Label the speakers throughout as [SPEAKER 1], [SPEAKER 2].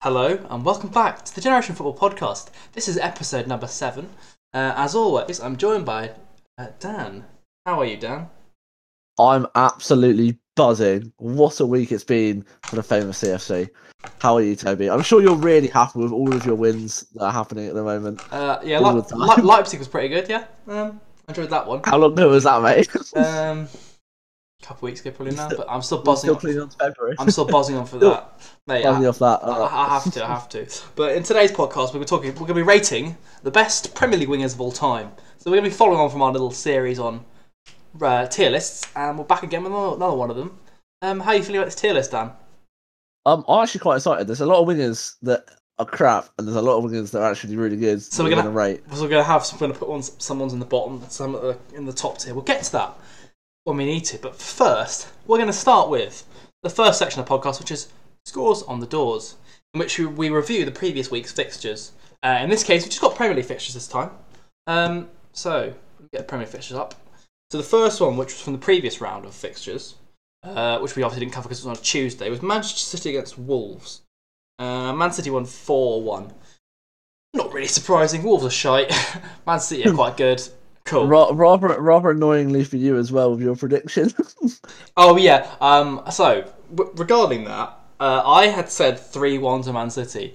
[SPEAKER 1] Hello and welcome back to the Generation Football Podcast. This is episode number seven. Uh, as always, I'm joined by uh, Dan. How are you, Dan?
[SPEAKER 2] I'm absolutely buzzing. What a week it's been for the famous CFC. How are you, Toby? I'm sure you're really happy with all of your wins that are happening at the moment.
[SPEAKER 1] Uh, yeah,
[SPEAKER 2] All
[SPEAKER 1] Le-
[SPEAKER 2] the
[SPEAKER 1] Le-
[SPEAKER 2] time.
[SPEAKER 1] Leipzig was pretty good. Yeah, um, enjoyed that one.
[SPEAKER 2] How long ago was that, mate?
[SPEAKER 1] Um, a couple weeks ago, probably now, but I'm still
[SPEAKER 2] We're
[SPEAKER 1] buzzing.
[SPEAKER 2] still
[SPEAKER 1] On,
[SPEAKER 2] clean on to February.
[SPEAKER 1] I'm still buzzing on for
[SPEAKER 2] Still
[SPEAKER 1] that, mate.
[SPEAKER 2] buzzing
[SPEAKER 1] I,
[SPEAKER 2] off that.
[SPEAKER 1] I,
[SPEAKER 2] Uh,
[SPEAKER 1] I have to, I have to. But in today's podcast, we were talking. We're going to be rating the best Premier League wingers of all time. So we're going to be following on from our little series on uh, tier lists, and we're back again with another another one of them. Um, how are you feeling about this tier list, Dan?
[SPEAKER 2] um, I'm actually quite excited. There's a lot of wingers that are crap, and there's a lot of wingers that are actually really good.
[SPEAKER 1] So we're
[SPEAKER 2] that
[SPEAKER 1] gonna-
[SPEAKER 2] rate.
[SPEAKER 1] So we're going to have some, we're going to put on someone's in the bottom, some at the- in the top tier. We'll get to that when we need to. But first, we're going to start with the first section of the podcast, which is scores on the doors, in which we- we review the previous week's fixtures. Uh, in this case, we just got Premier League fixtures this time. Um, so we get the Premier League fixtures up. So the first one, which was from the previous round of fixtures, uh, which we obviously didn't cover because it was on a Tuesday, was Manchester City against Wolves. Uh, Man City won four one. Not really surprising. Wolves are shite. Man City are quite good. Cool.
[SPEAKER 2] Ra- rather, rather annoyingly for you as well with your prediction.
[SPEAKER 1] Oh yeah. Um. So w- regarding that, uh, I had said three one to Man City.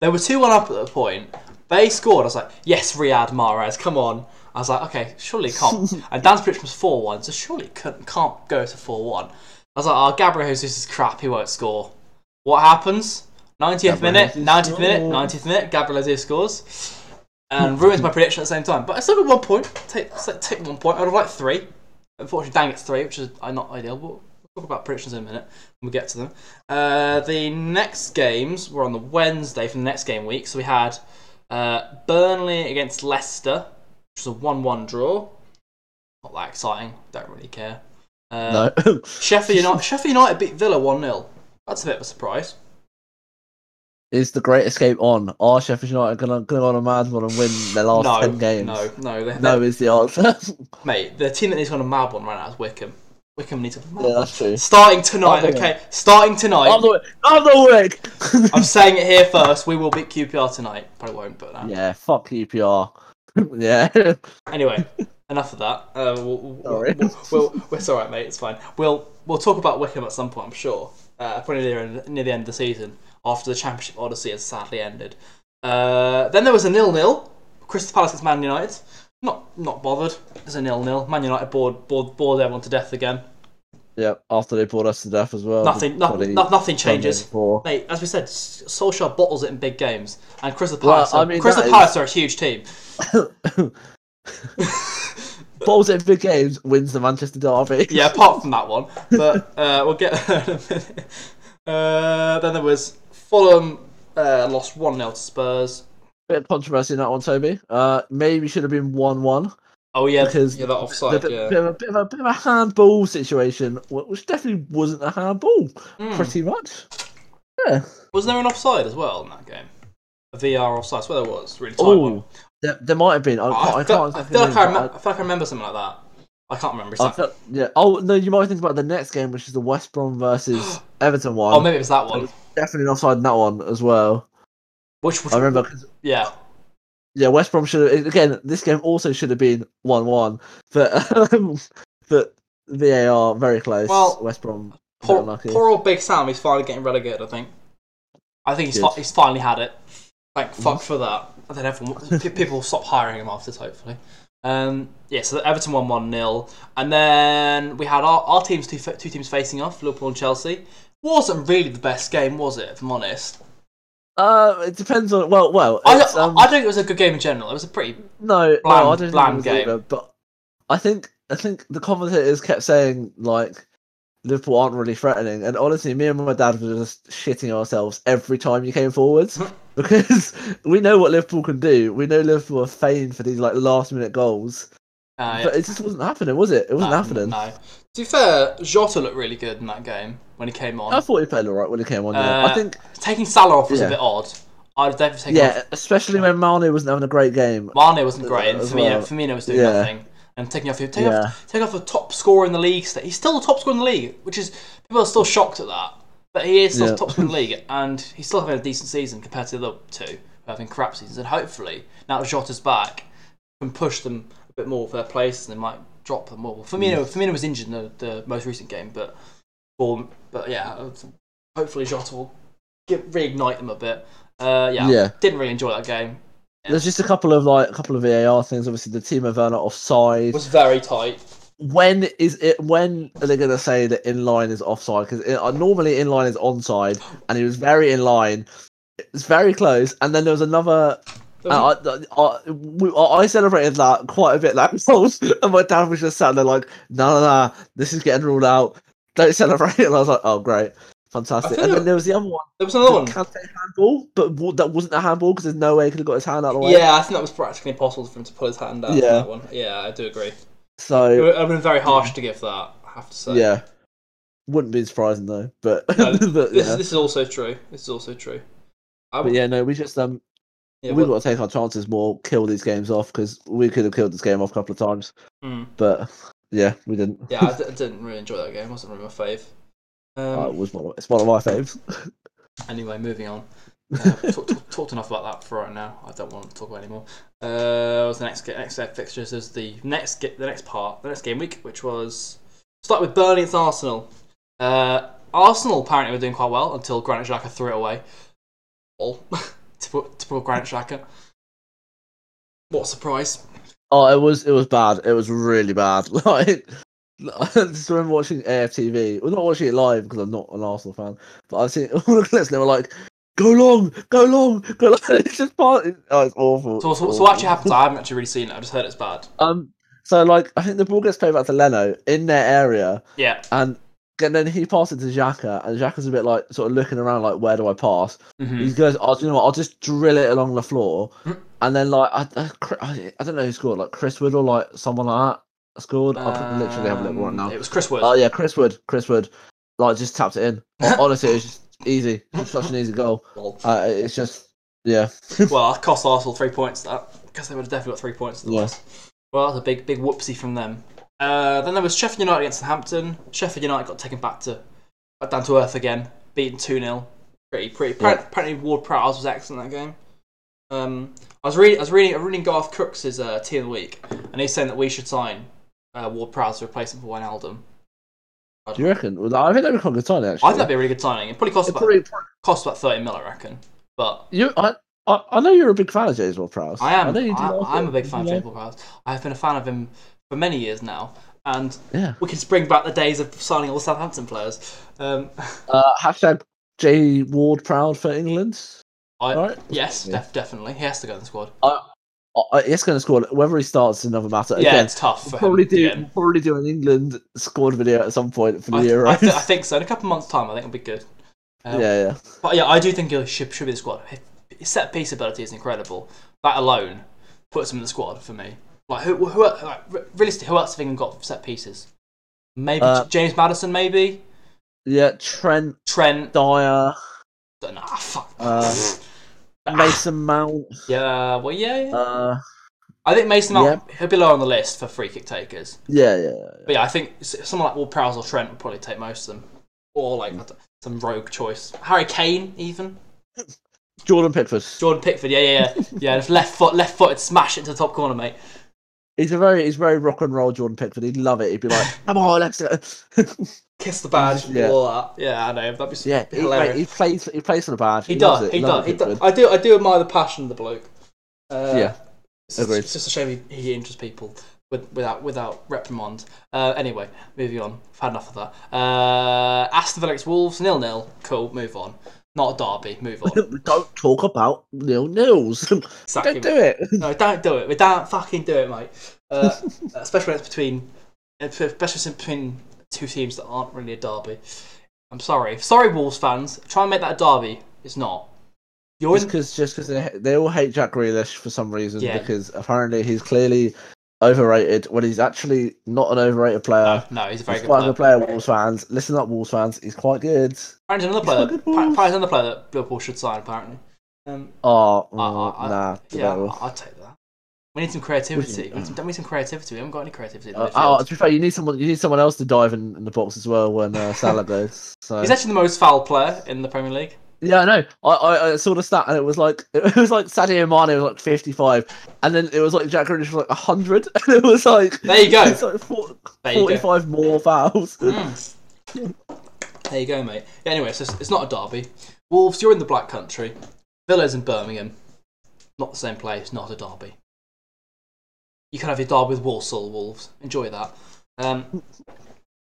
[SPEAKER 1] They were two one up at the point. They scored. I was like, yes, Riyad Mahrez, come on. I was like, okay, surely it can't. and Dan's prediction was four one, so surely it can't, can't go to four one. I was like, oh, Gabriel Jesus is crap. He won't score. What happens? 90th
[SPEAKER 2] Gabriel
[SPEAKER 1] minute,
[SPEAKER 2] Jesus
[SPEAKER 1] 90th minute,
[SPEAKER 2] scores.
[SPEAKER 1] 90th minute. Gabriel Jesus scores. And ruins my prediction at the same time. But I still got one point. Take, take one point. I'd have liked three. Unfortunately, Dang gets three, which is uh, not ideal, but we'll talk about predictions in a minute when we get to them. Uh, the next games were on the Wednesday from the next game week. So we had uh, Burnley against Leicester, which was a 1 1 draw. Not that exciting, don't really care. Uh,
[SPEAKER 2] no.
[SPEAKER 1] Sheffield, United, Sheffield United beat Villa 1 0. That's a bit of a surprise.
[SPEAKER 2] Is the Great Escape on? Are Sheffield United gonna, gonna go on a mad one and win their last
[SPEAKER 1] no,
[SPEAKER 2] ten games?
[SPEAKER 1] no, no, they-
[SPEAKER 2] No is the answer.
[SPEAKER 1] Mate, the team that needs to win a mad one right now is Wickham. Wickham needs a mad
[SPEAKER 2] yeah,
[SPEAKER 1] one.
[SPEAKER 2] that's true.
[SPEAKER 1] Starting tonight,
[SPEAKER 2] Up the
[SPEAKER 1] okay? Starting tonight.
[SPEAKER 2] I'm the, I'm the wig.
[SPEAKER 1] I'm saying it here first. We will beat QPR tonight. Probably won't, but uh,
[SPEAKER 2] yeah, fuck QPR. yeah,
[SPEAKER 1] anyway, enough of that. Uh, we'll, we'll,
[SPEAKER 2] Sorry.
[SPEAKER 1] We'll, we'll, it's all right, mate. It's fine. We'll we'll talk about Wickham at some point. I'm sure. Uh, probably near, near the end of the season, after the Championship Odyssey has sadly ended. Uh, then there was a nil-nil. Crystal Palace against Man United. Not not bothered. It's a nil-nil. Man United bored bored bored everyone to death again.
[SPEAKER 2] yeah. After they bored us to death as well.
[SPEAKER 1] Nothing no,
[SPEAKER 2] Bloody
[SPEAKER 1] no, nothing changes.
[SPEAKER 2] Sunday before.
[SPEAKER 1] Mate, as we said, S- Solskjaer bottles it in big games, and Crystal
[SPEAKER 2] Well,
[SPEAKER 1] Palace.
[SPEAKER 2] I
[SPEAKER 1] are-
[SPEAKER 2] mean,
[SPEAKER 1] Crystal
[SPEAKER 2] that is-
[SPEAKER 1] Palace are a huge team.
[SPEAKER 2] Balls in big games wins the Manchester derby.
[SPEAKER 1] yeah, apart from that one. But uh, we'll get there in a minute. Uh, then there was Fulham uh, lost 1 0 to Spurs.
[SPEAKER 2] bit of controversy in that one, Toby. Uh, maybe should have been one-one.
[SPEAKER 1] Oh, yeah,
[SPEAKER 2] Because
[SPEAKER 1] yeah that offside.
[SPEAKER 2] bit,
[SPEAKER 1] yeah.
[SPEAKER 2] bit of a, bit of a bit of a handball situation, wh- which definitely wasn't a handball.
[SPEAKER 1] Mm.
[SPEAKER 2] Pretty much.
[SPEAKER 1] Was there an offside as well in that game? A VR offside, I swear there was. Really tight one.
[SPEAKER 2] Oh, there, there might have been. I, can't,
[SPEAKER 1] I,
[SPEAKER 2] I
[SPEAKER 1] feel,
[SPEAKER 2] can't.
[SPEAKER 1] I,
[SPEAKER 2] exactly
[SPEAKER 1] feel like I,
[SPEAKER 2] remember,
[SPEAKER 1] remem- I feel like I remember something like that. I can't remember
[SPEAKER 2] I
[SPEAKER 1] exactly.
[SPEAKER 2] felt, yeah. Oh no, you might think about the next game, which is the West Brom versus Everton one.
[SPEAKER 1] Oh, maybe it was that one.
[SPEAKER 2] Definitely an offside in that one as well.
[SPEAKER 1] Which, which
[SPEAKER 2] I remember. 'cause-
[SPEAKER 1] yeah.
[SPEAKER 2] yeah, West Brom should have. Again, this game also should have been one-one, but um, but VAR very close.
[SPEAKER 1] Well,
[SPEAKER 2] West Brom. a bit
[SPEAKER 1] Poor,
[SPEAKER 2] unlucky.
[SPEAKER 1] poor old Big Sam, he's finally getting relegated, I think. I think he's,
[SPEAKER 2] Good. Mm-hmm.
[SPEAKER 1] fi- he's finally had it. Thank fuck for that. And then everyone, pe- people will stop hiring him after this, hopefully. Um, yeah, so Everton won 1 0. And then we had our, our teams, two, fa- two teams facing off, Liverpool and Chelsea. Wasn't really the best game, was it, if I'm honest?
[SPEAKER 2] Uh, it depends on. Well, well.
[SPEAKER 1] I,
[SPEAKER 2] it's, um,
[SPEAKER 1] I don't think it was a good game in general. It was a pretty.
[SPEAKER 2] No,
[SPEAKER 1] Bland-
[SPEAKER 2] no, I don't
[SPEAKER 1] bland
[SPEAKER 2] think it was
[SPEAKER 1] game.
[SPEAKER 2] either, but I think I think the commentators kept saying like Liverpool aren't really threatening, and honestly, me and my dad were just shitting ourselves every time you came forwards because we know what Liverpool can do. We know Liverpool are famed for these like last minute goals,
[SPEAKER 1] Uh,
[SPEAKER 2] but it just wasn't happening, was it? It wasn't
[SPEAKER 1] no,
[SPEAKER 2] happening.
[SPEAKER 1] No. To be fair, Jota looked really good in that game when he came on.
[SPEAKER 2] I thought he played alright when he came on. yeah.
[SPEAKER 1] Uh,
[SPEAKER 2] I think,
[SPEAKER 1] Taking Salah off was a
[SPEAKER 2] Yeah.
[SPEAKER 1] bit odd. I'd have definitely taken
[SPEAKER 2] yeah, especially when Mane wasn't having a great game.
[SPEAKER 1] Mane wasn't great, and
[SPEAKER 2] as
[SPEAKER 1] Firmino,
[SPEAKER 2] well.
[SPEAKER 1] Firmino was doing
[SPEAKER 2] Yeah.
[SPEAKER 1] nothing. And taking off, take
[SPEAKER 2] Yeah.
[SPEAKER 1] off, take off the top scorer in the league. State. He's still the top scorer in the league, which is people are still shocked at that. But he is still
[SPEAKER 2] Yeah.
[SPEAKER 1] top in the league, and he's still having a decent season compared to the other two who are having crap seasons. And hopefully, now that Jota's back, can push them a bit more for their places, and they might drop them more. Firmino, Firmino was injured in the, the most recent game, but or, but yeah, hopefully Jota will get, reignite them a bit. Uh, yeah,
[SPEAKER 2] Yeah.
[SPEAKER 1] didn't really enjoy that game.
[SPEAKER 2] There's just a couple of like a couple of VAR things. Obviously, the team of Werner offside.
[SPEAKER 1] It was very tight.
[SPEAKER 2] When is it? When are they going to say that in line is offside? Because uh, normally inline is onside, and he was very in line. It's very close. And then there was another. and I, I, I, we- uh, I I celebrated that quite a bit. That result, and my dad was just sat there like, "No, no, no, this is getting ruled out. Don't celebrate." And I was like, "Oh, great, fantastic."
[SPEAKER 1] feel
[SPEAKER 2] And
[SPEAKER 1] like-
[SPEAKER 2] then there was the other one.
[SPEAKER 1] There was another one.
[SPEAKER 2] Kante handball, but wa- that wasn't a handball because there's no way he could have got his hand out of the way.
[SPEAKER 1] Yeah, I think that was practically impossible for him to pull his hand out yeah.
[SPEAKER 2] Yeah.
[SPEAKER 1] that one. Yeah, I do agree. It
[SPEAKER 2] So
[SPEAKER 1] would it would have been very harsh to give that, I have to say.
[SPEAKER 2] yeah, wouldn't be surprising though. But
[SPEAKER 1] No,
[SPEAKER 2] but,
[SPEAKER 1] This,
[SPEAKER 2] yeah.
[SPEAKER 1] this is also true. This is also true. I
[SPEAKER 2] but
[SPEAKER 1] would,
[SPEAKER 2] yeah, no, we just um
[SPEAKER 1] yeah,
[SPEAKER 2] we've
[SPEAKER 1] well,
[SPEAKER 2] got to take our chances more, kill these games off because we could have killed this game off a couple of times,
[SPEAKER 1] hmm.
[SPEAKER 2] but yeah, we didn't.
[SPEAKER 1] yeah I, d- I didn't really enjoy that game. It wasn't really my fave. Um,
[SPEAKER 2] Uh, it was one of, it's one of my faves.
[SPEAKER 1] Anyway, moving on. Uh, talk, talk, talked enough about that for right now. I don't want to talk about it anymore. Uh, was the next ga- next set of fixtures is the next ga- the next part the next game week, which was start with Burnley against Arsenal. Uh, Arsenal apparently were doing quite well until Granit Xhaka threw it away. All to put to put Granit Xhaka. What a surprise!
[SPEAKER 2] Oh, it was it was bad. It was really bad. Like I just remember watching AFTV. We're not watching it live because I'm not an Arsenal fan, but I've seen all the clips. and They were like, "Go long, go long, go long." It's just part. Oh, it's awful.
[SPEAKER 1] So,
[SPEAKER 2] it's
[SPEAKER 1] so, so
[SPEAKER 2] awful.
[SPEAKER 1] what actually happens? I haven't actually really seen it. I just heard it's bad.
[SPEAKER 2] Um. So like, I think the ball gets played back to Leno in their area,
[SPEAKER 1] Yeah.
[SPEAKER 2] and. And then he passes it to Xhaka, and Xhaka's a bit like sort of looking around, like where do I pass?
[SPEAKER 1] Mhm.
[SPEAKER 2] He goes, "Oh, do you know what? I'll just drill it along the floor."
[SPEAKER 1] Mm.
[SPEAKER 2] And then like I, I, Chri- I- I don't know who scored, like Chris Wood or like someone like that scored. I can literally have a look right
[SPEAKER 1] Um,
[SPEAKER 2] now.
[SPEAKER 1] It was Chris Wood.
[SPEAKER 2] Oh yeah, Chris Wood, Chris Wood, like just tapped it in. Honestly, it was just easy. It was such an easy goal.
[SPEAKER 1] Well,
[SPEAKER 2] Uh, it's just yeah,
[SPEAKER 1] Well, that cost Arsenal three points. That because they would have definitely got three points.
[SPEAKER 2] Yeah.
[SPEAKER 1] Otherwise. Well, that's a big, big whoopsie from them. Uh, then there was Sheffield United against Southampton. Sheffield United got taken back to back down to earth again, beaten two 0 Pretty, pretty. Apparently, apparently Ward Prowse was excellent that game. Um, I was reading, I was reading, I was reading Garth Crooks's uh, team of the week, and he's saying that we should sign uh, Ward Prowse to replace him for Wijnaldum.
[SPEAKER 2] do you reckon? Well, I think that'd be quite a good sign actually.
[SPEAKER 1] I think that'd be a really good signing. It probably cost
[SPEAKER 2] It
[SPEAKER 1] about
[SPEAKER 2] probably-
[SPEAKER 1] cost about thirty mil, I reckon. But
[SPEAKER 2] you, I, I, I know you're a big fan of James Ward Prowse.
[SPEAKER 1] I am.
[SPEAKER 2] know you do
[SPEAKER 1] I,
[SPEAKER 2] like
[SPEAKER 1] I'm
[SPEAKER 2] him.
[SPEAKER 1] a big fan of
[SPEAKER 2] Yeah.
[SPEAKER 1] James Ward-Prowse. I've been a fan of him for many years now, and
[SPEAKER 2] Yeah.
[SPEAKER 1] we can spring back the days of signing all Southampton players. Um,
[SPEAKER 2] Uh, hashtag J Ward Prowse for England.
[SPEAKER 1] I,
[SPEAKER 2] All right.
[SPEAKER 1] Yes,
[SPEAKER 2] Yeah.
[SPEAKER 1] def- definitely. He has to go in the squad.
[SPEAKER 2] Uh, he's going to score. Whether he starts is another matter.
[SPEAKER 1] yeah,
[SPEAKER 2] Again,
[SPEAKER 1] it's tough. For
[SPEAKER 2] We'll probably
[SPEAKER 1] him to
[SPEAKER 2] do
[SPEAKER 1] get in.
[SPEAKER 2] we'll probably do an England squad video at some point for the
[SPEAKER 1] I,
[SPEAKER 2] Euros.
[SPEAKER 1] I, thi- I think so. In a couple of months' time, I think it'll be good. Um,
[SPEAKER 2] yeah, yeah.
[SPEAKER 1] But yeah, I do think he should, should be in the squad. His set piece ability is incredible. That alone puts him in the squad for me. Like who? Who? Like, re- realistically, who else have England got for set pieces? Maybe
[SPEAKER 2] Uh,
[SPEAKER 1] J- James Madison. Maybe
[SPEAKER 2] Yeah, Trent
[SPEAKER 1] Trent.
[SPEAKER 2] Dyer,
[SPEAKER 1] Nah, fuck.
[SPEAKER 2] uh,
[SPEAKER 1] Ah.
[SPEAKER 2] Mason Mount,
[SPEAKER 1] Yeah, well, yeah. yeah.
[SPEAKER 2] uh,
[SPEAKER 1] I think Mason Mount he'll be low on the list for free kick takers.
[SPEAKER 2] yeah, yeah.
[SPEAKER 1] But yeah, I think s- someone like Will Prowse or Trent would probably take most of them, or
[SPEAKER 2] Mm.
[SPEAKER 1] like I don't- some rogue choice. Harry Kane, even
[SPEAKER 2] Jordan Pickford.
[SPEAKER 1] Jordan Pickford. Yeah, yeah, yeah. yeah just left foot, left footed, smash it to the top corner, mate.
[SPEAKER 2] He's a very, he's very rock and roll. Jordan Pickford. He'd love it. He'd be like, "Come on, let's go."
[SPEAKER 1] Kiss the badge,
[SPEAKER 2] Yeah.
[SPEAKER 1] all that. Yeah, I know. That'd be so
[SPEAKER 2] yeah, he,
[SPEAKER 1] hilarious.
[SPEAKER 2] mate, he plays, he plays for the badge.
[SPEAKER 1] He,
[SPEAKER 2] loves
[SPEAKER 1] does.
[SPEAKER 2] it.
[SPEAKER 1] He
[SPEAKER 2] loves
[SPEAKER 1] does. He
[SPEAKER 2] it,
[SPEAKER 1] does.
[SPEAKER 2] Pickford.
[SPEAKER 1] I do. I do admire the passion of the bloke. Uh,
[SPEAKER 2] Yeah,
[SPEAKER 1] it's just,
[SPEAKER 2] agreed.
[SPEAKER 1] it's just a shame he, he injures people with, without without reprimand. Uh, anyway, moving on. I've had enough of that. Uh, Aston Villa against Wolves nil nil. Cool. Move on. Not a derby. Move on.
[SPEAKER 2] Don't talk about nil nils.
[SPEAKER 1] Exactly.
[SPEAKER 2] Don't do it.
[SPEAKER 1] No, don't do it. We don't fucking do it, mate. Uh, especially when it's between, especially when it's between two teams that aren't really a derby. I'm sorry. Sorry, Wolves fans. Try and make that a derby. It's not. You're in
[SPEAKER 2] Just because, just because they, they all hate Jack Grealish for some reason
[SPEAKER 1] Yeah.
[SPEAKER 2] because apparently he's clearly overrated when he's actually not an overrated player.
[SPEAKER 1] No, he's a very
[SPEAKER 2] He's
[SPEAKER 1] good
[SPEAKER 2] quite a
[SPEAKER 1] player.
[SPEAKER 2] good player, Wolves fans. Listen up, Wolves fans. He's quite good.
[SPEAKER 1] Apparently, another
[SPEAKER 2] He's
[SPEAKER 1] player.
[SPEAKER 2] got good
[SPEAKER 1] apparently
[SPEAKER 2] balls.
[SPEAKER 1] another player that Liverpool should sign. Apparently. Um,
[SPEAKER 2] Oh,
[SPEAKER 1] I- I-
[SPEAKER 2] nah,
[SPEAKER 1] yeah,
[SPEAKER 2] debatable.
[SPEAKER 1] I, I'd take that. We need some creativity.
[SPEAKER 2] Wouldn't
[SPEAKER 1] We need some, we need some creativity. We haven't got any creativity. In the
[SPEAKER 2] Uh,
[SPEAKER 1] midfield.
[SPEAKER 2] oh, to be fair, you need someone. You need someone else to dive in, in the box as well when uh, Salah goes. So
[SPEAKER 1] He's actually the most foul player in the Premier League.
[SPEAKER 2] yeah, I know. I, I, I saw the stat and it was like it was like Sadio Mane was like fifty five, and then it was like Jack Grealish was like hundred, and it was like
[SPEAKER 1] There you go.
[SPEAKER 2] it's like four,
[SPEAKER 1] There you
[SPEAKER 2] forty
[SPEAKER 1] go. Mm.
[SPEAKER 2] five more fouls.
[SPEAKER 1] There you go, mate. Yeah, anyway, so it's, it's not a derby. Wolves, you're in the Black Country. Villa's in Birmingham. Not the same place, not a derby. You can have your derby with Walsall Wolves. Enjoy that. Um,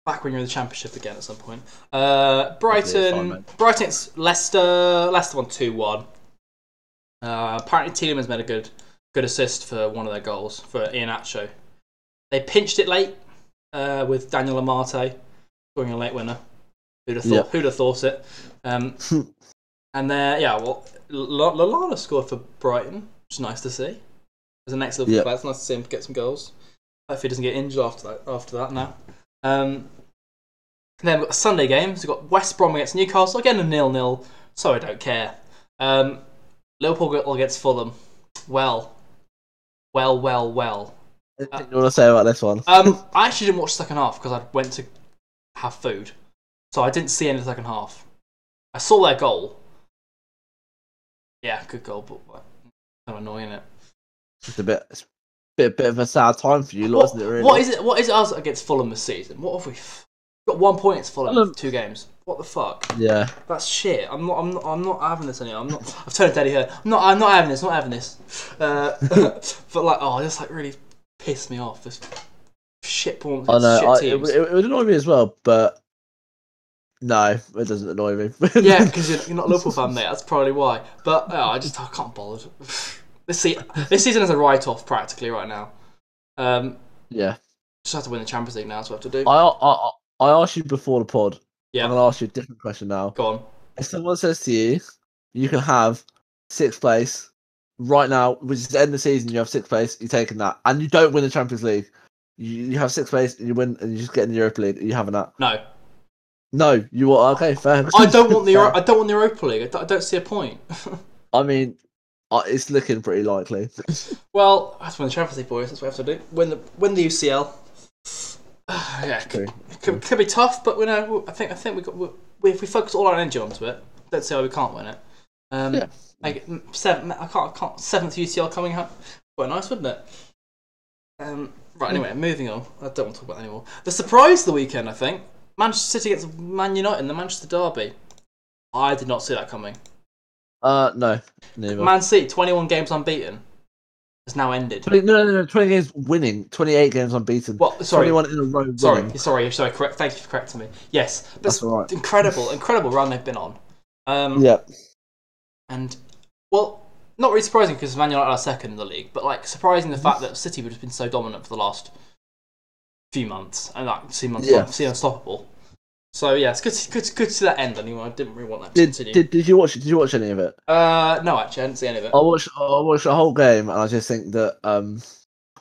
[SPEAKER 1] back when you're in the Championship again at some point. Uh,
[SPEAKER 2] That'd be fine,
[SPEAKER 1] Brighton,
[SPEAKER 2] mate.
[SPEAKER 1] Brighton, it's Leicester. Leicester won two one. Uh, apparently, Tielemans made a good, good assist for one of their goals for Ian Acho. They pinched it late uh, with Daniel Amate scoring a late winner. Who'd have thought?
[SPEAKER 2] Yeah.
[SPEAKER 1] Who'd have thought it? Um, and there, yeah, well, L- Lallana scored for Brighton, which is nice to see. As an ex-Liverpool
[SPEAKER 2] Yeah.
[SPEAKER 1] player, it's nice to see him get some goals. Hopefully, he doesn't get injured after that. After that, now. Um, and then we've got Sunday games. We've got West Brom against Newcastle again, a nil-nil. So I don't care. Um, Liverpool against Fulham. Well, well, well, well.
[SPEAKER 2] Anything you want to say about this one?
[SPEAKER 1] Um, I actually didn't watch the second half because I went to have food, so I didn't see any of the second half. I saw their goal. Yeah, good goal, but like, kind of annoying it.
[SPEAKER 2] It's a bit, it's a bit, bit of a sad time for you, lot,
[SPEAKER 1] What-
[SPEAKER 2] isn't it? Really?
[SPEAKER 1] What is it? What is us against Fulham this season? What have we f- got? One point against Fulham,
[SPEAKER 2] Fulham-
[SPEAKER 1] two games. What the fuck?
[SPEAKER 2] Yeah,
[SPEAKER 1] That's shit. I'm not. I'm not. I'm not having this anymore. I'm not. I've turned Daddy here. I'm not. I'm not having this. Not having this. Uh, but like, oh, this like really pissed me off. This shit porn.
[SPEAKER 2] I know. I,
[SPEAKER 1] Shit
[SPEAKER 2] it,
[SPEAKER 1] teams.
[SPEAKER 2] it, it would annoy me as well, but no, it doesn't annoy me.
[SPEAKER 1] Yeah, because you're, you're not a Liverpool fan, mate. That's probably why. But oh, I just I can't bother. This, se- this season is a write-off practically right now. Um,
[SPEAKER 2] yeah.
[SPEAKER 1] just have to win the Champions League now. That's what I have to do.
[SPEAKER 2] I, I I I asked you before the pod.
[SPEAKER 1] Yeah.
[SPEAKER 2] I'm gonna ask you a different question now.
[SPEAKER 1] Go on.
[SPEAKER 2] If someone says to you, you can have sixth place right now, which is the end of the season, you have sixth place, you're taking that, and you don't win the Champions League. You, you have sixth place and you win, and you just get in the Europa League. You having that?
[SPEAKER 1] No,
[SPEAKER 2] No, you are okay. Fair.
[SPEAKER 1] I don't want the
[SPEAKER 2] Fair.
[SPEAKER 1] Euro- I don't want the Europa League. I don't, I don't see a point.
[SPEAKER 2] I mean, I, it's looking pretty likely.
[SPEAKER 1] Well, I have to win the Champions League, boys. That's what I have to do. Win the win the UCL. yeah, it could,
[SPEAKER 2] True.
[SPEAKER 1] could, could be tough, but we know. I think I think we got. We, if we focus all our energy onto it, don't see why we can't win it. Um,
[SPEAKER 2] Yeah.
[SPEAKER 1] Like mm, seven, I can't. I can't. Seventh UCL coming up. Quite nice, wouldn't it? Um, right. Anyway, moving on. I don't want to talk about that anymore. The surprise of the weekend, I think. Manchester City against Man United in the Manchester derby. I did not see that coming.
[SPEAKER 2] Uh, no, neither.
[SPEAKER 1] Man City, 21 games unbeaten, has now ended.
[SPEAKER 2] 20, no, no, no. Twenty games winning, twenty-eight games unbeaten,
[SPEAKER 1] Well, sorry,
[SPEAKER 2] twenty-one in a row.
[SPEAKER 1] Sorry,
[SPEAKER 2] winning.
[SPEAKER 1] sorry, sorry. Correct. Thank you for correcting me. Yes, but
[SPEAKER 2] that's
[SPEAKER 1] it's
[SPEAKER 2] all right.
[SPEAKER 1] incredible, incredible run they've been on. Um,
[SPEAKER 2] Yeah,
[SPEAKER 1] And well, not really surprising because Man United are second in the league, but like surprising
[SPEAKER 2] Mm-hmm.
[SPEAKER 1] the fact that City would have been so dominant for the last few months and like seem, unstop-
[SPEAKER 2] Yeah.
[SPEAKER 1] seem unstoppable. So yeah, it's good, to, good, to- good to see that end anyway. I didn't really want that to
[SPEAKER 2] did,
[SPEAKER 1] continue.
[SPEAKER 2] did Oh, did you watch? Did you watch any of it?
[SPEAKER 1] Uh, no, actually, I didn't see any of it.
[SPEAKER 2] I watched I watched the whole game and I just think that um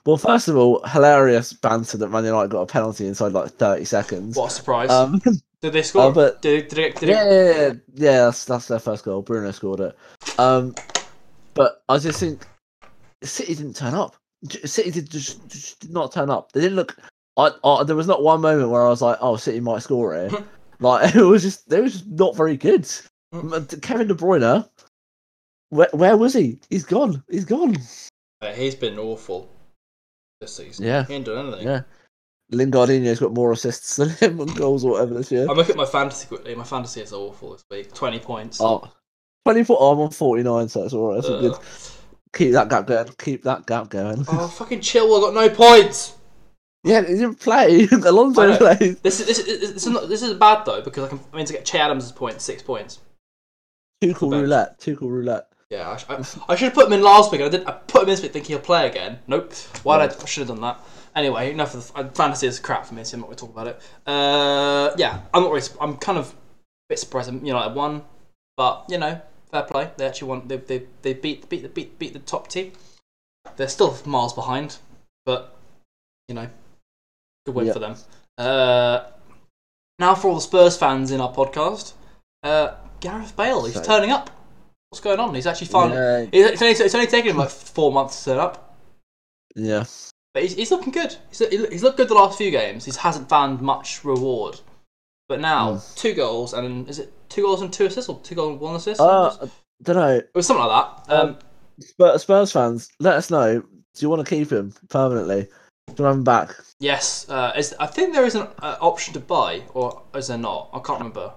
[SPEAKER 2] well first of all, hilarious banter that Man United got a penalty inside like thirty seconds.
[SPEAKER 1] What a surprise!
[SPEAKER 2] Um
[SPEAKER 1] did they score?
[SPEAKER 2] uh, but-
[SPEAKER 1] did, did, it, did it?
[SPEAKER 2] yeah, yeah, yeah, yeah, that's that's their first goal. Bruno scored it. Um but I just think City didn't turn up. J- City did just, just did not turn up. They didn't look I, I there was not one moment where I was like, Oh City might score it. like it was just they were just not very good.
[SPEAKER 1] Mm.
[SPEAKER 2] M- Kevin De Bruyne where, where was he? He's gone. He's gone.
[SPEAKER 1] Uh, he's been awful this season.
[SPEAKER 2] Yeah.
[SPEAKER 1] He ain't done anything.
[SPEAKER 2] Yeah. Lingardinho's got more assists than him on goals or whatever this year.
[SPEAKER 1] I'm looking at my fantasy quickly. My fantasy is awful this week. 20 points.
[SPEAKER 2] Oh, 24. oh, I'm on 49, so that's all right. That's all
[SPEAKER 1] Ugh.
[SPEAKER 2] good. Keep that gap going. Keep that gap going.
[SPEAKER 1] Oh, fucking Chilwell got no points.
[SPEAKER 2] Yeah, he didn't play.
[SPEAKER 1] I
[SPEAKER 2] Alonso
[SPEAKER 1] know.
[SPEAKER 2] played.
[SPEAKER 1] This is this is, this is, not, this is bad though because I can I mean to get Che Adams' point six points.
[SPEAKER 2] Tuchel
[SPEAKER 1] Bench.
[SPEAKER 2] roulette. Tuchel roulette.
[SPEAKER 1] Yeah, I, sh- I, I should have put him in last week. and I did. I put him in this week thinking he'll play again. Nope. Why did I, I should have done that? Anyway, enough of the, uh, fantasy is crap for me, so I'm not going to talk about it. Uh, yeah, I'm not really. su- I'm kind of a bit surprised. You know, I won, but you know, fair play. They actually won. They they, they beat beat the beat beat the top team. They're still miles behind, but you know, good win
[SPEAKER 2] Yeah.
[SPEAKER 1] for them. Uh, now for all the Spurs fans in our podcast, uh, Gareth Bale, he's
[SPEAKER 2] So-
[SPEAKER 1] turning up. What's going on? He's actually finally.
[SPEAKER 2] Yeah.
[SPEAKER 1] It's, it's only, it's only taken him like four months to set up.
[SPEAKER 2] Yeah.
[SPEAKER 1] But he's, he's looking good. He's, he's looked good the last few games. He hasn't found much reward. But now,
[SPEAKER 2] Hmm.
[SPEAKER 1] two goals and is it two goals and two assists or two goals and one assist?
[SPEAKER 2] Uh,
[SPEAKER 1] it
[SPEAKER 2] don't know.
[SPEAKER 1] was something like that. Um,
[SPEAKER 2] But Spurs fans, let us know. Do you want to keep him permanently? Do you want to have him back?
[SPEAKER 1] yes, uh, is, I think there is an uh, option to buy, or is there not? I can't remember.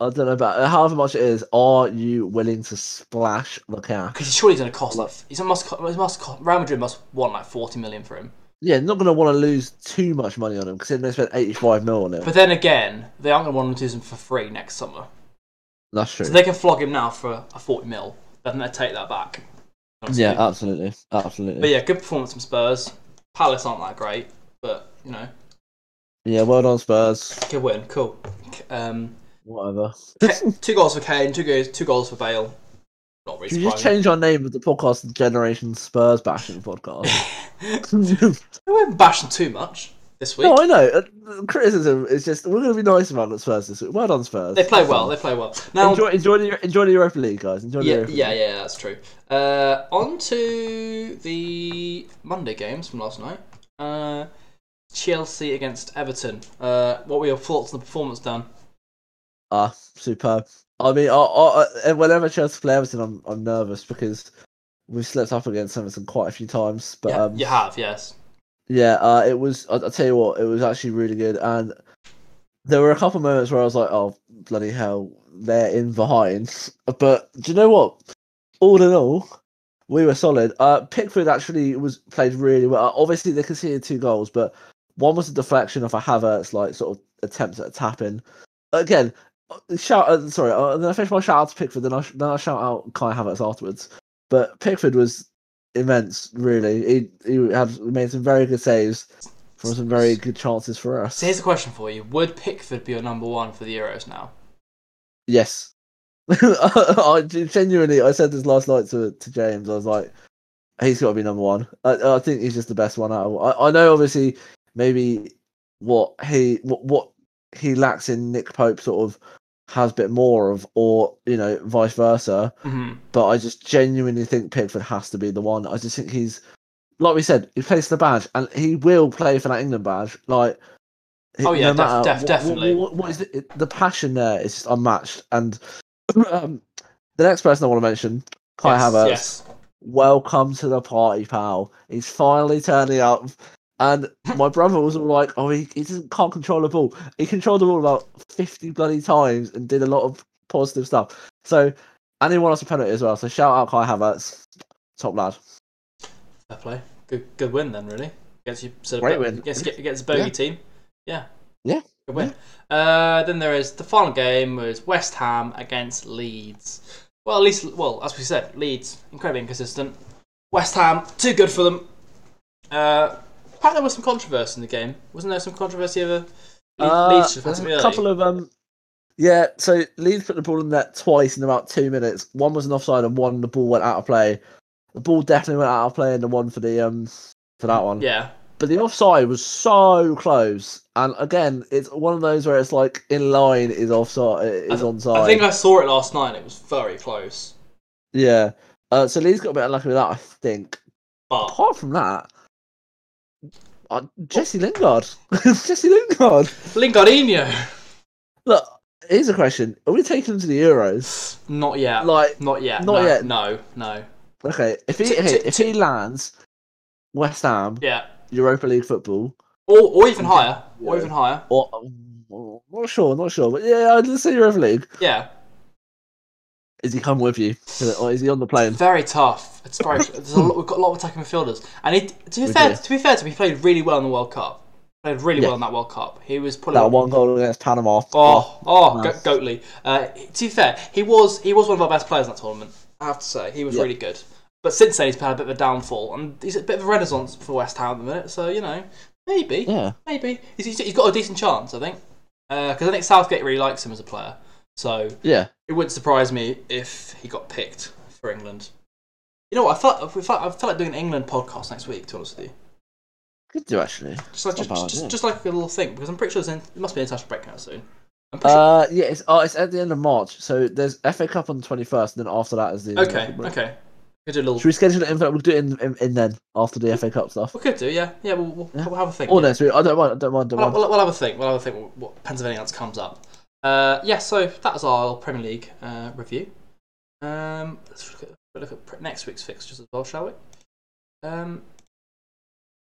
[SPEAKER 2] I don't know about however much it is. Are you willing to splash the cash?
[SPEAKER 1] Because surely he's going to cost like he's must co- it must co- Real Madrid must want like forty million for him.
[SPEAKER 2] Yeah, not going to want to lose too much money on him because they spent 85 mil on him.
[SPEAKER 1] But then again, they aren't going to want to use him for free next summer,
[SPEAKER 2] That's true.
[SPEAKER 1] so they can flog him now for a forty mil. Then they take that back.
[SPEAKER 2] yeah, absolutely, absolutely.
[SPEAKER 1] But yeah, good performance from Spurs. Palace aren't that great, but you know,
[SPEAKER 2] yeah, well done Spurs.
[SPEAKER 1] good win, cool. Um,
[SPEAKER 2] Whatever.
[SPEAKER 1] Ca- two goals for Kane, two goals, two goals for Bale. Not really
[SPEAKER 2] Should we just
[SPEAKER 1] surprising.
[SPEAKER 2] change our name of the podcast to Generation Spurs Bashing Podcast?
[SPEAKER 1] We haven't bashing too much this week.
[SPEAKER 2] no, I know. uh, Criticism is just we're going to be nice about Spurs this week. Well done Spurs.
[SPEAKER 1] they play well. They play well. Now,
[SPEAKER 2] Enjoy, enjoy, the, enjoy the Europa League, guys. Enjoy the
[SPEAKER 1] yeah,
[SPEAKER 2] Europa
[SPEAKER 1] yeah,
[SPEAKER 2] League.
[SPEAKER 1] yeah, that's true. Uh, on to the Monday games from last night. Uh, Chelsea against Everton. Uh, what were your thoughts on the performance, Dan?
[SPEAKER 2] Ah, superb. I mean, I, I, I- whenever Chelsea play Everton, I'm, I'm nervous because we've slipped up against Everton quite a few times. But
[SPEAKER 1] yeah,
[SPEAKER 2] um,
[SPEAKER 1] you have, yes.
[SPEAKER 2] Yeah, uh, it was. I- I'll tell you what, it was actually really good. And there were a couple of moments where I was like, "Oh bloody hell, they're in behind." But do you know what? All in all, we were solid. Uh, Pickford actually was played really well. Uh, Obviously, they conceded two goals, but one was a deflection of a Havertz like sort of attempt at a tap in. Again, uh, shout. Uh, sorry, uh, then I finish my shout out to Pickford. Then I sh- then I shout out Kai Havertz afterwards. But Pickford was immense, really. He he had made some very good saves from some very good chances for us.
[SPEAKER 1] So here's a question for you: Would Pickford be your number one for the Euros now?
[SPEAKER 2] Yes. I do- genuinely, I said this last night to to James. I was like, he's got to be number one. I, I think he's just the best one out. Of, I, I know, obviously, maybe what he what, what he lacks in Nick Pope sort of has a bit more of, or you know, vice versa.
[SPEAKER 1] hmm
[SPEAKER 2] but I just genuinely think Pickford has to be the one. I just think he's, like we said, he plays for the badge and he will play for that England badge. Like, he-
[SPEAKER 1] Oh, yeah, def-
[SPEAKER 2] matter
[SPEAKER 1] def-
[SPEAKER 2] what-
[SPEAKER 1] definitely.
[SPEAKER 2] what- what is the, the passion there is just unmatched. And um, the next person I want to mention, Kai
[SPEAKER 1] yes,
[SPEAKER 2] Havertz.
[SPEAKER 1] Yes.
[SPEAKER 2] Welcome to the party, pal. He's finally turning up. And my brother was all like, "Oh, he, he doesn't can't control the ball. He controlled the ball about fifty bloody times and did a lot of positive stuff." So, and he won us a penalty as well. So shout out Kai Havertz, top lad.
[SPEAKER 1] Fair play. Good, good win then, really. Gets you sort of
[SPEAKER 2] Great win.
[SPEAKER 1] Gets, get- gets a bogey
[SPEAKER 2] Yeah.
[SPEAKER 1] team. Yeah.
[SPEAKER 2] Yeah.
[SPEAKER 1] Good win. Uh, then there is the final game was West Ham against Leeds. Well, at least, well, as we said, Leeds incredibly inconsistent. West Ham too good for them. Uh, apparently there was some controversy in the game. Wasn't there some controversy over Le- Leeds? should have had something
[SPEAKER 2] Uh, a
[SPEAKER 1] early?
[SPEAKER 2] couple of um, yeah. So Leeds put the ball in net twice in about two minutes. One was an offside, and one the ball went out of play. The ball definitely went out of play, and the one for the um for that one.
[SPEAKER 1] yeah.
[SPEAKER 2] But the offside was so close, and again, it's one of those where it's like in line is offside is onside.
[SPEAKER 1] I think I saw it last night. and It was very close.
[SPEAKER 2] yeah. Uh, so Lee's got a bit unlucky with that, I think.
[SPEAKER 1] But
[SPEAKER 2] Apart from that, uh, Jesse Lingard, Jesse Lingard.
[SPEAKER 1] Lingardinho,
[SPEAKER 2] Look, here's a question: Are we taking him to the Euros?
[SPEAKER 1] not yet.
[SPEAKER 2] Like,
[SPEAKER 1] Not yet.
[SPEAKER 2] Not
[SPEAKER 1] no,
[SPEAKER 2] yet.
[SPEAKER 1] No, no.
[SPEAKER 2] okay, if he
[SPEAKER 1] T-
[SPEAKER 2] okay,
[SPEAKER 1] t-
[SPEAKER 2] if he lands West Ham
[SPEAKER 1] Yeah.
[SPEAKER 2] Europa League football,
[SPEAKER 1] Or, or even higher. Or
[SPEAKER 2] Yeah.
[SPEAKER 1] even higher.
[SPEAKER 2] or or- not sure, not sure, but yeah, I'd say Europa League.
[SPEAKER 1] Yeah.
[SPEAKER 2] Is he come with you, or is he on the plane?
[SPEAKER 1] Very tough. It's very. there's a lot, we've got a lot of attacking midfielders, and he, to be
[SPEAKER 2] We
[SPEAKER 1] fair,
[SPEAKER 2] do.
[SPEAKER 1] to be fair to him, he played really well in the World Cup. Played really
[SPEAKER 2] Yeah.
[SPEAKER 1] well in that World Cup. He was pulling.
[SPEAKER 2] That one goal against Panama.
[SPEAKER 1] Oh, oh,
[SPEAKER 2] nice.
[SPEAKER 1] go- Goatley. Uh, to be fair, he was he was one of our best players in that tournament. I have to say, he was
[SPEAKER 2] Yeah.
[SPEAKER 1] really good. But since then, he's had a bit of a downfall, and he's a bit of a renaissance for West Ham at the minute. So you know, maybe,
[SPEAKER 2] Yeah.
[SPEAKER 1] maybe he's, he's, he's got a decent chance, I think, because I think Southgate really likes him as a player. So
[SPEAKER 2] Yeah.
[SPEAKER 1] it wouldn't surprise me if he got picked for England. You know what? I felt I felt, I felt like doing an England podcast next week. To be honest with you,
[SPEAKER 2] Could do actually.
[SPEAKER 1] just like just,
[SPEAKER 2] Not bad,
[SPEAKER 1] just,
[SPEAKER 2] yeah.
[SPEAKER 1] just like a little thing, because I'm pretty sure there's in, there must be an international break now soon. I'm pretty sure.
[SPEAKER 2] Uh yeah, it's oh, it's at the end of March. So there's FA Cup on the twenty first, and then after that is the
[SPEAKER 1] Okay,
[SPEAKER 2] International break.
[SPEAKER 1] okay. Could do a little.
[SPEAKER 2] Should we schedule it in? We'll do it in, in, in then after the FA Cup stuff.
[SPEAKER 1] We could do, yeah. Yeah, we'll, we'll, we'll have a think.
[SPEAKER 2] Or next week. I don't mind. I don't mind. Don't
[SPEAKER 1] We'll,
[SPEAKER 2] mind.
[SPEAKER 1] we'll, we'll have a think. We'll have a think. What, what depends if anything else comes up. Uh, yeah, so that was our Premier League uh, review. Um, let's look at, look at pre- next week's fixtures as well, shall we? Um,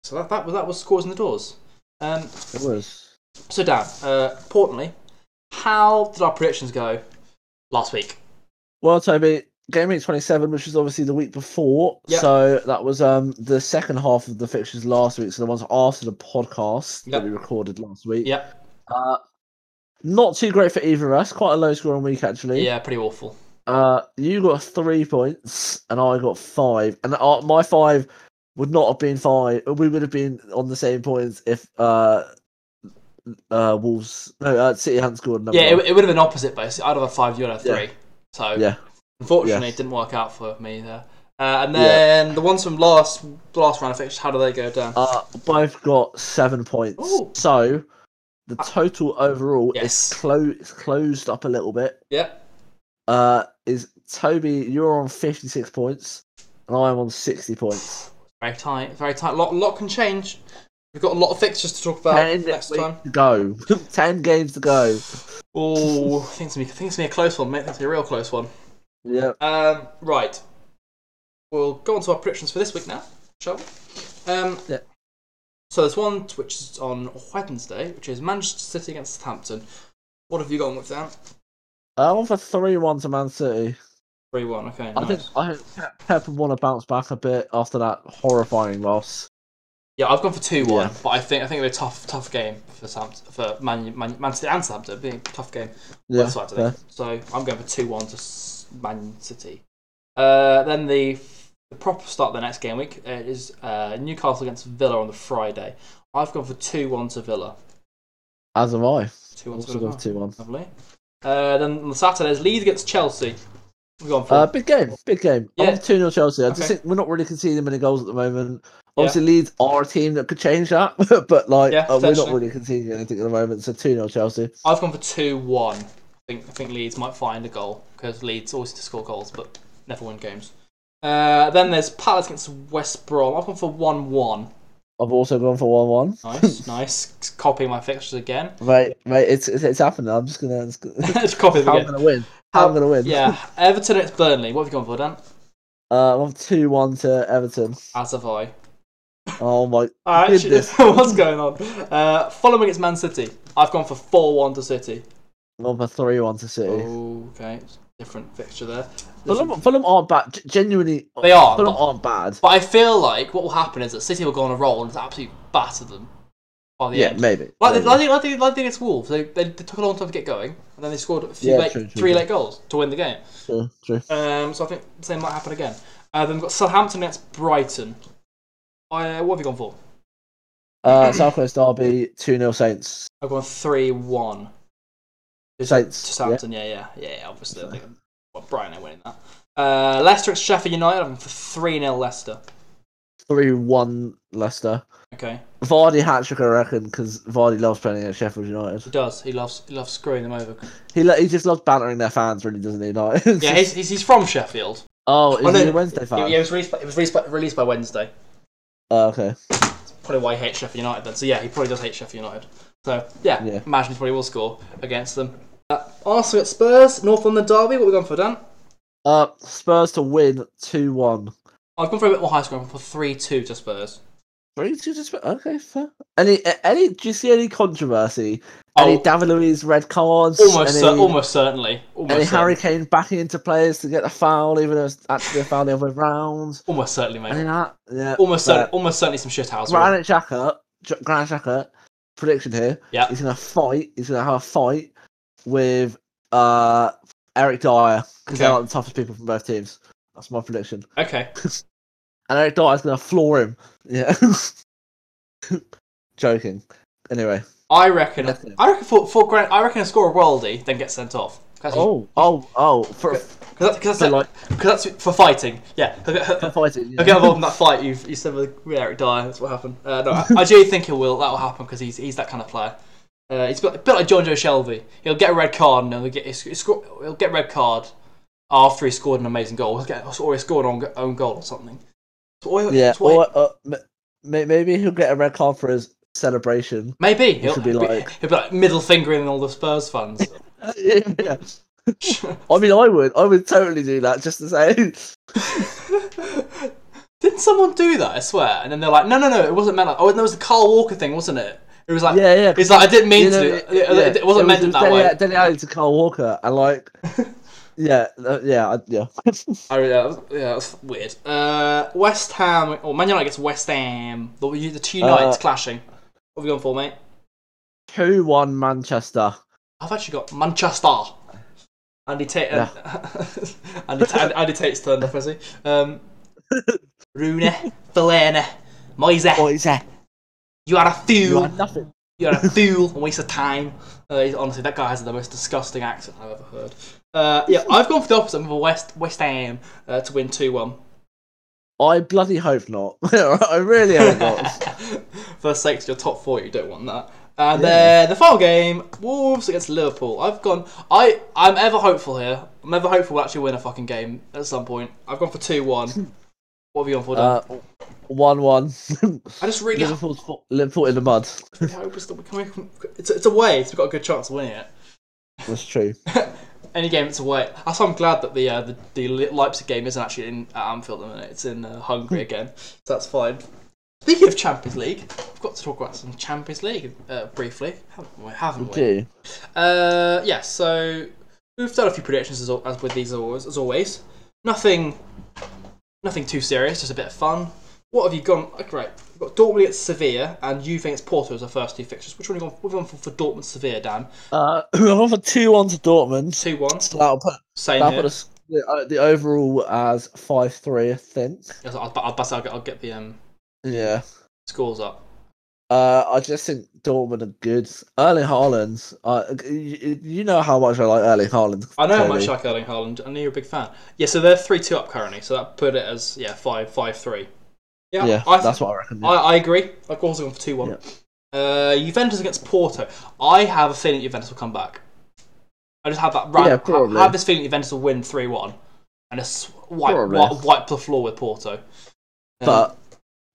[SPEAKER 1] so that, that was that was scores in the doors. Um,
[SPEAKER 2] It was.
[SPEAKER 1] so Dan, uh, importantly, how did our predictions go last week?
[SPEAKER 2] Well, Toby, game week 27, which was obviously the week before.
[SPEAKER 1] Yep.
[SPEAKER 2] So that was um the second half of the fixtures last week. So the ones after the podcast
[SPEAKER 1] Yep.
[SPEAKER 2] that we recorded last week.
[SPEAKER 1] Yeah,
[SPEAKER 2] Uh, not too great for either of us. Quite a low scoring week, actually.
[SPEAKER 1] yeah, pretty awful.
[SPEAKER 2] Uh, you got three points and I got five, and uh, my five would not have been five. We would have been on the same points if uh, uh, Wolves no uh, City hadn't scored. Another
[SPEAKER 1] Yeah,
[SPEAKER 2] goal.
[SPEAKER 1] it, it would have been opposite basically. I'd have a five, you'd have
[SPEAKER 2] Yeah.
[SPEAKER 1] three. So
[SPEAKER 2] yeah,
[SPEAKER 1] Unfortunately,
[SPEAKER 2] Yes.
[SPEAKER 1] it didn't work out for me there. Uh, and
[SPEAKER 2] Yeah.
[SPEAKER 1] then the ones from last last round of fixtures, how do they go down?
[SPEAKER 2] uh, both got seven points.
[SPEAKER 1] Ooh.
[SPEAKER 2] So the total overall
[SPEAKER 1] Yes.
[SPEAKER 2] is clo- is closed up a little bit.
[SPEAKER 1] yeah,
[SPEAKER 2] Uh, is Toby? You're on fifty six points, and I'm on sixty points.
[SPEAKER 1] very tight, very tight. lot lot can change. We've got a lot of fixtures to talk about
[SPEAKER 2] Ten
[SPEAKER 1] next
[SPEAKER 2] weeks
[SPEAKER 1] time.
[SPEAKER 2] to go. Ten games to go.
[SPEAKER 1] Oh, things to be things to be a close one, mate. Things to be a real close one.
[SPEAKER 2] Yeah.
[SPEAKER 1] Um, right, we'll go on to our predictions for this week now, shall we? Um,
[SPEAKER 2] Yeah.
[SPEAKER 1] So there's one which is on Wednesday, which is Manchester City against Southampton. What have you gone with Dan?
[SPEAKER 2] I went for three one to Man City.
[SPEAKER 1] Three one. Okay.
[SPEAKER 2] I
[SPEAKER 1] nice.
[SPEAKER 2] think I think Pep want to bounce back a bit after that horrifying loss.
[SPEAKER 1] Yeah, I've gone for two one,
[SPEAKER 2] Yeah.
[SPEAKER 1] but I think I think it'll be a tough tough game for Sampt- for Man Man, Man City and Southampton. It'll be a tough game.
[SPEAKER 2] Yeah,
[SPEAKER 1] both sides, I
[SPEAKER 2] fair.
[SPEAKER 1] think. So I'm going for two one to S- Man City. Uh, then the the proper start of the next game week uh, is uh, Newcastle against Villa on the Friday. I've gone for two one to Villa.
[SPEAKER 2] as am I.
[SPEAKER 1] Two one to
[SPEAKER 2] Also
[SPEAKER 1] Villa.
[SPEAKER 2] got two one.
[SPEAKER 1] Lovely. Uh, then on the Saturday is Leeds against Chelsea. We've gone for
[SPEAKER 2] Uh, big game, big game.
[SPEAKER 1] Yeah.
[SPEAKER 2] I'm two 0 Chelsea. I
[SPEAKER 1] Okay.
[SPEAKER 2] just think we're not really conceding many goals at the moment. Obviously, Leeds are a team that could change that, but like
[SPEAKER 1] Yeah,
[SPEAKER 2] uh, we're not
[SPEAKER 1] potentially.
[SPEAKER 2] really conceding anything at the moment. So two 0 Chelsea.
[SPEAKER 1] I've gone for two one. I think I think Leeds might find a goal because Leeds always to score goals but never win games. Uh, then there's Palace against West Brom. I've gone for one one.
[SPEAKER 2] I've also gone for one one.
[SPEAKER 1] Nice, nice. Copying my fixtures again.
[SPEAKER 2] Right, right. It's it's, it's happening. I'm just gonna. it's gonna-
[SPEAKER 1] Just copy them
[SPEAKER 2] how I'm
[SPEAKER 1] again.
[SPEAKER 2] gonna win. How I'm gonna win.
[SPEAKER 1] Yeah, Everton against Burnley. What have you gone for, Dan?
[SPEAKER 2] Uh, I'm two one to Everton.
[SPEAKER 1] As have I.
[SPEAKER 2] Oh my.
[SPEAKER 1] All right,
[SPEAKER 2] Goodness.
[SPEAKER 1] what's going on? Uh, Fulham against Man City. I've gone for four one to City.
[SPEAKER 2] I'm for three one to City.
[SPEAKER 1] Oh, okay, different fixture there.
[SPEAKER 2] Fulham, Fulham aren't bad. G- Genuinely,
[SPEAKER 1] They are,
[SPEAKER 2] Fulham
[SPEAKER 1] but-
[SPEAKER 2] aren't bad.
[SPEAKER 1] But I feel like what will happen is that City will go on a roll and just absolutely batter them by the
[SPEAKER 2] Yeah,
[SPEAKER 1] end.
[SPEAKER 2] maybe.
[SPEAKER 1] Like, they,
[SPEAKER 2] maybe.
[SPEAKER 1] like, they, like, they, like they against Wolves, they, they, they took a long time to get going, and then they scored a few
[SPEAKER 2] Yeah,
[SPEAKER 1] late,
[SPEAKER 2] true, true,
[SPEAKER 1] three
[SPEAKER 2] true.
[SPEAKER 1] late goals to win the game.
[SPEAKER 2] True, true.
[SPEAKER 1] Um, so I think the same might happen again. Uh, then we've got Southampton against Brighton. I, uh, what have you gone for?
[SPEAKER 2] Uh, South Coast Derby, two 0 Saints.
[SPEAKER 1] I've gone three one to
[SPEAKER 2] Saints. Yeah.
[SPEAKER 1] Southampton. Yeah, yeah, yeah. yeah, obviously, I think well, Brighton are winning that. Uh, Leicester against Sheffield United. I'm for three 0 Leicester.
[SPEAKER 2] Three one Leicester.
[SPEAKER 1] Okay,
[SPEAKER 2] Vardy hat trick, I reckon, because Vardy loves playing at Sheffield
[SPEAKER 1] he
[SPEAKER 2] United.
[SPEAKER 1] does. He loves he loves screwing them over.
[SPEAKER 2] He lo- he just loves bantering their fans, really, doesn't he? Like,
[SPEAKER 1] Yeah, he's, he's, he's from Sheffield.
[SPEAKER 2] oh, is
[SPEAKER 1] Oh, no,
[SPEAKER 2] he a Wednesday fan?
[SPEAKER 1] Yeah, it was released. By, it was released by, released by Wednesday.
[SPEAKER 2] Oh, okay.
[SPEAKER 1] Probably why he hates Sheffield United then. So yeah, he probably does hate Sheffield United. So yeah,
[SPEAKER 2] Yeah.
[SPEAKER 1] imagine he probably will score against them. Uh, Arsenal at Spurs, North London derby. What we gone for, Dan?
[SPEAKER 2] Uh, Spurs to win two one.
[SPEAKER 1] I've gone for a bit more high scoring. I've gone for three two to Spurs.
[SPEAKER 2] Three two to Spurs. Okay, fair. Any a- any? Do you see any controversy? Any
[SPEAKER 1] Oh,
[SPEAKER 2] David Luiz red cards?
[SPEAKER 1] almost,
[SPEAKER 2] Any-
[SPEAKER 1] cer- almost certainly. Almost,
[SPEAKER 2] And then
[SPEAKER 1] certainly.
[SPEAKER 2] Harry Kane backing into players to get a foul, even though it's actually a foul the other way round.
[SPEAKER 1] almost certainly,
[SPEAKER 2] And then
[SPEAKER 1] mate.
[SPEAKER 2] that, yeah.
[SPEAKER 1] Almost, cer-
[SPEAKER 2] but-
[SPEAKER 1] almost certainly some shit house.
[SPEAKER 2] Granit Xhaka, J- Granit Xhaka, prediction here.
[SPEAKER 1] Yeah.
[SPEAKER 2] He's gonna fight. He's gonna have a fight with uh Eric Dyer because they're
[SPEAKER 1] Okay.
[SPEAKER 2] like the toughest people from both teams. That's my prediction.
[SPEAKER 1] Okay,
[SPEAKER 2] And Eric Dyer's gonna floor him. Yeah. Joking. Anyway.
[SPEAKER 1] I reckon.
[SPEAKER 2] Nothing.
[SPEAKER 1] I reckon for, for Grant, I reckon I score a worldie, then get sent off. Because
[SPEAKER 2] Oh, oh, oh! For,
[SPEAKER 1] that's, 'cause
[SPEAKER 2] for
[SPEAKER 1] that's,
[SPEAKER 2] like
[SPEAKER 1] cause that's for fighting. Yeah, he'll get-
[SPEAKER 2] for fighting. yeah.
[SPEAKER 1] He'll get involved in that fight you've, you said with with Eric Dyer. That's what happened. Uh, no, I, I do think he will. That will happen because he's he's that kind of player. Uh, he's a bit, a bit like John Joe Shelby. He'll get a red card and he'll get he'll score- he'll get a red card after he scored an amazing goal, or he scored an own- own goal or something. So all-
[SPEAKER 2] Yeah,
[SPEAKER 1] so all-
[SPEAKER 2] or uh, m- may- maybe he'll get a red card for his celebration.
[SPEAKER 1] maybe he'll,
[SPEAKER 2] should
[SPEAKER 1] be
[SPEAKER 2] be
[SPEAKER 1] like...
[SPEAKER 2] like-
[SPEAKER 1] he'll be like middle fingering all the Spurs fans.
[SPEAKER 2] yeah. I mean, I would, I would totally do that just to say.
[SPEAKER 1] Didn't someone do that? I swear. And then they're like, no, no, no, it wasn't meant. Like... Oh, and there was the Carl Walker thing, wasn't it? It was like,
[SPEAKER 2] yeah, yeah.
[SPEAKER 1] it's like I didn't mean
[SPEAKER 2] You
[SPEAKER 1] to.
[SPEAKER 2] know,
[SPEAKER 1] do that. It, it, wasn't meant
[SPEAKER 2] was- it was
[SPEAKER 1] that
[SPEAKER 2] Dele-
[SPEAKER 1] way.
[SPEAKER 2] Dele Alli to Carl Walker, and like, yeah, uh, yeah, I- yeah.
[SPEAKER 1] Oh yeah, that was- yeah, that's weird. Uh, West Ham or Man United against West Ham. The, the two Unites
[SPEAKER 2] Uh,
[SPEAKER 1] clashing. What have you gone for, mate?
[SPEAKER 2] Two one Manchester.
[SPEAKER 1] I've actually got Manchester. Andy Tate.
[SPEAKER 2] No.
[SPEAKER 1] Andy, Ta- Andy Tate's turned up, has he? Um, Rooney, Fellaini, Moise.
[SPEAKER 2] is that?
[SPEAKER 1] You are a
[SPEAKER 2] Oh. You are
[SPEAKER 1] fool.
[SPEAKER 2] nothing.
[SPEAKER 1] You are a fool. A waste of time. Uh, he's- honestly, that guy has the most disgusting accent I've ever heard. Uh, yeah, I've gone for the opposite. I'm for West West Ham uh, to win two one.
[SPEAKER 2] I bloody hope not. I really hope not.
[SPEAKER 1] For the sake of your top four, you don't want that. And then the final game, Wolves against Liverpool. I've gone. I I'm ever hopeful here. I'm ever hopeful we'll actually win a fucking game at some point. I've gone for two one. What have you gone for? Dan?
[SPEAKER 2] Uh, one one.
[SPEAKER 1] I just really hope,
[SPEAKER 2] Liverpool's fo- Liverpool in the mud.
[SPEAKER 1] hope it's, the, can we, it's it's away. So we've got a good chance of winning it.
[SPEAKER 2] That's true.
[SPEAKER 1] Any game, it's away. That's why I'm glad that the uh, the, the Le- Leipzig game isn't actually in at Anfield at the minute. It's in uh, Hungary again, so that's fine. Speaking of Champions League, I've got to talk about some Champions League uh, briefly, haven't we? Haven't we?
[SPEAKER 2] Do
[SPEAKER 1] Uh, yeah, so we've done a few predictions as, al- as with these always, as always. Nothing, nothing too serious, just a bit of fun. What have you gone? Okay, right, we've got Dortmund against Sevilla, and you think it's Porto as our first two fixtures. Which one have you gone? We've gone for, for Dortmund Sevilla, Dan.
[SPEAKER 2] uh, I'm on for two one to Dortmund.
[SPEAKER 1] Two one.
[SPEAKER 2] So that'll put
[SPEAKER 1] Same
[SPEAKER 2] that'll
[SPEAKER 1] here.
[SPEAKER 2] put us the, uh, the overall as five three. I think.
[SPEAKER 1] Yes, I'll, I'll, I'll, get, I'll get the um,
[SPEAKER 2] Yeah.
[SPEAKER 1] scores up.
[SPEAKER 2] Uh, I just think Dortmund are good. Erling Haaland, uh, you, you know how much I like Erling Haaland.
[SPEAKER 1] I know how
[SPEAKER 2] clearly.
[SPEAKER 1] much you like Erling Haaland. I know you're a big fan. Yeah, so they're three two up currently. So that put it as yeah five five three. Yeah,
[SPEAKER 2] yeah,
[SPEAKER 1] I,
[SPEAKER 2] that's what I reckon. yeah.
[SPEAKER 1] I, I agree. I've also gone for 2 1. Uh, Juventus against Porto. I have a feeling Juventus will come back. I just have that right.
[SPEAKER 2] Yeah,
[SPEAKER 1] I
[SPEAKER 2] probably.
[SPEAKER 1] have this feeling Juventus will win 3 1 and just wipe,
[SPEAKER 2] Probably.
[SPEAKER 1] wipe, wipe the floor with Porto. Um,
[SPEAKER 2] But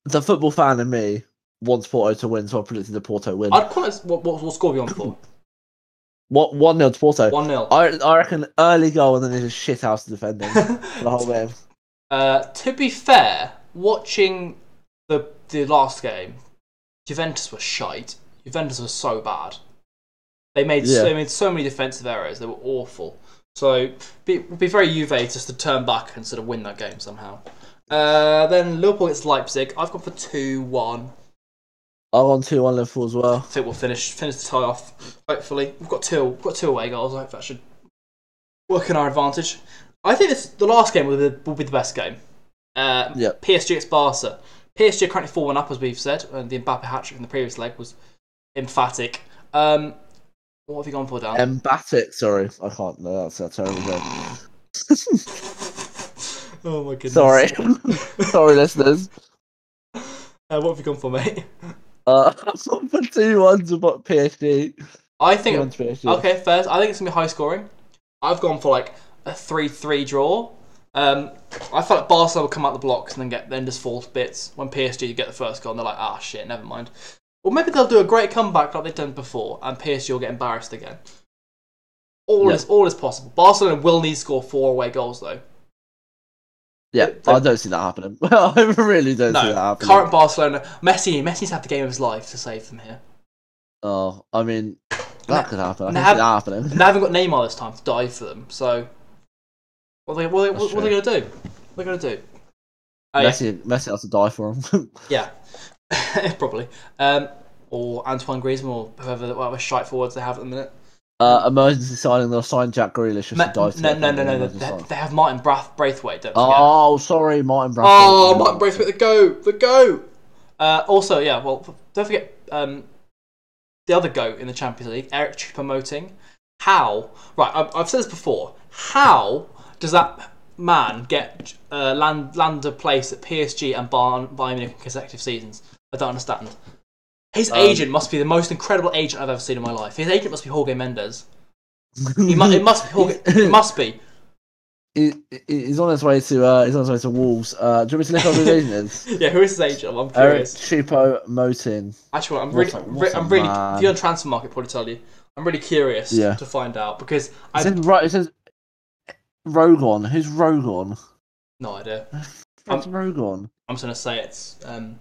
[SPEAKER 2] the football fan in me wants Porto to win, so I predicted the Porto win.
[SPEAKER 1] Um, I'd call it what, what, what score beyond for?
[SPEAKER 2] What one 0 to Porto?
[SPEAKER 1] 1 0.
[SPEAKER 2] I I reckon early goal and then it's a shit house defending for the whole game.
[SPEAKER 1] Uh, to be fair, watching the the last game, Juventus were shite. Juventus were so bad. They made
[SPEAKER 2] Yeah.
[SPEAKER 1] they made so many defensive errors. They were awful. So be would be very Juve just to turn back and sort of win that game somehow. Uh, then Liverpool against Leipzig. I've gone for two one.
[SPEAKER 2] I'm on two one Liverpool as well.
[SPEAKER 1] I think we'll finish finish the tie off. Hopefully, we've got two we've got two away goals. I hope that should work in our advantage. I think this the last game will be, will be the best game. Uh,
[SPEAKER 2] Yep.
[SPEAKER 1] PSG against Barca. PSG are currently four one up as we've said, and the Mbappe hat trick in the previous leg was emphatic. Um, what have you gone for,
[SPEAKER 2] Um,
[SPEAKER 1] Dan?
[SPEAKER 2] Embatic, sorry, I can't. No, that's a terrible joke.
[SPEAKER 1] oh my goodness.
[SPEAKER 2] sorry, sorry, listeners.
[SPEAKER 1] Uh, what have you gone for, mate?
[SPEAKER 2] Uh, I'm on for two one to Bo- PSG.
[SPEAKER 1] I
[SPEAKER 2] Two
[SPEAKER 1] think
[SPEAKER 2] one to PSG.
[SPEAKER 1] Okay, first, I think it's gonna be high scoring. I've gone for like a three-three draw. Um, I feel like Barcelona will come out the blocks and then get then just fall to bits when PSG get the first goal and they're like, ah shit, never mind. Or maybe they'll do a great comeback like they've done before and PSG will get embarrassed again. All
[SPEAKER 2] Yeah.
[SPEAKER 1] is all is possible. Barcelona will need to score four away goals though.
[SPEAKER 2] Yeah, I don't see that happening. I really don't see that
[SPEAKER 1] No,
[SPEAKER 2] happening.
[SPEAKER 1] current Barcelona, Messi, Messi's had the game of his life to save them here.
[SPEAKER 2] Oh, I mean,
[SPEAKER 1] Nah,
[SPEAKER 2] that could happen. I
[SPEAKER 1] nah,
[SPEAKER 2] can see that happening.
[SPEAKER 1] And they haven't got Neymar this time to die for them. So, what are they, what are they,
[SPEAKER 2] That's
[SPEAKER 1] what are they going to do? What are they going to do? Oh, yeah.
[SPEAKER 2] Messi, Messi has to die for him.
[SPEAKER 1] Yeah, probably. Um, or Antoine Griezmann or whoever, whatever shite forwards they have at the minute.
[SPEAKER 2] uh, emergency signing. They'll sign Jack Grealish just
[SPEAKER 1] Ma-
[SPEAKER 2] to die for
[SPEAKER 1] no,
[SPEAKER 2] it.
[SPEAKER 1] no, no, no,
[SPEAKER 2] Emergency
[SPEAKER 1] They,
[SPEAKER 2] signing.
[SPEAKER 1] they have Martin Brath- Braithwaite. Don't forget.
[SPEAKER 2] Oh, sorry, Martin Brathwaite.
[SPEAKER 1] Oh, Martin Braithwaite, the goat, the goat. Uh, also, yeah, well, don't forget um, the other goat in the Champions League, Eric Choupo-Moting. How? Right, I've, I've said this before. How does that man get uh, land land a place at PSG and Bayern, Bayern Munich in consecutive seasons? I don't understand. His
[SPEAKER 2] Um,
[SPEAKER 1] agent must be the most incredible agent I've ever seen in my life. His agent must be Jorge Mendes. He mu- it must be Jorge. it must be.
[SPEAKER 2] he- he- he's on his way to uh, he's on his way to Wolves. Uh, do you want me to look up who his agent is?
[SPEAKER 1] Yeah, who is his agent? I'm
[SPEAKER 2] Eric
[SPEAKER 1] curious.
[SPEAKER 2] Chupo Motin.
[SPEAKER 1] Actually, I'm really,
[SPEAKER 2] What a-
[SPEAKER 1] re-
[SPEAKER 2] what a
[SPEAKER 1] I'm really,
[SPEAKER 2] man.
[SPEAKER 1] if you're on transfer market, probably tell you. I'm really curious
[SPEAKER 2] Yeah.
[SPEAKER 1] to find out because
[SPEAKER 2] It
[SPEAKER 1] I
[SPEAKER 2] says, right, it says Rogon. Who's Rogon?
[SPEAKER 1] no idea.
[SPEAKER 2] That's
[SPEAKER 1] Um,
[SPEAKER 2] Rogon.
[SPEAKER 1] I'm just gonna say it's um,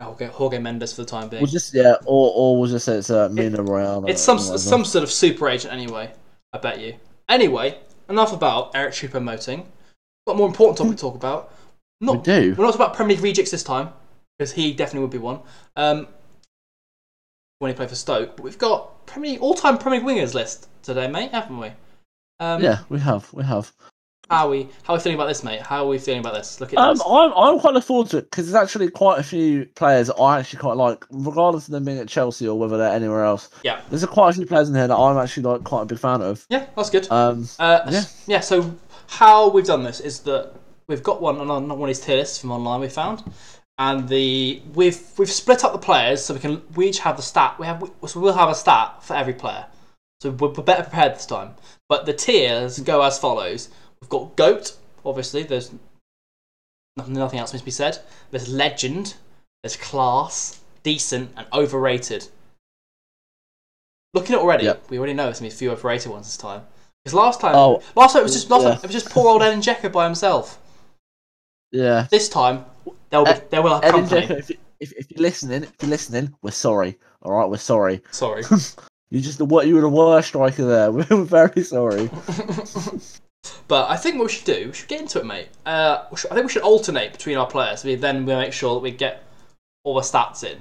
[SPEAKER 1] Jorge, Jorge Mendes for the time being.
[SPEAKER 2] We'll just yeah, or or we'll just say it's uh, Mina Royale.
[SPEAKER 1] It's some some sort of super agent anyway. I bet you. Anyway, enough about Eric Chupa moting. Got more important topic to talk about.
[SPEAKER 2] we
[SPEAKER 1] Not
[SPEAKER 2] do.
[SPEAKER 1] We're not talking about Premier League rejects this time, because he definitely would be one. Um, when he played for Stoke, but we've got Premier League all-time Premier League wingers list today, mate, haven't we? Um,
[SPEAKER 2] yeah, we have, we have.
[SPEAKER 1] How are we? How are we feeling about this, mate? How are we feeling about this? Look at
[SPEAKER 2] Um,
[SPEAKER 1] this.
[SPEAKER 2] I'm I'm quite looking forward to it because there's actually quite a few players that I actually quite like, regardless of them being at Chelsea or whether they're anywhere else.
[SPEAKER 1] Yeah.
[SPEAKER 2] there's a quite a few players in here that I'm actually like quite a big fan of.
[SPEAKER 1] Yeah, that's good.
[SPEAKER 2] Um,
[SPEAKER 1] Uh, yeah.
[SPEAKER 2] yeah.
[SPEAKER 1] So how we've done this is that we've got one on on one of these tier lists from online we found, and the we've we've split up the players so we can we each have the stat we have so we'll have a stat for every player. So we're, we're better prepared this time. But the tiers go as follows. We've got goat. Obviously, there's nothing, nothing else needs to be said. There's legend. There's class, decent, and overrated. Looking at it already,
[SPEAKER 2] Yeah.
[SPEAKER 1] we already know there's gonna be a few overrated ones this time. Because last time,
[SPEAKER 2] Oh.
[SPEAKER 1] last time it was just last
[SPEAKER 2] Yeah.
[SPEAKER 1] time, it was just poor old Eden Dzeko by himself.
[SPEAKER 2] yeah,
[SPEAKER 1] This time, there will
[SPEAKER 2] E,
[SPEAKER 1] be, there will have
[SPEAKER 2] Ed and
[SPEAKER 1] company.
[SPEAKER 2] Jacko, if, you- if, if you're listening, if you're listening, we're sorry. All right, we're sorry.
[SPEAKER 1] Sorry.
[SPEAKER 2] You just what you were the worst striker there. We're very sorry.
[SPEAKER 1] But I think what we should do, we should get into it, mate. Uh, we should- I think we should alternate between our players. We then we make sure that we get all the stats in.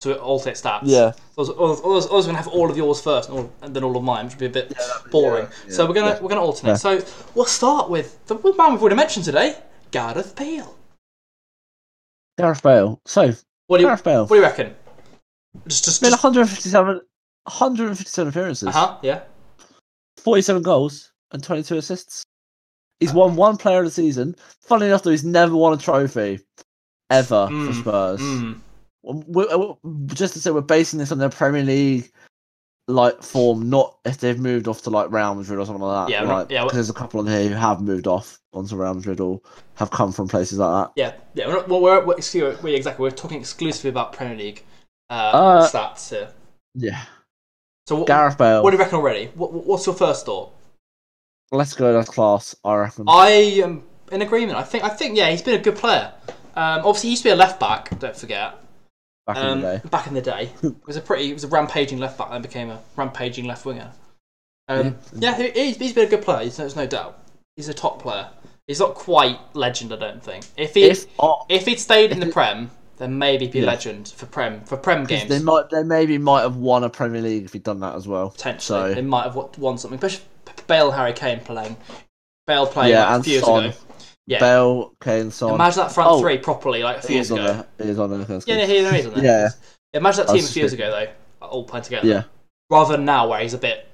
[SPEAKER 1] So we alternate stats.
[SPEAKER 2] Yeah.
[SPEAKER 1] So I was, I was, I was going to have all of yours first, and, all, and then all of mine, which would be a bit boring.
[SPEAKER 2] yeah,
[SPEAKER 1] so we're gonna we're gonna alternate. So we'll start with the man we've already mentioned today, Gareth Bale.
[SPEAKER 2] Gareth Bale. So
[SPEAKER 1] What do you
[SPEAKER 2] Gareth Bale.
[SPEAKER 1] what do you reckon? Just just,
[SPEAKER 2] Made
[SPEAKER 1] just
[SPEAKER 2] 157, 157 appearances,
[SPEAKER 1] uh huh yeah.
[SPEAKER 2] 47 goals, and 22 assists. He's
[SPEAKER 1] Uh.
[SPEAKER 2] won one player of the season. Funnily enough, though, he's never won a trophy ever for
[SPEAKER 1] Mm,
[SPEAKER 2] Spurs.
[SPEAKER 1] Mm.
[SPEAKER 2] we just to say, we're basing this on their Premier League like form, not if they've moved off to like Real Madrid or something like that.
[SPEAKER 1] Yeah, we're not-
[SPEAKER 2] like,
[SPEAKER 1] yeah, we're-
[SPEAKER 2] 'cause there's a couple on here who have moved off onto Real Madrid or have come from places like that.
[SPEAKER 1] Yeah, yeah. We're not, well, we're, we're, excuse, we exactly. We're talking exclusively about Premier League uh,
[SPEAKER 2] Uh,
[SPEAKER 1] stats here.
[SPEAKER 2] Yeah,
[SPEAKER 1] So what,
[SPEAKER 2] Gareth Bale.
[SPEAKER 1] what do you reckon already? What, what- what's your first thought?
[SPEAKER 2] Let's go. That's class. I reckon.
[SPEAKER 1] I am in agreement. I think. I think. Yeah, he's been a good player. Um, obviously, he used to be a left back. Don't forget.
[SPEAKER 2] back in
[SPEAKER 1] Um,
[SPEAKER 2] the day.
[SPEAKER 1] Back in the day, it was a pretty. It was a rampaging left back. Then became a rampaging left winger. Um, yeah, he, he's, he's been a good player. There's, there's no doubt. He's a top player. He's not quite legend, I don't think. If he
[SPEAKER 2] If
[SPEAKER 1] if,
[SPEAKER 2] oh,
[SPEAKER 1] he'd stayed in the Prem, then maybe be
[SPEAKER 2] Yeah.
[SPEAKER 1] legend for Prem for Prem games.
[SPEAKER 2] they might, they maybe might have won a Premier League if he'd done that as well.
[SPEAKER 1] potentially. Um,
[SPEAKER 2] So-
[SPEAKER 1] They might have wa- won something. Especially Bale, and Harry Kane playing. Bale playing
[SPEAKER 2] Yeah,
[SPEAKER 1] like, a
[SPEAKER 2] and
[SPEAKER 1] few years
[SPEAKER 2] Son.
[SPEAKER 1] ago. Yeah.
[SPEAKER 2] Bale, Kane, Son.
[SPEAKER 1] Imagine that front
[SPEAKER 2] Oh.
[SPEAKER 1] three properly, like a few
[SPEAKER 2] He
[SPEAKER 1] years
[SPEAKER 2] is on
[SPEAKER 1] ago.
[SPEAKER 2] there. He is on there.
[SPEAKER 1] Yeah, no, he there is, isn't there?
[SPEAKER 2] Yeah.
[SPEAKER 1] Imagine that
[SPEAKER 2] I
[SPEAKER 1] team a
[SPEAKER 2] was
[SPEAKER 1] few years ago, though, like, all playing together.
[SPEAKER 2] Yeah.
[SPEAKER 1] Rather than now, where he's a bit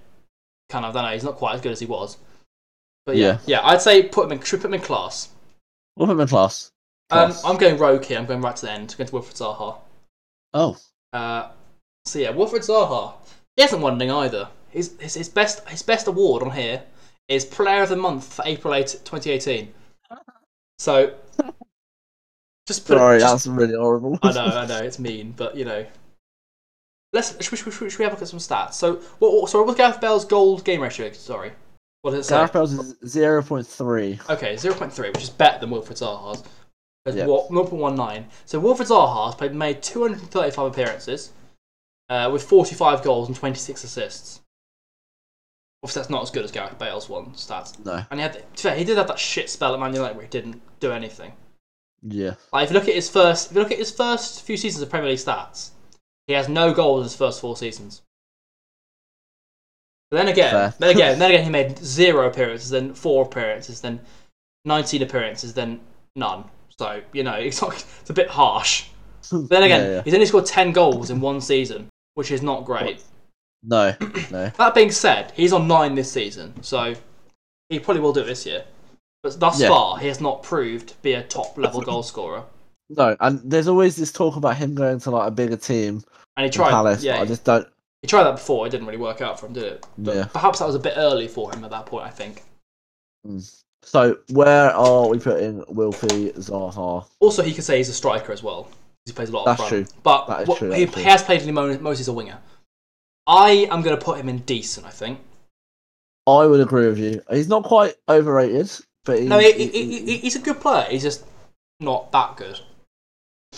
[SPEAKER 1] kind of, I don't know, he's not quite as good as he was. But yeah,
[SPEAKER 2] Yeah.
[SPEAKER 1] yeah, I'd say put him in, should we put him in class.
[SPEAKER 2] We'll put him in class.
[SPEAKER 1] Um,
[SPEAKER 2] Class.
[SPEAKER 1] I'm going rogue here. I'm going right to the end. I'm going to Wilfred Zaha.
[SPEAKER 2] Oh,
[SPEAKER 1] Uh, so yeah, Wilfred Zaha. He hasn't won anything either. His, his, his best his best award on here is Player of the Month for April 8, 2018. So just put
[SPEAKER 2] sorry,
[SPEAKER 1] just,
[SPEAKER 2] that's really horrible.
[SPEAKER 1] I know, I know, it's mean, but you know. Let's should, we- should, we- should we have a look at some stats? So what? what sorry, what's Gareth Bale's goal game ratio? Sorry, what does it say?
[SPEAKER 2] Gareth Bale's is 0.3.
[SPEAKER 1] Okay, 0.3, which is better than Wilfred Zaha's. That's
[SPEAKER 2] Yeah.
[SPEAKER 1] what- 0.19. So Wilfred Zaha's played made 235 appearances uh, with 45 goals and 26 assists. Obviously, that's not as good as Gareth Bale's one stats.
[SPEAKER 2] No.
[SPEAKER 1] And he had, to be fair, he did have that shit spell at Man United where he didn't do anything.
[SPEAKER 2] Yeah.
[SPEAKER 1] Like, if you look at his first, if you look at his first few seasons of Premier League stats, he has no goals in his first four seasons. But then again,
[SPEAKER 2] Fair.
[SPEAKER 1] then again, then again, he made zero appearances, then four appearances, then nineteen appearances, then none. So you know, it's not, it's a bit harsh. Then again,
[SPEAKER 2] Yeah, yeah.
[SPEAKER 1] he's only scored ten goals in one season, which is not great.
[SPEAKER 2] No. No.
[SPEAKER 1] That being said, he's on nine this season, so he probably will do it this year. But thus
[SPEAKER 2] Yeah.
[SPEAKER 1] far, he has not proved to be a top level goal scorer.
[SPEAKER 2] No. And there's always this talk about him going to like a bigger team,
[SPEAKER 1] And he
[SPEAKER 2] than
[SPEAKER 1] tried,
[SPEAKER 2] Palace.
[SPEAKER 1] yeah,
[SPEAKER 2] but I just don't.
[SPEAKER 1] He tried that before. It didn't really work out for him, did it? But
[SPEAKER 2] Yeah.
[SPEAKER 1] Perhaps that was a bit early for him at that point. I think.
[SPEAKER 2] Mm. So where are we putting Wilfie Zaha?
[SPEAKER 1] Also, he could say he's a striker as well. 'cause He plays a lot
[SPEAKER 2] That's
[SPEAKER 1] of
[SPEAKER 2] true.
[SPEAKER 1] But
[SPEAKER 2] That is
[SPEAKER 1] what-
[SPEAKER 2] true,
[SPEAKER 1] he
[SPEAKER 2] actually.
[SPEAKER 1] has played in Mo- Moses a winger. I am going to put him in decent, I think.
[SPEAKER 2] I would agree with you. He's not quite overrated, but he,
[SPEAKER 1] No, he,
[SPEAKER 2] he-
[SPEAKER 1] he, he, he- he's a good player. He's just not that good.